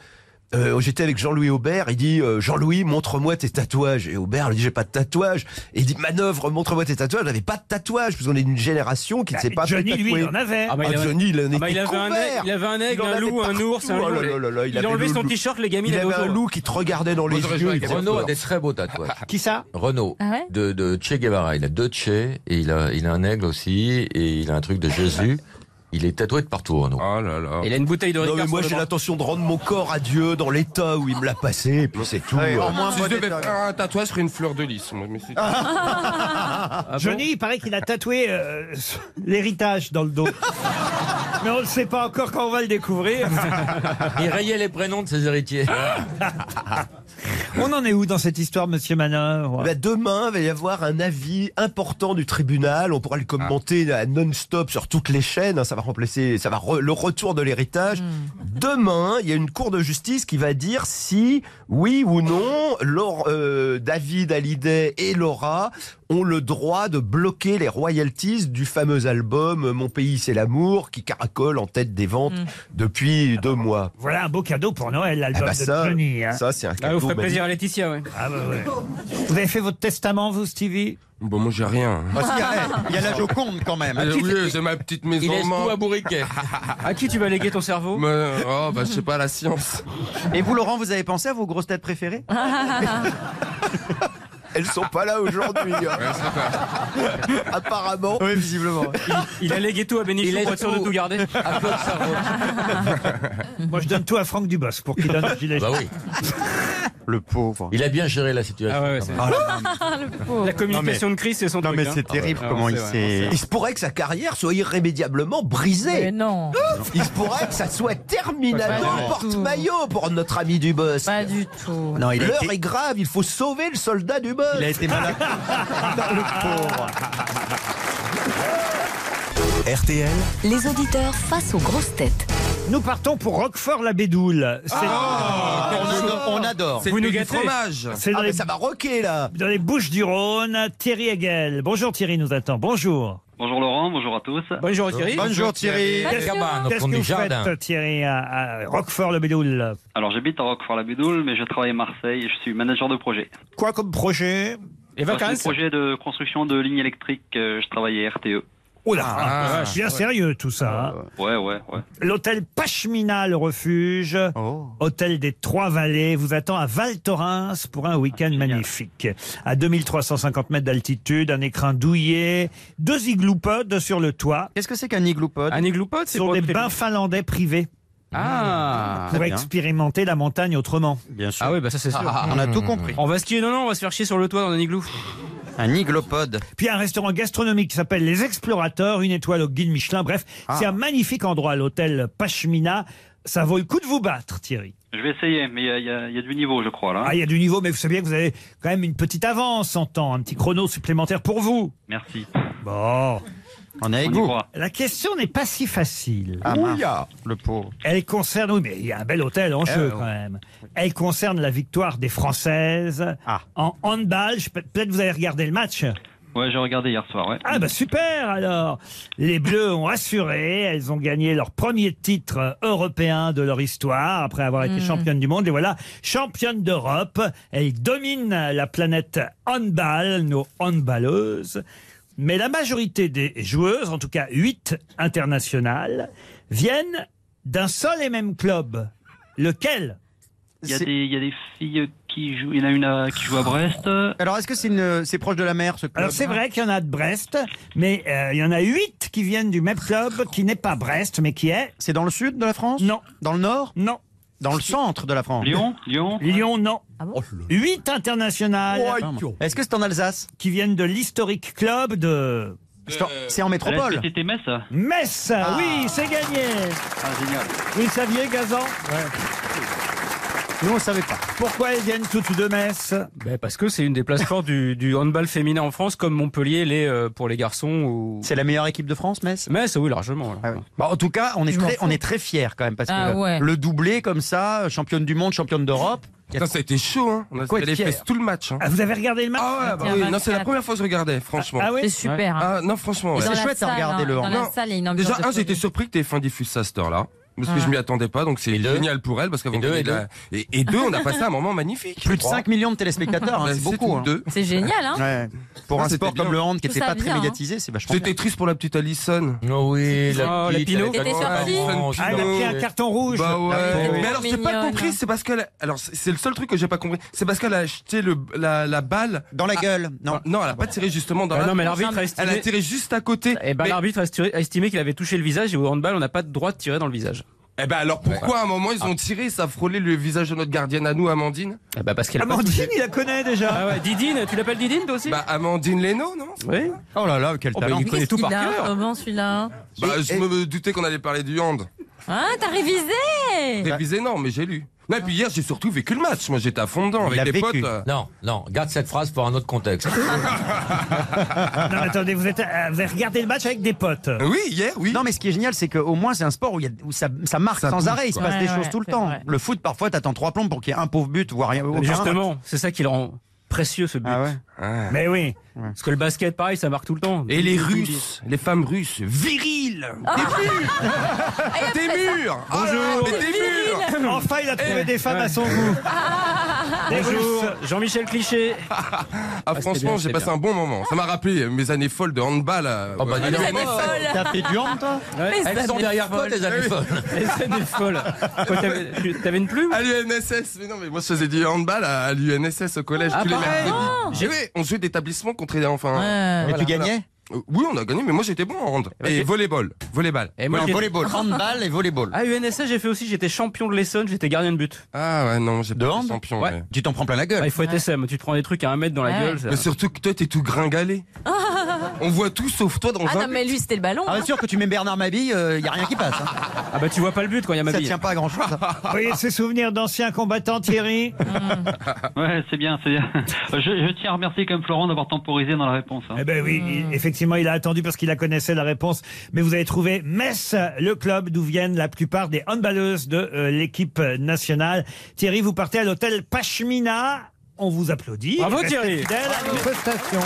Speaker 6: euh, J'étais avec Jean-Louis Aubert, il dit euh, Jean-Louis, montre-moi tes tatouages. Et Aubert lui dit J'ai pas de tatouage. Et il dit Manœuvre, montre-moi tes tatouages. J'avais pas de tatouage, parce qu'on est d'une génération qui ne s'est pas fait
Speaker 9: Ah, Johnny, lui,
Speaker 6: tatouer.
Speaker 9: il en avait. Ah, bah, il avait-
Speaker 6: Johnny, il en
Speaker 9: Ah, bah, il
Speaker 6: était
Speaker 9: avait un
Speaker 6: couvert.
Speaker 9: aigle- il avait un aigle,
Speaker 6: en
Speaker 9: un
Speaker 6: avait
Speaker 9: loup, un ours, un
Speaker 6: partout.
Speaker 9: lion.
Speaker 6: Oh là là là,
Speaker 9: Il a
Speaker 6: avait
Speaker 9: enlevé
Speaker 6: le
Speaker 9: son
Speaker 6: loup.
Speaker 9: t-shirt, les gamins,
Speaker 6: Il
Speaker 9: il avait
Speaker 6: avait un
Speaker 9: au-
Speaker 6: loup qui te regardait dans les yeux. il avait
Speaker 2: Renaud a
Speaker 6: peur.
Speaker 2: des très beaux tatouages.
Speaker 6: Qui ça
Speaker 2: Renaud,
Speaker 16: Ah ouais
Speaker 2: de, de Che Guevara. Il a deux Che, et il a, il a un aigle aussi, et il a un truc de Jésus. Il est tatoué de partout, Renaud.
Speaker 5: Oh là là.
Speaker 9: Il a une bouteille de
Speaker 6: Non,
Speaker 9: Ricard
Speaker 6: mais moi
Speaker 9: sur le
Speaker 6: j'ai
Speaker 9: bras.
Speaker 6: l'intention de rendre mon corps à Dieu dans l'état où il me l'a passé, et puis c'est tout.
Speaker 5: Ouais,
Speaker 6: Euh,
Speaker 5: si je devais faire un tatouage, je ferais une fleur de lys. moi, mais c'est-
Speaker 8: Ah.
Speaker 5: Ah
Speaker 4: Johnny, il paraît qu'il a tatoué euh, l'héritage dans le dos. Mais on ne sait pas encore quand on va le découvrir.
Speaker 2: Il rayait les prénoms de ses héritiers.
Speaker 6: Ah.
Speaker 4: on en est où dans cette histoire, monsieur Manœuvre
Speaker 6: Bah, demain, il va y avoir un avis important du tribunal. On pourra le commenter
Speaker 4: Ah.
Speaker 6: à non-stop sur toutes les chaînes. hein. Ça va remplacer, ça va re- le retour de l'héritage.
Speaker 4: Hmm.
Speaker 6: Demain, il y a une cour de justice qui va dire si, oui ou non, Laure- euh, David Hallyday et Laura ont le droit de bloquer les royalties du fameux album Mon pays c'est l'amour qui caracole en tête des ventes
Speaker 4: Hmm.
Speaker 6: depuis deux mois.
Speaker 4: Voilà un beau cadeau pour Noël, l'album
Speaker 6: Ah bah
Speaker 4: de
Speaker 6: ça,
Speaker 4: Johnny. hein.
Speaker 6: ça, c'est un
Speaker 9: Ah, vous ferez plaisir à Laetitia, ouais.
Speaker 4: Ah bah ouais. Vous avez fait votre testament, vous, Stevie
Speaker 5: Bon, moi, j'ai rien.
Speaker 11: Parce qu'il y
Speaker 5: eh,
Speaker 11: a- eh, il y a la Joconde quand même.
Speaker 5: Euh, oui, j'ai ma petite maison.
Speaker 11: Il laisse tout à
Speaker 5: bourriquet.
Speaker 9: À qui tu vas léguer ton cerveau
Speaker 5: Oh, bah, je sais pas, la science.
Speaker 11: Et vous, Laurent, vous avez pensé à vos grosses têtes préférées
Speaker 6: Elles sont pas là aujourd'hui. hein. Apparemment.
Speaker 11: Oui, visiblement.
Speaker 9: Il a légué tout à Bénichou pour être sûr de tout garder.
Speaker 4: Moi, je donne tout à Franck Dubosc pour qu'il donne le gilet
Speaker 2: Bah oui.
Speaker 11: Le pauvre.
Speaker 2: Il a bien géré la situation.
Speaker 9: Ah ouais,
Speaker 2: quand
Speaker 9: c'est-
Speaker 2: même.
Speaker 16: Le pauvre.
Speaker 9: La communication de crise, c'est son
Speaker 11: Non,
Speaker 9: truc.
Speaker 11: mais c'est
Speaker 9: hein.
Speaker 11: terrible
Speaker 9: Ah ouais,
Speaker 11: comment
Speaker 9: c'est
Speaker 11: il
Speaker 9: vrai.
Speaker 11: s'est.
Speaker 6: Il se pourrait que sa carrière soit irrémédiablement
Speaker 16: Mais
Speaker 6: brisée.
Speaker 16: non.
Speaker 6: Il se pourrait que ça soit
Speaker 16: Pas
Speaker 6: terminalement
Speaker 16: du
Speaker 6: porte-maillot pour notre ami Dubosc.
Speaker 16: Pas du tout.
Speaker 6: Non, il- l'heure est grave, il faut sauver le soldat Dubosc.
Speaker 11: Il a été malade.
Speaker 6: Non, le pauvre.
Speaker 17: RTL,
Speaker 18: Les auditeurs face aux grosses têtes.
Speaker 4: Nous partons pour Roquefort-la-Bédoule. C'est-
Speaker 11: Oh, on, adore.
Speaker 5: C'est
Speaker 4: Vous
Speaker 5: le
Speaker 4: nous
Speaker 5: pays du
Speaker 4: gâtez.
Speaker 5: fromage.
Speaker 4: C'est dans,
Speaker 6: Ah, mais
Speaker 4: les-
Speaker 6: ça va rocker là.
Speaker 4: dans les Bouches du Rhône, Thierry Hegel. Bonjour Thierry, nous attend. Bonjour.
Speaker 14: Bonjour Laurent, bonjour à tous.
Speaker 9: Bonjour Thierry.
Speaker 4: Qu'est-ce qu'est-ce que vous faites Thierry à, à Roquefort-la-Bédoule
Speaker 14: Alors j'habite à Roquefort-la-Budoule, mais je travaille à Marseille et je suis manager de projet.
Speaker 4: Quoi comme projet
Speaker 9: Les
Speaker 14: Alors, je
Speaker 9: vacances
Speaker 14: suis projet de construction de lignes électriques, euh, je travaille à RTE.
Speaker 4: Oh là,
Speaker 9: Ah,
Speaker 4: c'est bien sérieux tout ça.
Speaker 11: Oh.
Speaker 4: hein.
Speaker 14: Ouais, ouais, ouais.
Speaker 4: L'hôtel Pachemina, le refuge,
Speaker 11: Oh.
Speaker 4: hôtel des Trois-Vallées, vous attend à Val Thorens pour un
Speaker 11: Ah,
Speaker 4: week-end magnifique. À 2350 mètres d'altitude, un écrin douillet, deux igloopodes sur le toit.
Speaker 11: Qu'est-ce que c'est qu'un igloopod
Speaker 9: Un igloopote,
Speaker 4: Ce
Speaker 9: c'est
Speaker 4: sont
Speaker 9: pour
Speaker 4: des
Speaker 9: te-
Speaker 4: bains finlandais privés
Speaker 9: Ah
Speaker 4: pour
Speaker 11: bien.
Speaker 4: expérimenter la montagne autrement.
Speaker 11: Bien sûr.
Speaker 9: Ah ouais, bah ça c'est sûr.
Speaker 11: on a tout
Speaker 5: Mmh.
Speaker 11: compris.
Speaker 9: On va skier, non, non, on va se faire chier sur le toit dans un igloo.
Speaker 11: Un iglopode.
Speaker 4: Puis un restaurant gastronomique qui s'appelle Les Explorateurs, une étoile au guide Michelin. Bref,
Speaker 14: Ah.
Speaker 4: c'est un magnifique endroit, l'hôtel Pachemina. Ça vaut le coup de vous battre, Thierry.
Speaker 14: Je vais essayer, mais il y a- il y, a- il y a du niveau, je crois, là.
Speaker 4: Ah, il y a du niveau, mais vous savez bien que vous avez quand même une petite avance en temps, un petit chrono supplémentaire pour vous.
Speaker 14: Merci.
Speaker 4: Bon.
Speaker 11: On est avec
Speaker 14: On y
Speaker 11: vous.
Speaker 14: croit.
Speaker 4: La question n'est pas si facile.
Speaker 11: Ah, mince. Le pauvre.
Speaker 4: Elle concerne, oui, mais il y a un bel hôtel
Speaker 14: Eh
Speaker 4: en jeu
Speaker 11: ouais.
Speaker 4: quand même. Elle concerne la victoire des Françaises
Speaker 14: Ah.
Speaker 4: en handball. Je- Peut-être vous avez regardé le match.
Speaker 14: Ouais, j'ai regardé hier soir, ouais.
Speaker 4: Ah bah super alors Les Bleus ont assuré, elles ont gagné leur premier titre européen de leur histoire après avoir été championnes du monde et voilà, championnes d'Europe, elles dominent la planète handball, nos handballeuses. Mais la majorité des joueuses, en tout cas 8 internationales, viennent d'un seul et même club. Lequel
Speaker 14: Il y, a des- il y a des filles qui jouent, il y en a une à- qui joue à Brest.
Speaker 11: Alors, est-ce que c'est une... c'est proche de la mer, ce club
Speaker 4: Alors c'est vrai qu'il y en a de Brest, mais euh, il y en a 8 qui viennent du même club qui n'est pas Brest mais qui est...
Speaker 11: C'est dans le sud de la France
Speaker 4: Non.
Speaker 11: Dans le nord
Speaker 4: Non.
Speaker 11: Dans le centre de la France Oh,
Speaker 14: Lyon, Lyon.
Speaker 4: Lyon, non. Huit internationales
Speaker 11: Est-ce que c'est en Alsace
Speaker 4: qui viennent de l'historique club de
Speaker 11: C'est en- C'est en
Speaker 14: La
Speaker 11: métropole
Speaker 14: STT Metz. Ah,
Speaker 4: Metz.
Speaker 11: Ah,
Speaker 4: Oui, c'est gagné.
Speaker 14: génial.
Speaker 4: Vous le saviez, Gazan Nous, on ne savait pas. Pourquoi elles viennent toutes de Metz
Speaker 9: Ben, Parce que c'est une des places fortes du, du handball féminin en France, comme Montpellier l'est euh, pour les garçons. Ou...
Speaker 6: C'est la meilleure équipe de France, Metz
Speaker 9: Metz, oui, largement. ouais.
Speaker 6: Bon, en tout cas, on est,
Speaker 9: Je m'en
Speaker 6: très,
Speaker 9: fous.
Speaker 6: on est très fiers quand même parce
Speaker 9: Ah
Speaker 6: que
Speaker 9: ouais.
Speaker 6: le doublé comme ça, championne du monde, championne d'Europe.
Speaker 5: ça a été chaud, hein. On a
Speaker 6: Quoi
Speaker 5: serré les
Speaker 6: être
Speaker 5: fesses
Speaker 6: fier
Speaker 5: tout le match. hein.
Speaker 4: Vous avez regardé le match
Speaker 5: Ah ouais, bah oui, non, c'est la première fois que je regardais, franchement.
Speaker 4: Ah ouais C'est super, hein.
Speaker 5: Ah, non, franchement,
Speaker 7: Et
Speaker 5: ouais.
Speaker 7: dans la salle, hein, Dans la
Speaker 5: Non,
Speaker 7: salle, il y a une ambiance
Speaker 5: Déjà,
Speaker 7: de
Speaker 5: un,
Speaker 7: folie.
Speaker 5: j'étais surpris que t'aies fait un diffuse à cette heure-là. Parce que
Speaker 7: Ah.
Speaker 5: je m'y attendais pas, donc c'est génial pour elle. Parce qu'avant
Speaker 6: deux,
Speaker 5: qu'elle
Speaker 6: et
Speaker 5: ait la- et, et deux, on a passé un moment magnifique.
Speaker 6: Plus de 5 millions de téléspectateurs, hein,
Speaker 5: Bah,
Speaker 6: c'est beaucoup.
Speaker 5: tout,
Speaker 6: hein.
Speaker 5: deux.
Speaker 7: C'est génial, hein
Speaker 6: Ouais. Pour
Speaker 5: Ah,
Speaker 6: un
Speaker 5: c'était
Speaker 6: sport
Speaker 5: bien.
Speaker 6: comme le hand qui
Speaker 7: Tout
Speaker 6: n'était
Speaker 7: ça
Speaker 6: pas très
Speaker 7: vient, hein.
Speaker 6: médiatisé, c'est vachement
Speaker 5: C'était triste pour la petite Alison. Oh oui,
Speaker 9: la Oh, la petite, Pino. elle était T'étais pas sortie
Speaker 4: grande, Ah, elle a Pino. pris un carton rouge.
Speaker 5: Bah ouais.
Speaker 4: Ah oui.
Speaker 5: Mais alors, j'ai pas
Speaker 4: Mignonne.
Speaker 5: compris, c'est parce qu'elle. a- Alors, c'est c'est le seul truc que j'ai pas compris. C'est parce qu'elle a acheté le, la, la balle.
Speaker 6: Dans la gueule. Non.
Speaker 5: Non, elle a pas tiré justement dans
Speaker 9: Ah
Speaker 5: la
Speaker 9: non, mais l'arbitre a estimé-
Speaker 5: Elle a tiré juste à côté.
Speaker 9: Eh ben,
Speaker 5: Mais-
Speaker 9: l'arbitre a estimé- a estimé qu'il avait touché le visage et au handball, on n'a pas de droit de tirer dans le visage. Ah.
Speaker 5: Eh ben alors pourquoi à un moment ils ont tiré Ça frôlait le visage de notre gardienne à nous, Amandine
Speaker 9: Eh ben parce qu'elle a pas
Speaker 4: Amandine,
Speaker 9: touché.
Speaker 4: il la connaît déjà.
Speaker 9: Ah ouais, Didine, tu l'appelles Didine toi aussi
Speaker 5: Bah Amandine Leno, non
Speaker 9: Oui.
Speaker 6: Oh là là, quel
Speaker 5: Oh, bah, talent. il connaît tout par
Speaker 7: Qu'est-ce qu'il a
Speaker 5: cœur.
Speaker 7: Comment celui-là
Speaker 5: Bah je me doutais qu'on allait parler du hand.
Speaker 7: Hein, t'as révisé
Speaker 5: Révisé non, mais j'ai lu. Non, et puis hier j'ai surtout vécu le match. Moi j'étais à fond dedans avec des potes. euh.
Speaker 2: Non, non, garde cette phrase pour un autre contexte.
Speaker 4: Non, mais attendez, vous, êtes, euh, vous avez regardé le match avec des potes.
Speaker 5: Oui, hier, oui.
Speaker 6: Non, mais ce qui est génial, c'est qu'au moins, c'est un sport où, il y a- où ça, ça marque
Speaker 4: Ça
Speaker 6: sans
Speaker 4: bouge,
Speaker 6: arrêt. Il se
Speaker 4: quoi.
Speaker 6: passe
Speaker 4: Ouais,
Speaker 6: des
Speaker 4: ouais,
Speaker 6: choses tout le
Speaker 4: c'est
Speaker 6: temps.
Speaker 4: vrai.
Speaker 6: Le foot, parfois, t'attends trois plombs pour qu'il y ait un pauvre but, voire rien.
Speaker 9: Mais
Speaker 6: aucun. Ah
Speaker 9: Justement, c'est ça qui le rend précieux ce but.
Speaker 4: Mais oui.
Speaker 9: Parce que le basket, pareil, ça marque tout le temps.
Speaker 5: Et les Russes, les femmes russes, viriles
Speaker 7: Oh.
Speaker 5: Des murs Bonjour Mais Oh des murs
Speaker 4: Enfin, il a trouvé
Speaker 5: Eh,
Speaker 4: des femmes
Speaker 5: ouais.
Speaker 4: à son goût. Des
Speaker 5: Ah, Bonjour.
Speaker 4: Russes.
Speaker 9: Jean-Michel Cliché.
Speaker 5: Ah,
Speaker 9: c'était
Speaker 5: franchement,
Speaker 9: bien,
Speaker 5: j'ai
Speaker 9: c'était
Speaker 5: passé
Speaker 9: bien.
Speaker 5: un bon moment. Ça m'a rappelé mes années folles de handball. euh,
Speaker 2: Oh, bah,
Speaker 5: ouais.
Speaker 2: dis donc.
Speaker 5: Années
Speaker 2: Les années
Speaker 5: folles.
Speaker 2: folles. T'as fait du hand, toi
Speaker 9: Ouais.
Speaker 2: Les Elles sont années derrière toi, folles. les années
Speaker 5: Eh oui.
Speaker 2: folles.
Speaker 9: Les années folles. Toi, t'avais- tu- T'avais une plume
Speaker 5: À l'UNSS, mais non, mais moi je faisais du handball à, à l'UNSS au collège
Speaker 9: Ah,
Speaker 5: tous les
Speaker 9: pareil.
Speaker 5: mercredis.
Speaker 9: Ah.
Speaker 5: J'ai- oui, on jouait d'établissement contre les enfin.
Speaker 6: Et tu gagnais
Speaker 5: Euh, Oui, on a gagné, mais moi j'étais bon en hand.
Speaker 2: Eh ben,
Speaker 5: Et volleyball, volleyball.
Speaker 9: Et
Speaker 5: Ouais,
Speaker 9: j'ai-
Speaker 5: volleyball.
Speaker 6: Handball et volleyball.
Speaker 9: Ah, UNSA, j'ai fait aussi, j'étais champion de l'Essonne, j'étais gardien de but.
Speaker 5: Ah ouais, non, j'ai
Speaker 9: De
Speaker 5: pas
Speaker 9: hand
Speaker 5: été champion.
Speaker 9: Ouais.
Speaker 5: mais-
Speaker 6: Tu t'en prends plein la gueule.
Speaker 9: Ah, il faut être SM, tu te prends des trucs à un mètre dans la
Speaker 7: Ouais.
Speaker 9: gueule. ça-
Speaker 5: Mais surtout que toi t'es tout gringalé.
Speaker 7: Ah
Speaker 5: On voit tout sauf toi dans
Speaker 7: Ah,
Speaker 5: un.
Speaker 7: non, mais lui, c'était le ballon.
Speaker 6: Ah,
Speaker 7: hein.
Speaker 6: bien sûr que tu mets Bernard Mabille, il n'y a rien qui passe. hein.
Speaker 9: Ah bah tu vois pas le but quand il y a
Speaker 6: Ça
Speaker 9: Mabille.
Speaker 6: tient pas à grand chose.
Speaker 4: Vous voyez ces souvenirs d'anciens combattants, Thierry
Speaker 14: Ouais, c'est bien, c'est bien. Je, je tiens à remercier quand même Florent d'avoir temporisé dans la réponse. hein.
Speaker 4: Eh ben oui, il- effectivement, il a attendu parce qu'il la connaissait la réponse. Mais vous avez trouvé Metz, le club d'où viennent la plupart des handballeuses de euh, l'équipe nationale. Thierry, vous partez à l'hôtel Pashmina. On vous applaudit.
Speaker 9: Bravo,
Speaker 4: Restez
Speaker 9: Thierry.
Speaker 4: fidèle à
Speaker 9: Bravo.
Speaker 4: une prestation.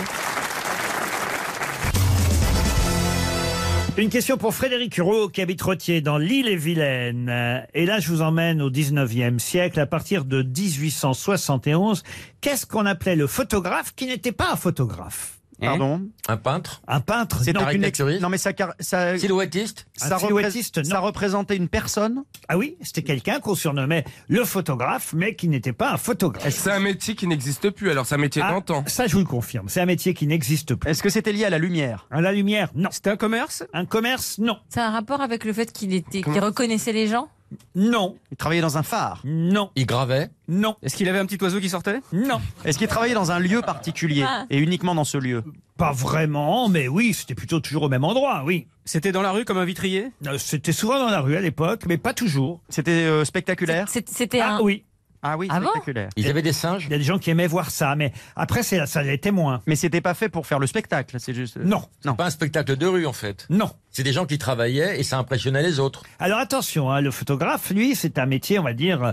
Speaker 4: Une question pour Frédéric Rowe qui habite Rottier dans l'île et Vilaine. Euh, Et là, je vous emmène au 19e siècle, à partir de 1871. Qu'est-ce qu'on appelait le photographe qui n'était pas un photographe
Speaker 6: Hein Pardon
Speaker 2: Un peintre
Speaker 4: Un peintre
Speaker 6: Eh C'est
Speaker 4: non.
Speaker 6: donc une ex- Non, mais ça. car- ça...
Speaker 2: Silhouettiste
Speaker 6: Ça,
Speaker 4: Un
Speaker 6: repré-
Speaker 4: silhouettiste, non.
Speaker 6: ça représentait une personne
Speaker 4: Ah oui, c'était quelqu'un qu'on surnommait le photographe, mais qui n'était pas un photographe.
Speaker 5: Eh, C'est un métier qui n'existe plus, alors c'est un métier
Speaker 4: Ah,
Speaker 5: d'antan.
Speaker 4: ça, je vous le confirme. C'est un métier qui n'existe plus.
Speaker 6: Est-ce que c'était lié à la lumière
Speaker 4: À la lumière, non.
Speaker 9: C'était un commerce
Speaker 4: Un commerce, non.
Speaker 7: Ça a un rapport avec le fait qu'il était, qu'il reconnaissait les gens
Speaker 4: Non,
Speaker 6: Il travaillait dans un phare
Speaker 4: non,
Speaker 2: Il gravait
Speaker 4: non,
Speaker 9: Est-ce qu'il avait un petit oiseau qui sortait
Speaker 4: non.
Speaker 6: Est-ce qu'il travaillait dans un lieu particulier
Speaker 7: Ah.
Speaker 6: Et uniquement dans ce lieu
Speaker 4: Pas vraiment, mais oui, c'était plutôt toujours au même endroit, oui.
Speaker 9: C'était dans la rue comme un vitrier
Speaker 4: Euh, C'était souvent dans la rue à l'époque, mais pas toujours.
Speaker 6: C'était euh, spectaculaire
Speaker 7: C'est- C'était
Speaker 4: Ah
Speaker 7: un.
Speaker 4: oui,
Speaker 6: Ah oui,
Speaker 7: Ah bon
Speaker 6: spectaculaire.
Speaker 2: Ils avaient des singes
Speaker 4: il y a des gens qui aimaient voir ça, mais après, c'est la salle des témoins.
Speaker 6: Mais c'était pas fait pour faire le spectacle, c'est juste.
Speaker 4: Non,
Speaker 6: Non.
Speaker 2: Pas un spectacle de rue en fait.
Speaker 4: non.
Speaker 2: C'est des gens qui travaillaient et ça impressionnait les autres.
Speaker 4: Alors attention, hein, le photographe, lui, c'est un métier, on va dire, euh,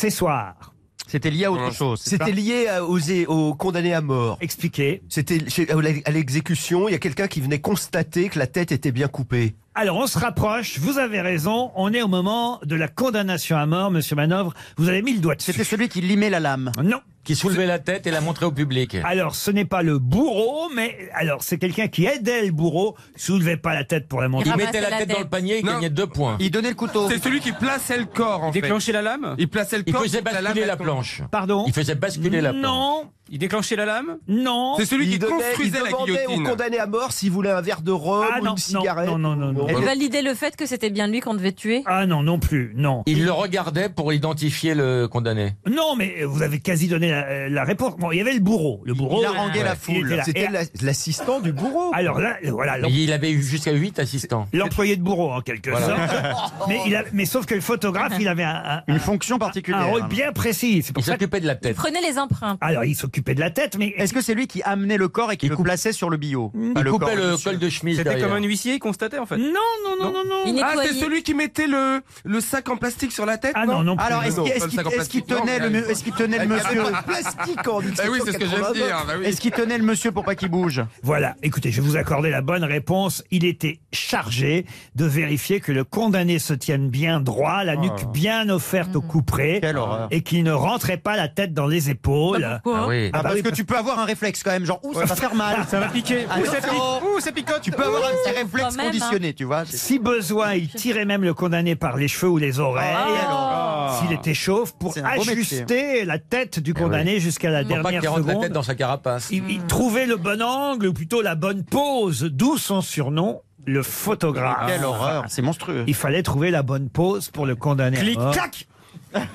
Speaker 4: accessoire.
Speaker 6: C'était euh, lié à autre chose. c'est
Speaker 19: C'était
Speaker 6: ça
Speaker 19: lié à- aux, é- aux condamnés à mort.
Speaker 4: Expliqué.
Speaker 19: C'était chez- à la- à l'exécution, il y a quelqu'un qui venait constater que la tête était bien coupée.
Speaker 4: Alors on se rapproche, vous avez raison, on est au moment de la condamnation à mort, monsieur Manœuvre, vous avez mis le doigt dessus.
Speaker 6: C'était celui qui limait la lame.
Speaker 4: Non.
Speaker 2: Qui soulevaient la tête et la montraient au public.
Speaker 4: Alors ce n'est pas le bourreau, mais alors c'est quelqu'un qui aidait le bourreau, soulevait pas la tête pour la monter.
Speaker 2: Ils
Speaker 7: ramassait
Speaker 2: mettaient la
Speaker 7: la
Speaker 2: tête dans
Speaker 7: tête.
Speaker 2: le panier et
Speaker 5: Non.
Speaker 2: gagnaient deux points.
Speaker 6: Il donnait le couteau.
Speaker 5: C'est celui qui plaçait le corps en fait.
Speaker 9: Déclencher la lame
Speaker 5: Il plaçait le
Speaker 2: Ils
Speaker 5: corps.
Speaker 2: faisaient
Speaker 5: pour que lame,
Speaker 2: basculer
Speaker 5: elle
Speaker 2: la
Speaker 5: tombe.
Speaker 2: planche.
Speaker 4: Pardon
Speaker 2: Ils faisaient basculer la planche.
Speaker 4: Non,
Speaker 9: Il déclenchait la lame
Speaker 4: Non.
Speaker 5: C'est celui
Speaker 20: Il
Speaker 5: qui
Speaker 20: donnait-
Speaker 5: construisait
Speaker 20: il
Speaker 5: la
Speaker 20: demandait
Speaker 5: guillotine.
Speaker 20: Aux condamnés à mort s'il voulait un verre de rhum ou une cigarette.
Speaker 4: Ah Non, non, non, non.
Speaker 7: Il validait le fait que c'était bien lui qu'on devait tuer.
Speaker 4: Ah non, non plus, non.
Speaker 2: Il le regardait pour identifier le condamné.
Speaker 4: Non, mais vous avez quasi donné la, la réponse. Bon, il y avait le bourreau. Le bourreau. euh,
Speaker 2: Il haranguait la foule. C'était
Speaker 20: l'assistant du bourreau.
Speaker 4: Alors là, euh, voilà.
Speaker 2: Mais il avait eu jusqu'à 8 assistants.
Speaker 4: L'employé de bourreau, en quelque
Speaker 2: Voilà.
Speaker 4: sorte. mais, il a- mais sauf que le photographe, il avait un, une fonction particulière. Ah, Un rôle bien précis. C'est pour
Speaker 2: Il
Speaker 4: ça que-
Speaker 2: s'occupait de la tête.
Speaker 7: Prenez les empreintes.
Speaker 4: Alors, il s'occupait de la tête, mais.
Speaker 6: Est-ce que c'est lui qui amenait le corps et qui le plaçait sur le bio
Speaker 2: Il coupait le col de chemise
Speaker 9: C'était
Speaker 2: derrière.
Speaker 9: comme un huissier, il constatait en fait.
Speaker 4: Non, non, non, non, non.
Speaker 9: Il
Speaker 5: Ah, c'est
Speaker 9: nettoyait.
Speaker 5: celui qui mettait le, le sac en plastique sur la tête Ah
Speaker 4: non, non plus.
Speaker 6: Alors, est-ce
Speaker 5: Non,
Speaker 6: qu'il-
Speaker 5: pas
Speaker 6: est-ce
Speaker 5: le
Speaker 6: qu'il
Speaker 5: sac en
Speaker 6: est-ce qu'il
Speaker 5: plastique.
Speaker 6: tenait,
Speaker 5: Non,
Speaker 6: le
Speaker 5: mais-
Speaker 6: mu- est-ce qu'il tenait le
Speaker 5: Il y avait
Speaker 6: monsieur
Speaker 5: pas de
Speaker 20: plastique en
Speaker 5: Eh oui, c'est ce que j'aime dire. bah oui.
Speaker 6: Est-ce qu'il tenait le monsieur pour pas qu'il bouge
Speaker 4: Voilà, écoutez, je vais vous accorder la bonne réponse. Il était chargé de vérifier que le condamné se tienne bien droit, la nuque
Speaker 5: Oh.
Speaker 4: bien offerte
Speaker 6: Hmm.
Speaker 4: au couperet, et qu'il ne rentrait pas la tête dans les épaules. bah
Speaker 6: pourquoi Ah oui. Ah, parce que tu
Speaker 4: peux avoir un réflexe quand même, genre,
Speaker 6: Ouh, ça va faire mal.
Speaker 4: Ça va Ah, piquer.
Speaker 6: Ouh, ça pique. Ouh, ça picote. Tu peux avoir un petit réflexe
Speaker 7: Quand même, hein.
Speaker 6: conditionné, tu vois. c'est-
Speaker 4: Si besoin, il tirait même le condamné par les cheveux ou les oreilles,
Speaker 7: Ah.
Speaker 6: alors.
Speaker 4: s'il était chauve, pour
Speaker 6: Ah. C'est un beau hein. Eh
Speaker 4: ajuster la tête du condamné jusqu'à la
Speaker 2: Pour pas
Speaker 4: dernière
Speaker 2: qu'il rentre la
Speaker 4: seconde.
Speaker 2: tête dans sa carapace.
Speaker 4: Il, il trouvait le bon angle, ou plutôt la bonne pose, d'où son surnom, le photographe.
Speaker 6: Quelle horreur, c'est monstrueux.
Speaker 4: Il fallait trouver la bonne pose pour le condamner. à
Speaker 6: Clic,
Speaker 4: mort.
Speaker 6: clac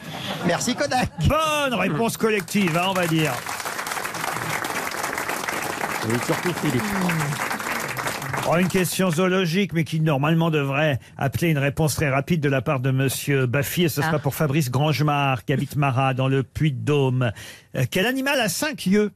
Speaker 6: Merci Kodak.
Speaker 4: Bonne réponse collective, hein, on va dire.
Speaker 6: surtout Philippe.
Speaker 4: Oh, une question zoologique, mais qui normalement devrait appeler une réponse très rapide de la part de Monsieur Baffy, et ce sera
Speaker 6: Ah.
Speaker 4: pour Fabrice Grangemar, qui habite Marat, dans le Puy-de-Dôme. Euh, quel animal a cinq yeux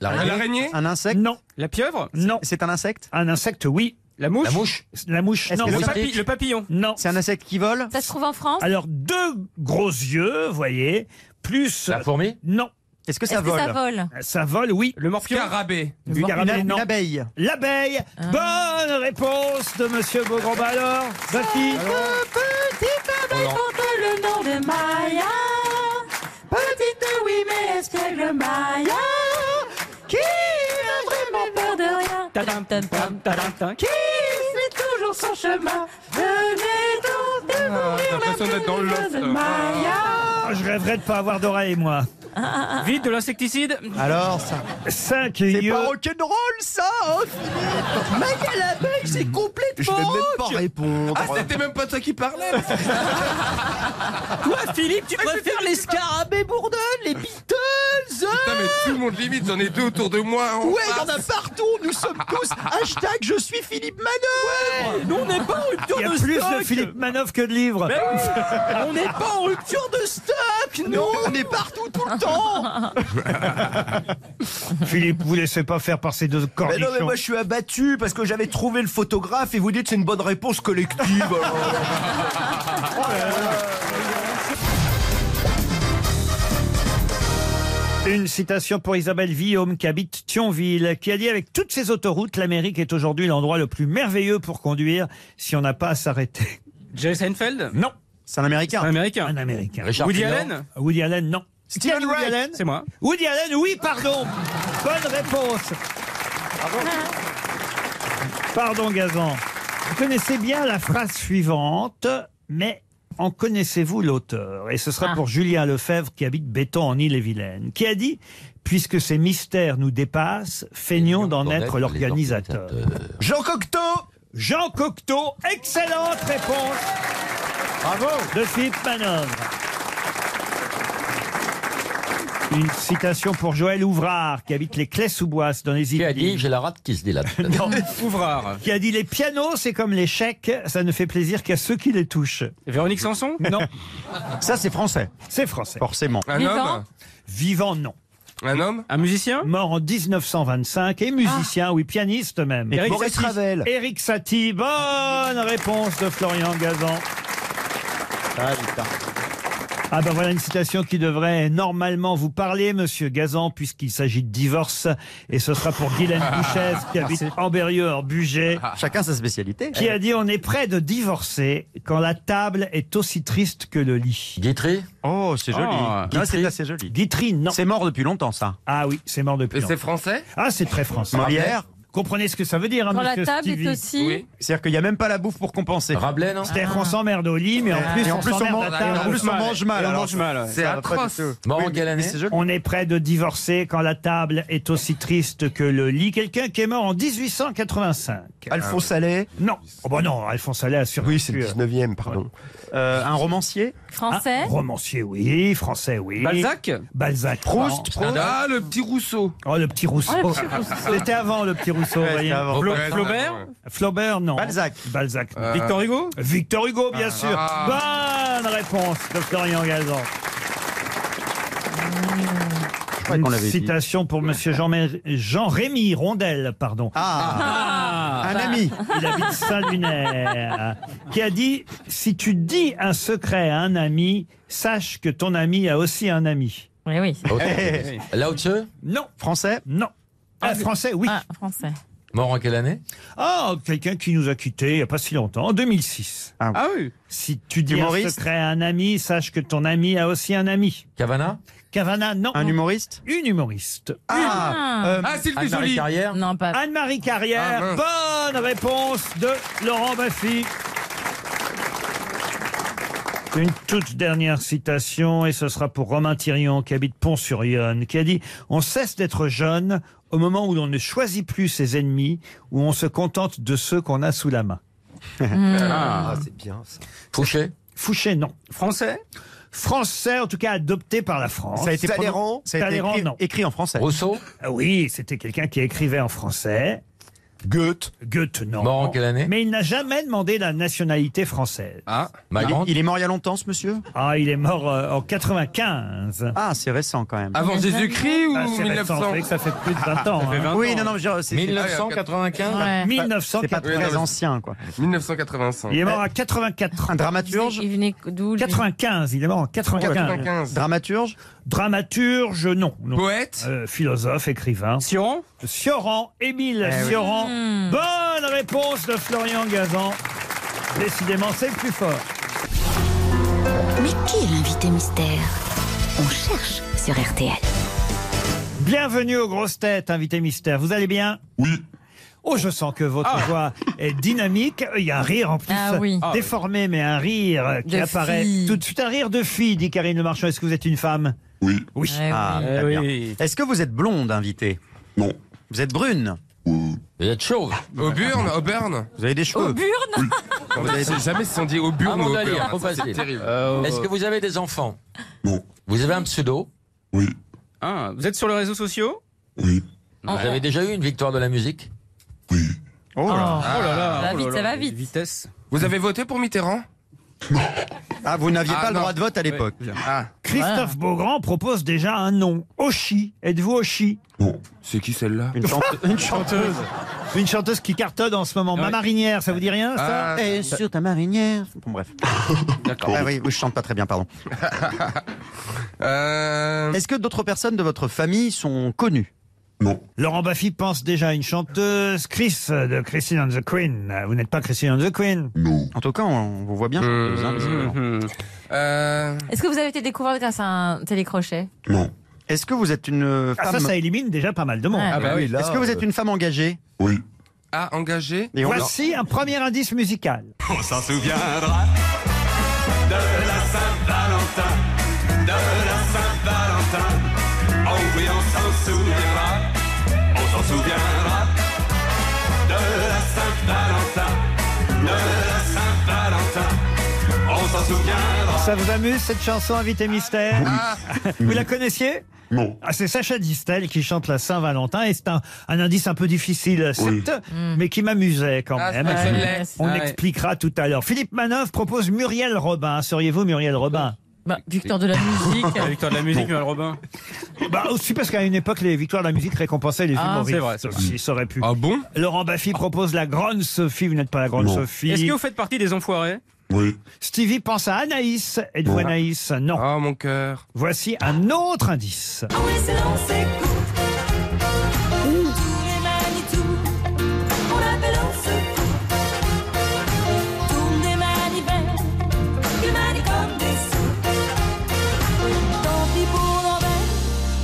Speaker 2: L'araignée L'araignée
Speaker 6: Un insecte
Speaker 4: Non.
Speaker 9: La pieuvre
Speaker 4: Non.
Speaker 6: C'est un insecte
Speaker 4: Un insecte, oui.
Speaker 9: La mouche
Speaker 2: La mouche
Speaker 4: La mouche,
Speaker 6: Est-ce
Speaker 4: non.
Speaker 6: que Le
Speaker 9: Le, papi- le papillon
Speaker 4: Non.
Speaker 6: C'est un insecte qui vole
Speaker 7: Ça se trouve en France
Speaker 4: Alors, deux gros yeux, voyez, plus... La
Speaker 2: fourmi
Speaker 4: Non. Euh,
Speaker 6: Est-ce que
Speaker 7: Est-ce que ça vole
Speaker 4: Ça vole, oui.
Speaker 9: Le morpion
Speaker 5: Scarabée.
Speaker 4: Une
Speaker 6: Une,
Speaker 4: scarabée,
Speaker 6: une
Speaker 4: non.
Speaker 6: abeille.
Speaker 4: L'abeille.
Speaker 7: Ah.
Speaker 4: Bonne réponse de Monsieur Beaugrand. Bah
Speaker 9: Ah,
Speaker 4: alors, Baffy
Speaker 12: Petite abeille porte le nom de Maya. Petite oui, mais espiègle Maya. Qui n'a vraiment peur de rien
Speaker 9: Tadam, tam, tam, tadam, tam.
Speaker 12: Qui suit toujours son chemin Venez donc découvrir la
Speaker 5: l'impression d'être dans le
Speaker 12: merveilleuse
Speaker 5: loft.
Speaker 12: Maya.
Speaker 4: Ah, Je rêverais de pas avoir d'oreille, moi.
Speaker 9: Vite de l'insecticide
Speaker 6: Alors ça.
Speaker 4: Cinq
Speaker 6: C'est
Speaker 4: yeux.
Speaker 6: pas rock'n'roll ça, hein, Philippe Mais quelle abeille, c'est complètement rock
Speaker 20: répondre.
Speaker 5: Ah, c'était même pas toi qui parlais
Speaker 9: Toi, Philippe,
Speaker 5: Eh,
Speaker 9: tu préfères les
Speaker 6: Scarabée Bourdonne, les Beatles
Speaker 5: Putain, mais tout le monde limite, j'en ai deux autour de moi. on
Speaker 6: Ouais, il y en a
Speaker 5: passe.
Speaker 6: partout, nous sommes tous Hashtag je suis Philippe Manœuvre
Speaker 9: Nous, on n'est pas en rupture
Speaker 4: Il y a
Speaker 9: de
Speaker 4: plus
Speaker 9: stock
Speaker 4: de Philippe Manoff que de livres.
Speaker 9: Mais oui, On n'est pas en rupture
Speaker 6: Culture de stock Nous, on est partout tout le temps
Speaker 4: Philippe, vous laissez pas faire par ces deux
Speaker 20: Mais non, mais
Speaker 4: cornichons.
Speaker 20: moi je suis abattu parce que j'avais trouvé le photographe et vous dites c'est une bonne réponse collective.
Speaker 4: Une citation pour Isabelle Guillaume qui habite Thionville, qui a dit avec toutes ces autoroutes, l'Amérique est aujourd'hui l'endroit le plus merveilleux pour conduire si on n'a pas à s'arrêter.
Speaker 9: Jerry Seinfeld
Speaker 4: Non.
Speaker 6: C'est un américain.
Speaker 9: Un américain.
Speaker 4: Un Américain.
Speaker 2: Richard
Speaker 9: Woody
Speaker 2: Pinot.
Speaker 9: Allen
Speaker 4: Woody Allen, non.
Speaker 6: Steven
Speaker 4: Woody
Speaker 6: Wright
Speaker 4: Allen
Speaker 9: C'est moi.
Speaker 4: Woody Allen, oui, pardon. Bonne réponse. Pardon, Gazan. Vous connaissez bien la phrase suivante, mais en connaissez-vous l'auteur Et ce sera pour Julien Lefebvre, qui habite Béton en Ille-et-Vilaine, qui a dit Puisque ces mystères nous dépassent, feignons d'en être l'organisateur.
Speaker 20: Jean Cocteau
Speaker 4: Jean Cocteau, excellente réponse
Speaker 20: Bravo
Speaker 4: de Philippe Manœuvre. Une citation pour Joël Ouvrard, qui habite les Clés-sous-Bois dans les
Speaker 2: Qui a dit
Speaker 4: Yvelines.
Speaker 2: J'ai la rate qui se dilate.
Speaker 9: Ouvrard.
Speaker 4: qui a dit les pianos, c'est comme les chèques, ça ne fait plaisir qu'à ceux qui les touchent.
Speaker 9: Véronique Sanson
Speaker 4: Non,
Speaker 6: Ça, c'est français,
Speaker 4: c'est français.
Speaker 6: forcément.
Speaker 5: Un
Speaker 7: Vivant.
Speaker 5: homme
Speaker 4: Vivant, non.
Speaker 5: Un homme
Speaker 9: Un musicien
Speaker 4: Mort en 1925 et musicien, oui, pianiste même.
Speaker 6: Ah. Eric Maurice Satie. Ravel.
Speaker 4: Eric Satie, bonne réponse de Florian Gazan.
Speaker 6: Ah, putain.
Speaker 4: Ah ben voilà une citation qui devrait normalement vous parler, monsieur Gazan, puisqu'il s'agit de divorce. Et ce sera pour Guylaine Bouchèze, qui habite Amberieux, hors Bugey.
Speaker 6: Chacun sa spécialité.
Speaker 4: Qui a dit on est près de divorcer quand la table est aussi triste que le lit.
Speaker 2: Guitry
Speaker 6: Oh, c'est joli.
Speaker 9: Ah,
Speaker 6: Non, c'est assez joli.
Speaker 4: Guitry, non.
Speaker 6: C'est mort depuis longtemps, ça.
Speaker 4: Ah oui, c'est mort depuis.
Speaker 5: Et c'est
Speaker 4: longtemps.
Speaker 5: français
Speaker 4: Ah, c'est très français.
Speaker 6: Molière
Speaker 4: Comprenez ce que ça veut dire, hein,
Speaker 7: Quand la
Speaker 4: monsieur
Speaker 7: table est
Speaker 4: Stevie.
Speaker 7: aussi- Ah. Oui.
Speaker 6: C'est-à-dire qu'il n'y a même pas la bouffe pour compenser.
Speaker 2: Rabelais, non
Speaker 4: C'est-à-dire qu'on s'emmerde au lit, mais en
Speaker 6: Ah.
Speaker 4: plus,
Speaker 6: Et en plus, on
Speaker 4: s'emmerde
Speaker 6: mange-
Speaker 4: à table.
Speaker 6: et en plus, on mange mal,
Speaker 4: Et on
Speaker 6: alors.
Speaker 4: mange mal, ouais.
Speaker 6: C'est Ça va pas atroce. du tout. Mort en
Speaker 4: Oui, mais-
Speaker 6: quelle année
Speaker 4: mais c'est joli. On est près de divorcer quand la table est aussi triste que le lit. Quelqu'un qui est mort en 1885.
Speaker 21: Alphonse
Speaker 6: Ah
Speaker 21: Allais
Speaker 4: Non. Oh bah non, Alphonse Allais a survécu. euh. Oui, c'est le 19e, pardon.
Speaker 6: un romancier
Speaker 7: Français
Speaker 4: Un Ah, romancier, oui. Français, oui.
Speaker 6: Balzac
Speaker 4: Balzac.
Speaker 6: Proust,
Speaker 4: non.
Speaker 6: Proust. Ah,
Speaker 11: le petit Rousseau.
Speaker 4: Oh, le petit Rousseau.
Speaker 6: Oh, le petit Rousseau.
Speaker 4: C'était avant, le petit Rousseau.
Speaker 6: Ouais,
Speaker 4: vous voyez.
Speaker 6: c'était avant. Flau- Flaubert
Speaker 4: Flaubert, non. Balzac. Balzac. non.
Speaker 6: Euh, Victor Hugo
Speaker 4: Victor Hugo, bien
Speaker 6: Ah.
Speaker 4: sûr.
Speaker 6: Ah.
Speaker 4: Bonne réponse de Florian Gazan.
Speaker 6: croyais qu'on
Speaker 4: Une
Speaker 6: l'avait dit.
Speaker 4: citation pour Monsieur Jean, Jean Rémy Rondel, pardon.
Speaker 6: Ah. Un ami.
Speaker 4: Il habite Saint-Lunaire, qui a dit si tu dis un secret à un ami, sache que ton ami a aussi un ami.
Speaker 7: Oui, oui.
Speaker 6: Eh
Speaker 2: Lao Tse
Speaker 4: Non. Français Non. Ah, français, oui.
Speaker 7: Ah, français.
Speaker 2: Mort en quelle année
Speaker 4: Ah, quelqu'un qui nous a quittés il n'y a pas si longtemps, en 2006. Ah, oui. Si tu dis un
Speaker 6: Humoriste
Speaker 4: secret à un ami, sache que ton ami a aussi un ami.
Speaker 2: Cavana
Speaker 4: Cavana, non.
Speaker 6: Un humoriste
Speaker 4: Une humoriste.
Speaker 6: Ah,
Speaker 4: Une.
Speaker 6: euh, Ah, Sylvie Anne-Marie Joly. Carrière
Speaker 7: Non, pas.
Speaker 4: Anne-Marie Carrière.
Speaker 2: Ah,
Speaker 4: Bonne réponse de Laurent Baffy. Une toute dernière citation, et ce sera pour Romain Thirion, qui habite Pont-sur-Yonne, qui a dit « On cesse d'être jeune au moment où l'on ne choisit plus ses ennemis, où on se contente de ceux qu'on a sous la main.
Speaker 7: Hmm.
Speaker 21: Ah, c'est bien ça.
Speaker 2: Fouché
Speaker 4: Fouché, non. Français Français, en tout cas adopté par la France.
Speaker 6: Ça a été pronon-
Speaker 4: Talleyrand
Speaker 6: ça a été
Speaker 4: Talleyrand,
Speaker 6: écrit-
Speaker 4: non.
Speaker 6: écrit en français.
Speaker 2: Rousseau
Speaker 4: Ah Oui, c'était quelqu'un qui écrivait en français. Goethe Goethe, non.
Speaker 2: Mort en quelle année
Speaker 4: Mais il n'a jamais demandé la nationalité française.
Speaker 2: Ah,
Speaker 6: il, il est mort il y a longtemps, ce monsieur
Speaker 4: Ah, il est mort euh, en 95.
Speaker 6: Ah, c'est récent quand même.
Speaker 4: Avant Jésus-Christ ou
Speaker 6: Ah, c'est récent,
Speaker 4: 1900?
Speaker 6: c'est vrai que
Speaker 4: ça fait plus de 20 ans. hein.
Speaker 6: Oui, non, non, mais genre, c'est
Speaker 11: 1995.
Speaker 6: Ouais.
Speaker 4: 1995.
Speaker 6: C'est pas
Speaker 11: Oui, non,
Speaker 6: très
Speaker 11: mais-
Speaker 6: ancien, quoi.
Speaker 11: 1985.
Speaker 4: Il est mort à 84
Speaker 6: Un dramaturge
Speaker 7: Il venait d'où lui
Speaker 4: 95, il est mort en 95.
Speaker 11: 95.
Speaker 4: Dramaturge Dramaturge, non. non.
Speaker 11: Poète
Speaker 4: Euh, Philosophe, écrivain. Sioran Sioran, Émile
Speaker 11: Eh oui.
Speaker 4: Sioran.
Speaker 7: Hmm.
Speaker 4: Bonne réponse de Florian Gazan. Décidément, c'est le plus fort.
Speaker 22: Mais qui est l'invité mystère On cherche sur RTL.
Speaker 4: Bienvenue aux grosses têtes, invité mystère. Vous allez bien Oui. Oh, je sens que votre voix est dynamique. Il y a un rire en plus
Speaker 7: Ah oui. Ah oui.
Speaker 4: déformé, mais un rire euh, qui
Speaker 7: De
Speaker 4: apparaît
Speaker 7: fille.
Speaker 4: tout de suite. Un rire de fille, dit Karine Le Marchand. Est-ce que vous êtes une femme
Speaker 6: Oui.
Speaker 4: Oui.
Speaker 6: Ah,
Speaker 4: oui.
Speaker 6: très
Speaker 4: Eh
Speaker 6: bien.
Speaker 4: oui.
Speaker 6: Est-ce que vous êtes blonde, invité Non. Vous êtes brune Ah.
Speaker 2: Vous êtes chauve.
Speaker 11: Auburn, Auburn.
Speaker 6: Vous avez des cheveux
Speaker 7: Burne
Speaker 11: On ne sait jamais si on dit Auburn ou
Speaker 2: Amanda Lear,
Speaker 11: Auburn.
Speaker 2: trop
Speaker 11: Ça, C'est
Speaker 2: facile. Euh,
Speaker 11: terrible.
Speaker 2: Est-ce que vous avez des enfants Non. Vous avez un pseudo
Speaker 9: Ah, vous êtes sur les réseaux sociaux
Speaker 2: Vous avez déjà eu une victoire de la musique
Speaker 6: Oh
Speaker 9: Ah, oh là là,
Speaker 7: Ça va
Speaker 9: oh
Speaker 7: vite,
Speaker 9: là
Speaker 7: ça
Speaker 9: là,
Speaker 7: va vite.
Speaker 9: Vitesse. Vous avez voté pour Mitterrand
Speaker 6: Ah, vous n'aviez
Speaker 11: Ah,
Speaker 6: pas le
Speaker 11: non.
Speaker 6: droit de vote à l'époque.
Speaker 4: Ah. Christophe Beaugrand propose déjà un nom. Oshi. Êtes-vous Oshi
Speaker 11: C'est qui celle-là
Speaker 6: Une, chante- une chanteuse. Ah
Speaker 4: Une chanteuse qui cartonne en ce moment. Ma
Speaker 6: Oui.
Speaker 4: marinière, ça vous dit rien, ça
Speaker 6: Et sur ta marinière. Bon, bref. D'accord. Ah oui, oui, je chante pas très bien, pardon. Est-ce que d'autres personnes de votre famille sont connues
Speaker 4: Laurent Baffy pense déjà à une chanteuse, Chris euh, de Christine and the Queen. Euh, Vous n'êtes pas Christine and the Queen
Speaker 6: Non. En tout cas, on vous voit bien. chanteuse, hein, visiblement.
Speaker 7: Est-ce que vous avez été découvert grâce à un télécrochet
Speaker 6: Est-ce que vous êtes une euh,
Speaker 4: Ah,
Speaker 6: femme
Speaker 4: ça, ça élimine déjà pas mal de monde.
Speaker 6: Ah bah oui, là, Est-ce que vous
Speaker 4: euh,
Speaker 6: êtes une femme engagée
Speaker 11: Ah, engagé
Speaker 6: Et on-
Speaker 4: Voici un premier indice musical.
Speaker 5: On s'en souviendra de la Saint-Valentin, de la Saint-Valentin. Oh oui, on s'en souviendra, on s'en souviendra de la Saint-Valentin, de la Saint-Valentin. On s'en souviendra.
Speaker 4: Ça vous amuse cette chanson Invité Mystère Ah, Vous la connaissiez non. Ah, c'est Sacha Distel qui chante la Saint-Valentin et c'est un, un indice un peu difficile, certes,
Speaker 7: Mm.
Speaker 4: mais qui m'amusait quand
Speaker 11: Ah,
Speaker 4: même.
Speaker 11: c'est vrai, je l'ai.
Speaker 4: On
Speaker 11: Ah ouais.
Speaker 4: expliquera tout à l'heure. Philippe Manœuvre propose Muriel Robin. Seriez-vous Muriel Robin
Speaker 7: bah, Victor de la musique.
Speaker 9: Victoire de la musique, Noël Robin.
Speaker 4: Bah aussi parce qu'à une époque, les victoires de la musique récompensaient les
Speaker 9: Ah,
Speaker 4: humoristes.
Speaker 9: c'est vrai, c'est vrai.
Speaker 4: Si, ça aurait pu.
Speaker 9: Ah bon
Speaker 4: Laurent Baffy propose la grande Sophie. Vous n'êtes pas la grande Sophie.
Speaker 9: Est-ce que vous faites partie des enfoirés
Speaker 4: Stevie pense à Anaïs. Êtes-vous
Speaker 9: Non.
Speaker 4: Anaïs Non.
Speaker 11: Oh mon cœur.
Speaker 4: Voici un autre indice.
Speaker 7: Ah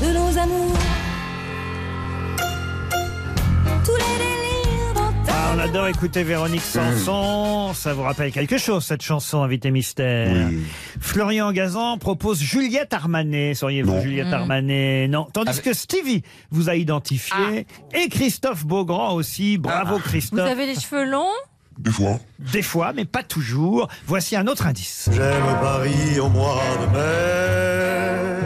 Speaker 17: De nos amours, tous les délires.
Speaker 4: Ah, On adore écouter Véronique Sanson. Ça vous rappelle quelque chose, cette chanson, Invité Mystère. Florian Gazan propose Juliette Armanet. Seriez-vous Juliette
Speaker 23: Mm.
Speaker 4: Armanet Non. Tandis que Stevie vous a identifié. Et Christophe Beaugrand aussi. Bravo,
Speaker 7: Ah. Vous
Speaker 4: Christophe.
Speaker 7: avez les cheveux longs
Speaker 4: Des fois. Des fois, mais pas toujours. Voici un autre indice.
Speaker 6: J'aime Paris au mois de mai.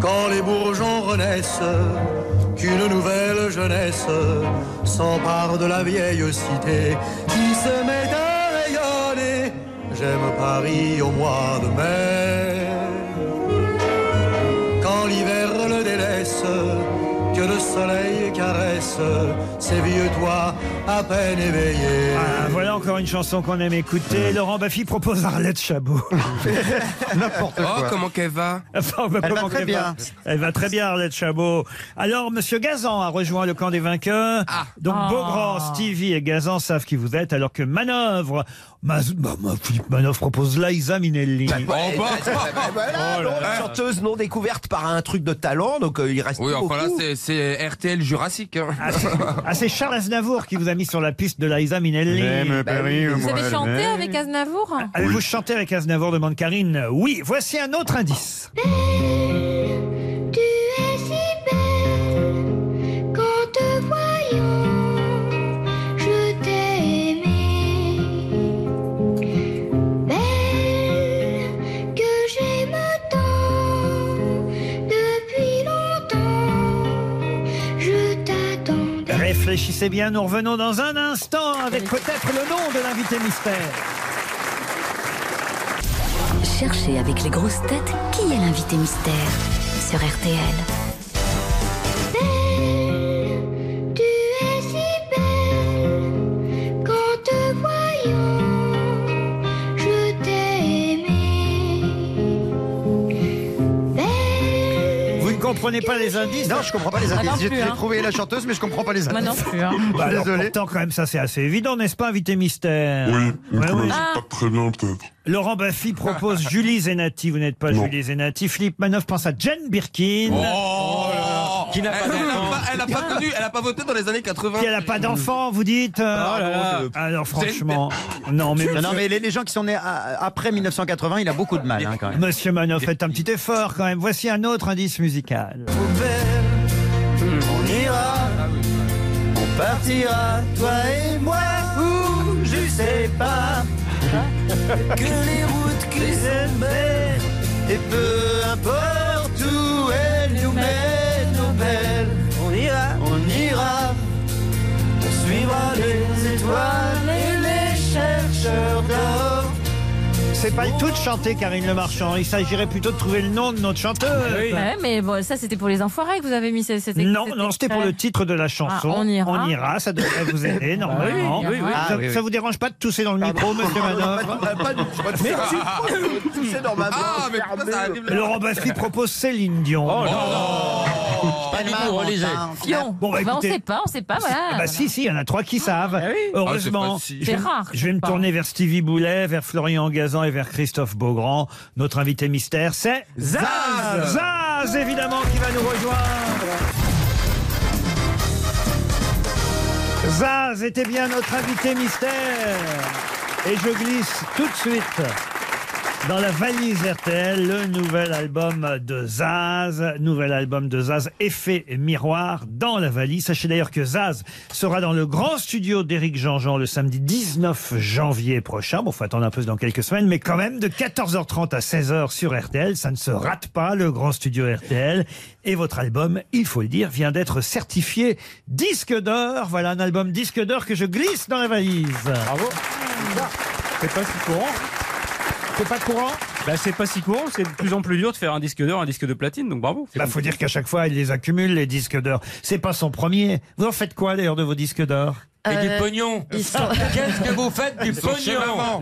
Speaker 6: Quand les bourgeons renaissent, qu'une nouvelle jeunesse s'empare de la vieille cité qui se met à rayonner. J'aime Paris au mois de mai. Quand l'hiver le délaisse, que le soleil caresse ces vieux toits à peine éveillés.
Speaker 4: Ah, voilà encore une chanson qu'on aime écouter. Laurent Baffy propose Arlette Chabot. N'importe
Speaker 5: Oh, comment qu'elle va
Speaker 4: Enfin, bah,
Speaker 5: Elle va
Speaker 4: comment
Speaker 5: très
Speaker 4: qu'elle
Speaker 5: bien.
Speaker 4: Elle va très bien, Arlette Chabot. Alors, Monsieur Gazan a rejoint le camp des vainqueurs. Donc,
Speaker 23: Ah.
Speaker 4: Beaugrand, Stevie et Gazan savent qui vous êtes, alors que Manœuvre, Maz- bah, bah, Philippe Manœuvre propose Liza Minelli.
Speaker 9: Ouais, ouais, ouais, ouais, voilà,
Speaker 4: Oh là
Speaker 9: non,
Speaker 4: là.
Speaker 9: chanteuse non découverte par un truc de talent, donc euh, il reste
Speaker 5: Oui,
Speaker 9: plus
Speaker 5: enfin là,
Speaker 9: beaucoup.
Speaker 5: c'est- c'est RTL Jurassique. hein.
Speaker 4: Ah, c'est Charles Aznavour qui vous a mis sur la piste de Liza Minelli.
Speaker 5: J'aime Bah Paris oui. au
Speaker 7: Vous avez chanté avec Aznavour
Speaker 4: Avez-vous chanté avec Aznavour demande Karine. Oui, voici un autre indice.
Speaker 8: Tu es si belle qu'en te voyant, je t'ai aimée. Belle que j'aime tant depuis longtemps, je t'attends.
Speaker 4: Réfléchissez bien, nous revenons dans un instant avec peut-être le nom de l'invité mystère.
Speaker 1: Cherchez avec les grosses têtes qui est l'invité mystère sur RTL.
Speaker 8: Tu es si belle qu'en te voyant, je t'ai aimée. Belle
Speaker 4: Vous ne comprenez pas les indices
Speaker 24: Non, je comprends pas les
Speaker 4: Ah
Speaker 24: indices. J'ai j'ai trouvé la chanteuse, mais je comprends pas les indices.
Speaker 4: hein. Bah alors,
Speaker 24: Désolé.
Speaker 4: pourtant, quand même, ça c'est assez évident, n'est-ce pas, invité mystère
Speaker 25: Oui, mais
Speaker 4: Ouais, Ah.
Speaker 25: que
Speaker 4: oui.
Speaker 25: c'est pas très bien peut-être.
Speaker 4: Laurent Baffy propose Julie Zenati. Vous n'êtes pas
Speaker 25: Non.
Speaker 4: Julie Zenati. Philippe Manoff pense à Jane Birkin.
Speaker 5: Oh
Speaker 4: Qui n'a pas
Speaker 5: Elle- elle
Speaker 4: d'enfant.
Speaker 5: a pas- Elle a pas connu, elle a pas voté dans les années 80.
Speaker 4: Qui elle a pas d'enfant, vous dites euh,
Speaker 5: Oh là là.
Speaker 4: Ah,
Speaker 24: Euh,
Speaker 4: Alors franchement, non mais
Speaker 24: non, mais les, les gens qui sont nés à- après 1980, il a beaucoup de mal hein, quand même.
Speaker 4: Monsieur Manoff, faites un petit effort quand même. Voici un autre indice musical.
Speaker 6: On ira, on partira, toi et moi, où je sais pas. Que les routes qui s'aiment, et peu importe où elles nous mènent, nos belles. On ira, on ira, on suivra les étoiles et les chercheurs d'or.
Speaker 4: C'est pas le tout de chanter Karine Le Marchand. Il s'agirait plutôt de trouver le nom de notre chanteuse.
Speaker 7: Ouais, mais bon, ça c'était pour les enfoirés que vous avez mis. ce- cet ex-
Speaker 4: Non,
Speaker 7: cet
Speaker 4: non, c'était
Speaker 7: extrait.
Speaker 4: pour le titre de la chanson.
Speaker 7: Ah, on ira.
Speaker 4: ça devrait vous aider
Speaker 7: Bah
Speaker 4: normalement.
Speaker 7: oui, oui, oui.
Speaker 4: Ça,
Speaker 7: Ah, oui, oui.
Speaker 4: ça vous dérange pas de tousser dans le micro, monsieur
Speaker 6: Oh,
Speaker 4: Manœuvre Mais tu-
Speaker 5: Ah, mais pourquoi ça arrive là
Speaker 4: Laurent Baffy propose Céline Dion. Oh
Speaker 7: Fion.
Speaker 4: Bon, bah,
Speaker 7: Bah, on
Speaker 4: écoutez.
Speaker 7: sait pas, on sait pas, voilà.
Speaker 4: Ah bah si, si, il y en a trois qui savent. Heureusement.
Speaker 7: Ah, c'est pas si.
Speaker 4: Je vais-
Speaker 7: C'est rare,
Speaker 4: Je vais me
Speaker 7: pas.
Speaker 4: tourner vers Stevie Boulet, vers Florian Gazan et vers Christophe Beaugrand. Notre invité mystère, c'est Zaz Zaz, évidemment, qui va nous rejoindre Zaz était bien notre invité mystère. Et je glisse tout de suite dans la valise RTL, le nouvel album de Zaz, nouvel album de Zaz, effet miroir dans la valise. Sachez d'ailleurs que Zaz sera dans le grand studio d'Éric Jean-Jean le samedi 19 janvier prochain. Bon, faut attendre un peu dans quelques semaines, mais quand même de 14h30 à 16h sur RTL, ça ne se rate pas, le grand studio RTL. Et votre album, il faut le dire, vient d'être certifié disque d'or. Voilà un album disque d'or que je glisse dans la valise. Bravo. C'est pas si courant. C'est pas courant
Speaker 26: Bah, c'est pas si courant, c'est de plus en plus dur de faire un disque d'or, un disque de platine, donc bravo.
Speaker 4: Bah, faut dire qu'à chaque fois, il les accumule, les disques d'or. C'est pas son premier. Vous en faites quoi, d'ailleurs, de vos disques d'or
Speaker 5: Et du pognon. Qu'est-ce que vous faites du pognon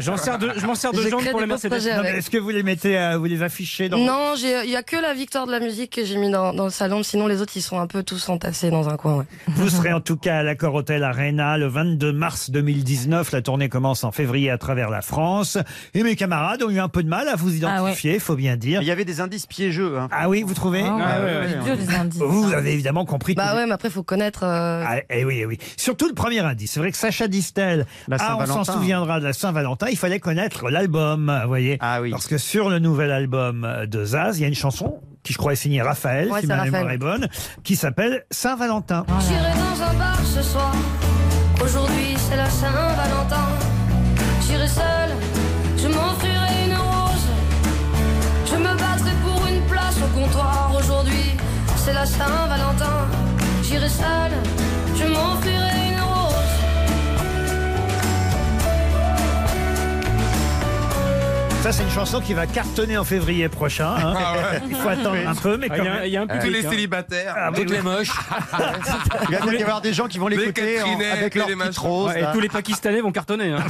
Speaker 4: Non, mais Est-ce que vous les mettez, à- vous les affichez dans
Speaker 27: Non, j'ai- il y a que la victoire de la musique que j'ai mis dans, dans le salon. Sinon, les autres, ils sont un peu tous entassés dans un coin. ouais.
Speaker 4: Vous serez en tout cas à l'Accor Hotel Arena le 22 mars 2019. La tournée commence en février à travers la France. Et mes camarades ont eu un peu de mal à vous
Speaker 27: Ah
Speaker 4: identifier, faut bien dire. Il y avait des indices piégeux. Ah oui, vous trouvez
Speaker 27: Ah ouais, Ah ouais, ouais, ouais. c'est dur, les indices.
Speaker 4: Vous, vous avez évidemment compris.
Speaker 27: Bah
Speaker 4: que-
Speaker 27: ouais, mais après, faut connaître. euh,
Speaker 4: Ah, eh oui, eh oui. Surtout le premier indice. indice. C'est vrai que Sacha Distel,
Speaker 9: La
Speaker 4: ah, on s'en
Speaker 9: Saint-Valentin.
Speaker 4: souviendra de la Saint-Valentin, il fallait connaître l'album, vous voyez.
Speaker 5: Ah
Speaker 4: Parce que sur le nouvel album euh, de Zaz, il y a une chanson qui je crois est signée Raphaël,
Speaker 27: Ouais,
Speaker 4: si
Speaker 27: c'est
Speaker 4: ma mémoire
Speaker 27: Raphaël.
Speaker 4: est bonne, qui s'appelle Saint-Valentin.
Speaker 17: J'irai dans un bar ce soir. Aujourd'hui, c'est la Saint-Valentin. J'irai seul, je m'enfuirai une rose. Je me battrai pour une place au comptoir. Aujourd'hui, c'est la Saint-Valentin. J'irai seul, je m'enfuirai une rose.
Speaker 4: Ça, c'est une chanson qui va cartonner en février prochain. hein.
Speaker 5: Ah ouais.
Speaker 4: Il faut attendre un peu, mais
Speaker 5: Ah,
Speaker 4: quand
Speaker 5: il y a-
Speaker 4: même.
Speaker 5: il y a un public, Tous les hein. célibataires, toutes les moches.
Speaker 9: Il va peut-être y avoir des gens qui vont
Speaker 5: Les
Speaker 9: l'écouter en-
Speaker 5: Catherinettes,
Speaker 9: avec
Speaker 5: les
Speaker 9: leur petite
Speaker 5: machins.
Speaker 9: rose.
Speaker 5: Ouais, et
Speaker 9: là.
Speaker 5: tous
Speaker 28: les Pakistanais vont cartonner.
Speaker 9: hein.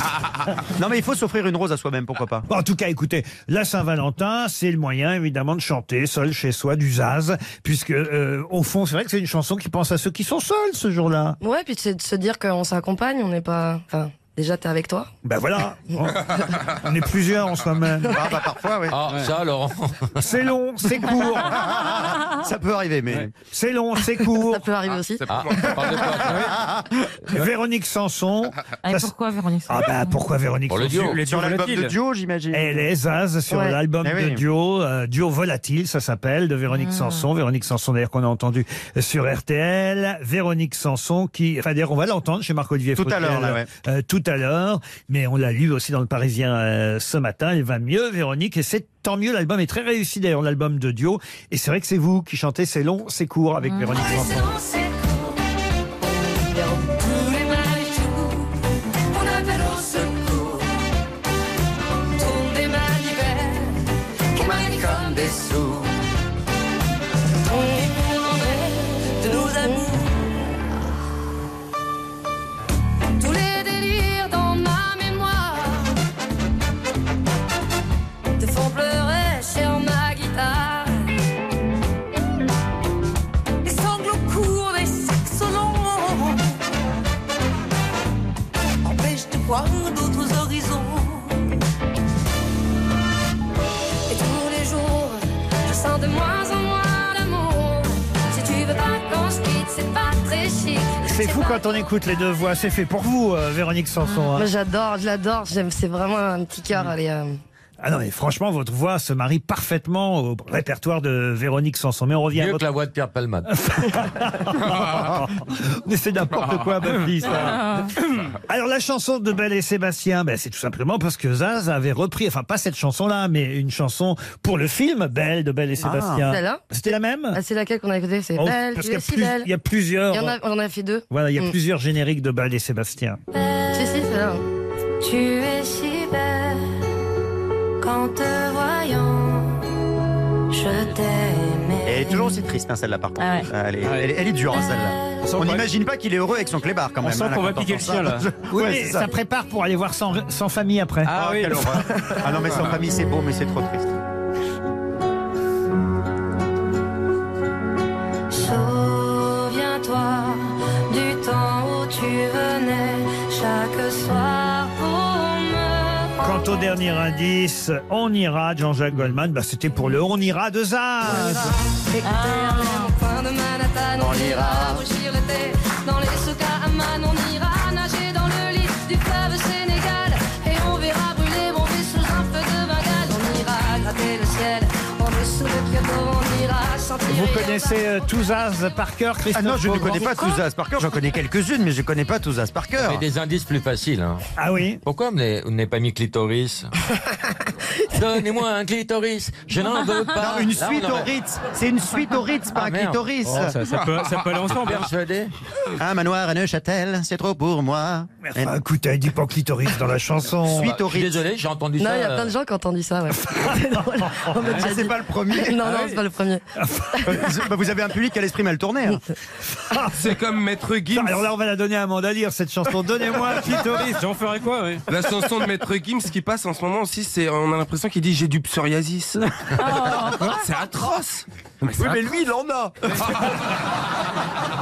Speaker 6: non, mais il faut s'offrir une rose à soi-même, pourquoi pas
Speaker 4: Bon, en tout cas, écoutez, la Saint-Valentin, c'est le moyen évidemment de chanter seul chez soi du zaz, puisque euh, au fond, c'est vrai que c'est une chanson qui pense à ceux qui sont seuls ce jour-là.
Speaker 27: Ouais, puis c'est de se dire qu'on s'accompagne, on n'est pas. Enfin, déjà, t'es avec toi.
Speaker 4: Ben voilà, on, on est plusieurs en soi-même.
Speaker 27: Ah, bah, parfois, oui.
Speaker 2: Ah, ça, Laurent.
Speaker 4: C'est long, c'est court.
Speaker 6: Ah. Ça peut arriver, mais.
Speaker 4: C'est long, c'est court. Ça
Speaker 27: peut
Speaker 6: Ah,
Speaker 27: arriver aussi.
Speaker 4: Véronique Sanson.
Speaker 29: Ah, et
Speaker 4: Ça,
Speaker 29: pourquoi Véronique
Speaker 4: Ah bah pourquoi Véronique
Speaker 6: Pour le
Speaker 4: Sanson
Speaker 6: duo. Les duos Sur l'album volatiles. de duo, j'imagine.
Speaker 4: Elle est Zaz sur
Speaker 6: Ouais.
Speaker 4: l'album
Speaker 6: Eh
Speaker 4: de
Speaker 6: oui.
Speaker 4: duo, euh, duo volatile, ça s'appelle, de Véronique
Speaker 27: Ah.
Speaker 4: Sanson. Véronique Sanson d'ailleurs qu'on a entendu euh, sur RTL. Véronique Sanson qui, enfin d'ailleurs on va l'entendre chez Marc-Olivier
Speaker 6: Tout à
Speaker 4: Fautel,
Speaker 6: l'heure, là, ouais.
Speaker 4: euh, tout à l'heure, mais on l'a lu aussi dans le Parisien euh, ce matin. Elle va mieux, Véronique, et c'est tant mieux. L'album est très réussi d'ailleurs, l'album de duo. Et c'est vrai que c'est vous qui chantez, c'est long, c'est court
Speaker 27: Mmh.
Speaker 4: avec Véronique Sanson.
Speaker 17: Tous les mal jours, on appelle au secours. Tombe des manivelles, qui manient comme des sourds. On est pour l'envers de nos amours. Tous les délires dans ma mémoire te font pleurer sur ma guitare. Les sanglots courts, les saxons longs Empêchent de voir d'autres horizons Et tous les jours, je sens de moins en moins d'amour Si tu veux pas qu'on se quitte, c'est pas très chic
Speaker 4: C'est fou quand on écoute les deux voix, c'est fait pour vous, euh, Véronique Sanson. hein.
Speaker 27: Moi, j'adore, je l'adore. J'aime, c'est vraiment un petit cœur. Elle est. euh,
Speaker 4: Ah non, mais franchement, votre voix se marie parfaitement au répertoire de Véronique Sanson. Mais on revient à
Speaker 2: Mieux
Speaker 4: votre...
Speaker 2: que la voix de Pierre Palmade.
Speaker 4: Mais c'est n'importe quoi, ma fille, ça. Alors, la chanson de Belle et Sébastien, ben, c'est tout simplement parce que Zaz avait repris, enfin, pas cette chanson-là, mais une chanson pour le film Belle de Belle et Sébastien.
Speaker 27: Ah. Celle-là
Speaker 4: C'était la même
Speaker 27: Ah, c'est laquelle qu'on a écoutée C'est
Speaker 4: Oh,
Speaker 27: belle,
Speaker 4: parce
Speaker 27: tu
Speaker 4: qu'il y
Speaker 27: es
Speaker 4: a
Speaker 27: si
Speaker 4: plus-
Speaker 27: belle.
Speaker 4: il y a plusieurs-
Speaker 27: Il y en a, on en a fait deux.
Speaker 4: Voilà, il y a
Speaker 27: Mm.
Speaker 4: plusieurs génériques de Belle et Sébastien.
Speaker 27: Si, si, c'est là.
Speaker 17: Tu es si belle qu'en te voyant, je t'aimais.
Speaker 6: Elle est toujours aussi triste, hein, celle-là, par contre.
Speaker 17: Ah ouais.
Speaker 6: elle, est, elle est- elle est dure, hein, celle-là. On n'imagine pas qu'il est heureux avec son clébard, quand
Speaker 4: On
Speaker 6: même.
Speaker 4: sent
Speaker 6: hein,
Speaker 4: qu'on va
Speaker 6: quand
Speaker 4: piquer
Speaker 6: on
Speaker 4: le
Speaker 6: entend
Speaker 4: chien, là.
Speaker 6: ça.
Speaker 4: Oui,
Speaker 6: Ouais,
Speaker 4: mais
Speaker 6: c'est
Speaker 4: ça. prépare pour aller voir sans, sans famille après.
Speaker 6: Ah, quelle horreur. Ah non, mais sans famille, c'est beau, mais c'est trop triste.
Speaker 17: Souviens-toi du temps où tu venais chaque soir pour me.
Speaker 4: Quant au dernier indice, on ira de Jean-Jacques Goldman, bah, c'était pour le on ira de Zaz.
Speaker 17: Éternel, coin de Manhattan, on ira rougir l'été. Dans les soukas à Man, on ira nager dans le lit du fleuve Sénégal. Et on verra brûler mon vie sous un feu de Bengale. On ira gratter le ciel, en dessous de Kyoto, on ira sentir.
Speaker 4: Vous connaissez euh, tout Zaz par cœur,
Speaker 6: Ah
Speaker 4: Christophe
Speaker 6: non, je ne
Speaker 4: Beaugrand
Speaker 6: connais pas tous as par cœur. J'en connais quelques-unes, mais je ne connais pas tous as par cœur.
Speaker 2: Mais des indices plus faciles. Hein.
Speaker 4: Ah oui
Speaker 2: Pourquoi vous n'avez- vous n'avez pas mis clitoris Donnez-moi un clitoris, je n'en veux pas.
Speaker 6: Non, une suite au Ritz. C'est une suite au Ritz, pas un clitoris.
Speaker 2: Ah, Persuadé
Speaker 6: Un manoir à Neuchâtel, c'est trop pour moi.
Speaker 4: Enfin, écoutez, elle dit pas clitoris dans la chanson.
Speaker 6: Suite au
Speaker 2: Je suis
Speaker 6: Ritz.
Speaker 2: désolé, j'ai entendu
Speaker 27: Non,
Speaker 2: ça.
Speaker 27: il y a plein de
Speaker 2: euh,
Speaker 27: gens qui ont entendu ça, ouais. On m'a déjà
Speaker 6: Ah, c'est
Speaker 27: dit.
Speaker 6: pas le premier.
Speaker 27: Non,
Speaker 6: Ah
Speaker 27: non,
Speaker 6: oui.
Speaker 27: c'est pas le premier.
Speaker 6: Bah, vous avez un public à l'esprit mal tourné. hein.
Speaker 4: Ah,
Speaker 6: Ah,
Speaker 5: C'est comme Maître Gims.
Speaker 4: Alors là, on va la donner à Amanda lire, cette chanson. Donnez-moi un clitoris.
Speaker 28: J'en ferai quoi, oui.
Speaker 5: La chanson de Maître Gims qui passe en ce moment aussi, c'est on a l'impression Vincent qui dit j'ai du psoriasis. C'est atroce.
Speaker 6: Oui, mais lui, il en a.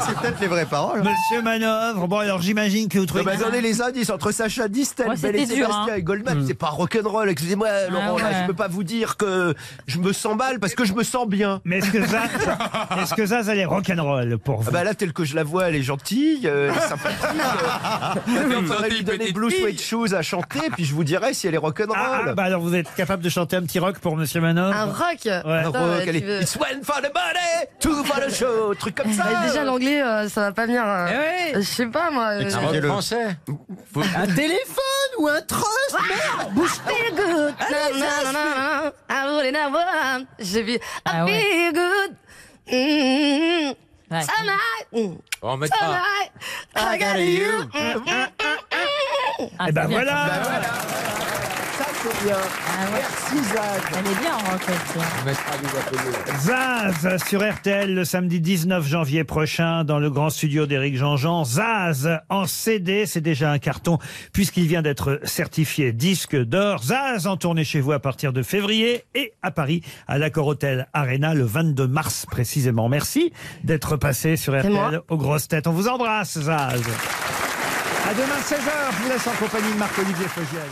Speaker 6: C'est peut-être les vraies paroles. hein.
Speaker 4: Monsieur Manœuvre, bon alors j'imagine que vous trouvez.
Speaker 6: Bah, donnez les indices entre Sacha Distel,
Speaker 4: Ouais,
Speaker 6: Belle et
Speaker 4: c'était dur,
Speaker 6: Sébastien
Speaker 4: hein.
Speaker 6: et Goldman. C'est pas rock'n'roll. Excusez-moi,
Speaker 27: Ah,
Speaker 6: Laurent, là,
Speaker 4: ouais.
Speaker 6: je peux pas vous dire que je me sens mal parce que je me sens bien.
Speaker 4: Mais est-ce que Zaz, est-ce que Zaz, elle est rock'n'roll pour vous
Speaker 6: bah Là, telle que je la vois, elle est gentille, euh, elle est sympathique.
Speaker 4: Mais
Speaker 6: euh,
Speaker 4: vous
Speaker 6: Il
Speaker 4: sentez
Speaker 6: faudrait lui
Speaker 4: Ah. une
Speaker 6: donner
Speaker 4: petite
Speaker 6: Blue
Speaker 4: fille.
Speaker 6: Sweat Shoes à chanter, puis je vous dirai si elle est rock'n'roll.
Speaker 4: Ah, bah alors vous êtes capable de chanter un petit rock pour Monsieur Manœuvre
Speaker 17: Un rock
Speaker 4: Un rock, elle est-
Speaker 6: It's one for the money, two for the show, truc comme ça. Eh
Speaker 17: Mais déjà l'anglais, euh, ça va pas venir. hein. Je sais pas moi. euh,
Speaker 6: Expliquez-le. Un rock français.
Speaker 27: Un téléphone ou un trust
Speaker 6: Ah,
Speaker 27: Merde Bouge
Speaker 17: Feel good. Na, na, na, na, na. I wouldn't have one. J'ai vu. I feel good. Mm,
Speaker 2: Ouais.
Speaker 17: Tonight. Mm,
Speaker 2: On va en mettre un.
Speaker 17: Tonight. I got you. Mm, mm, mm, mm.
Speaker 7: Ah,
Speaker 4: Eh ben voilà.
Speaker 6: Ça, c'est bien. Merci, Zad.
Speaker 7: Ah, Elle est bien en roquette.
Speaker 4: Zaz sur RTL le samedi 19 janvier prochain dans le grand studio d'Éric Jean-Jean. Zaz en CD, c'est déjà un carton puisqu'il vient d'être certifié disque d'or. Zaz en tournée chez vous à partir de février et à Paris à l'Accor Hotel Arena le 22 mars précisément. Merci d'être passé sur
Speaker 17: C'est moi.
Speaker 4: RTL aux grosses têtes. On vous embrasse Zaz. À demain 16h, je vous laisse en compagnie de Marc-Olivier Fogiel.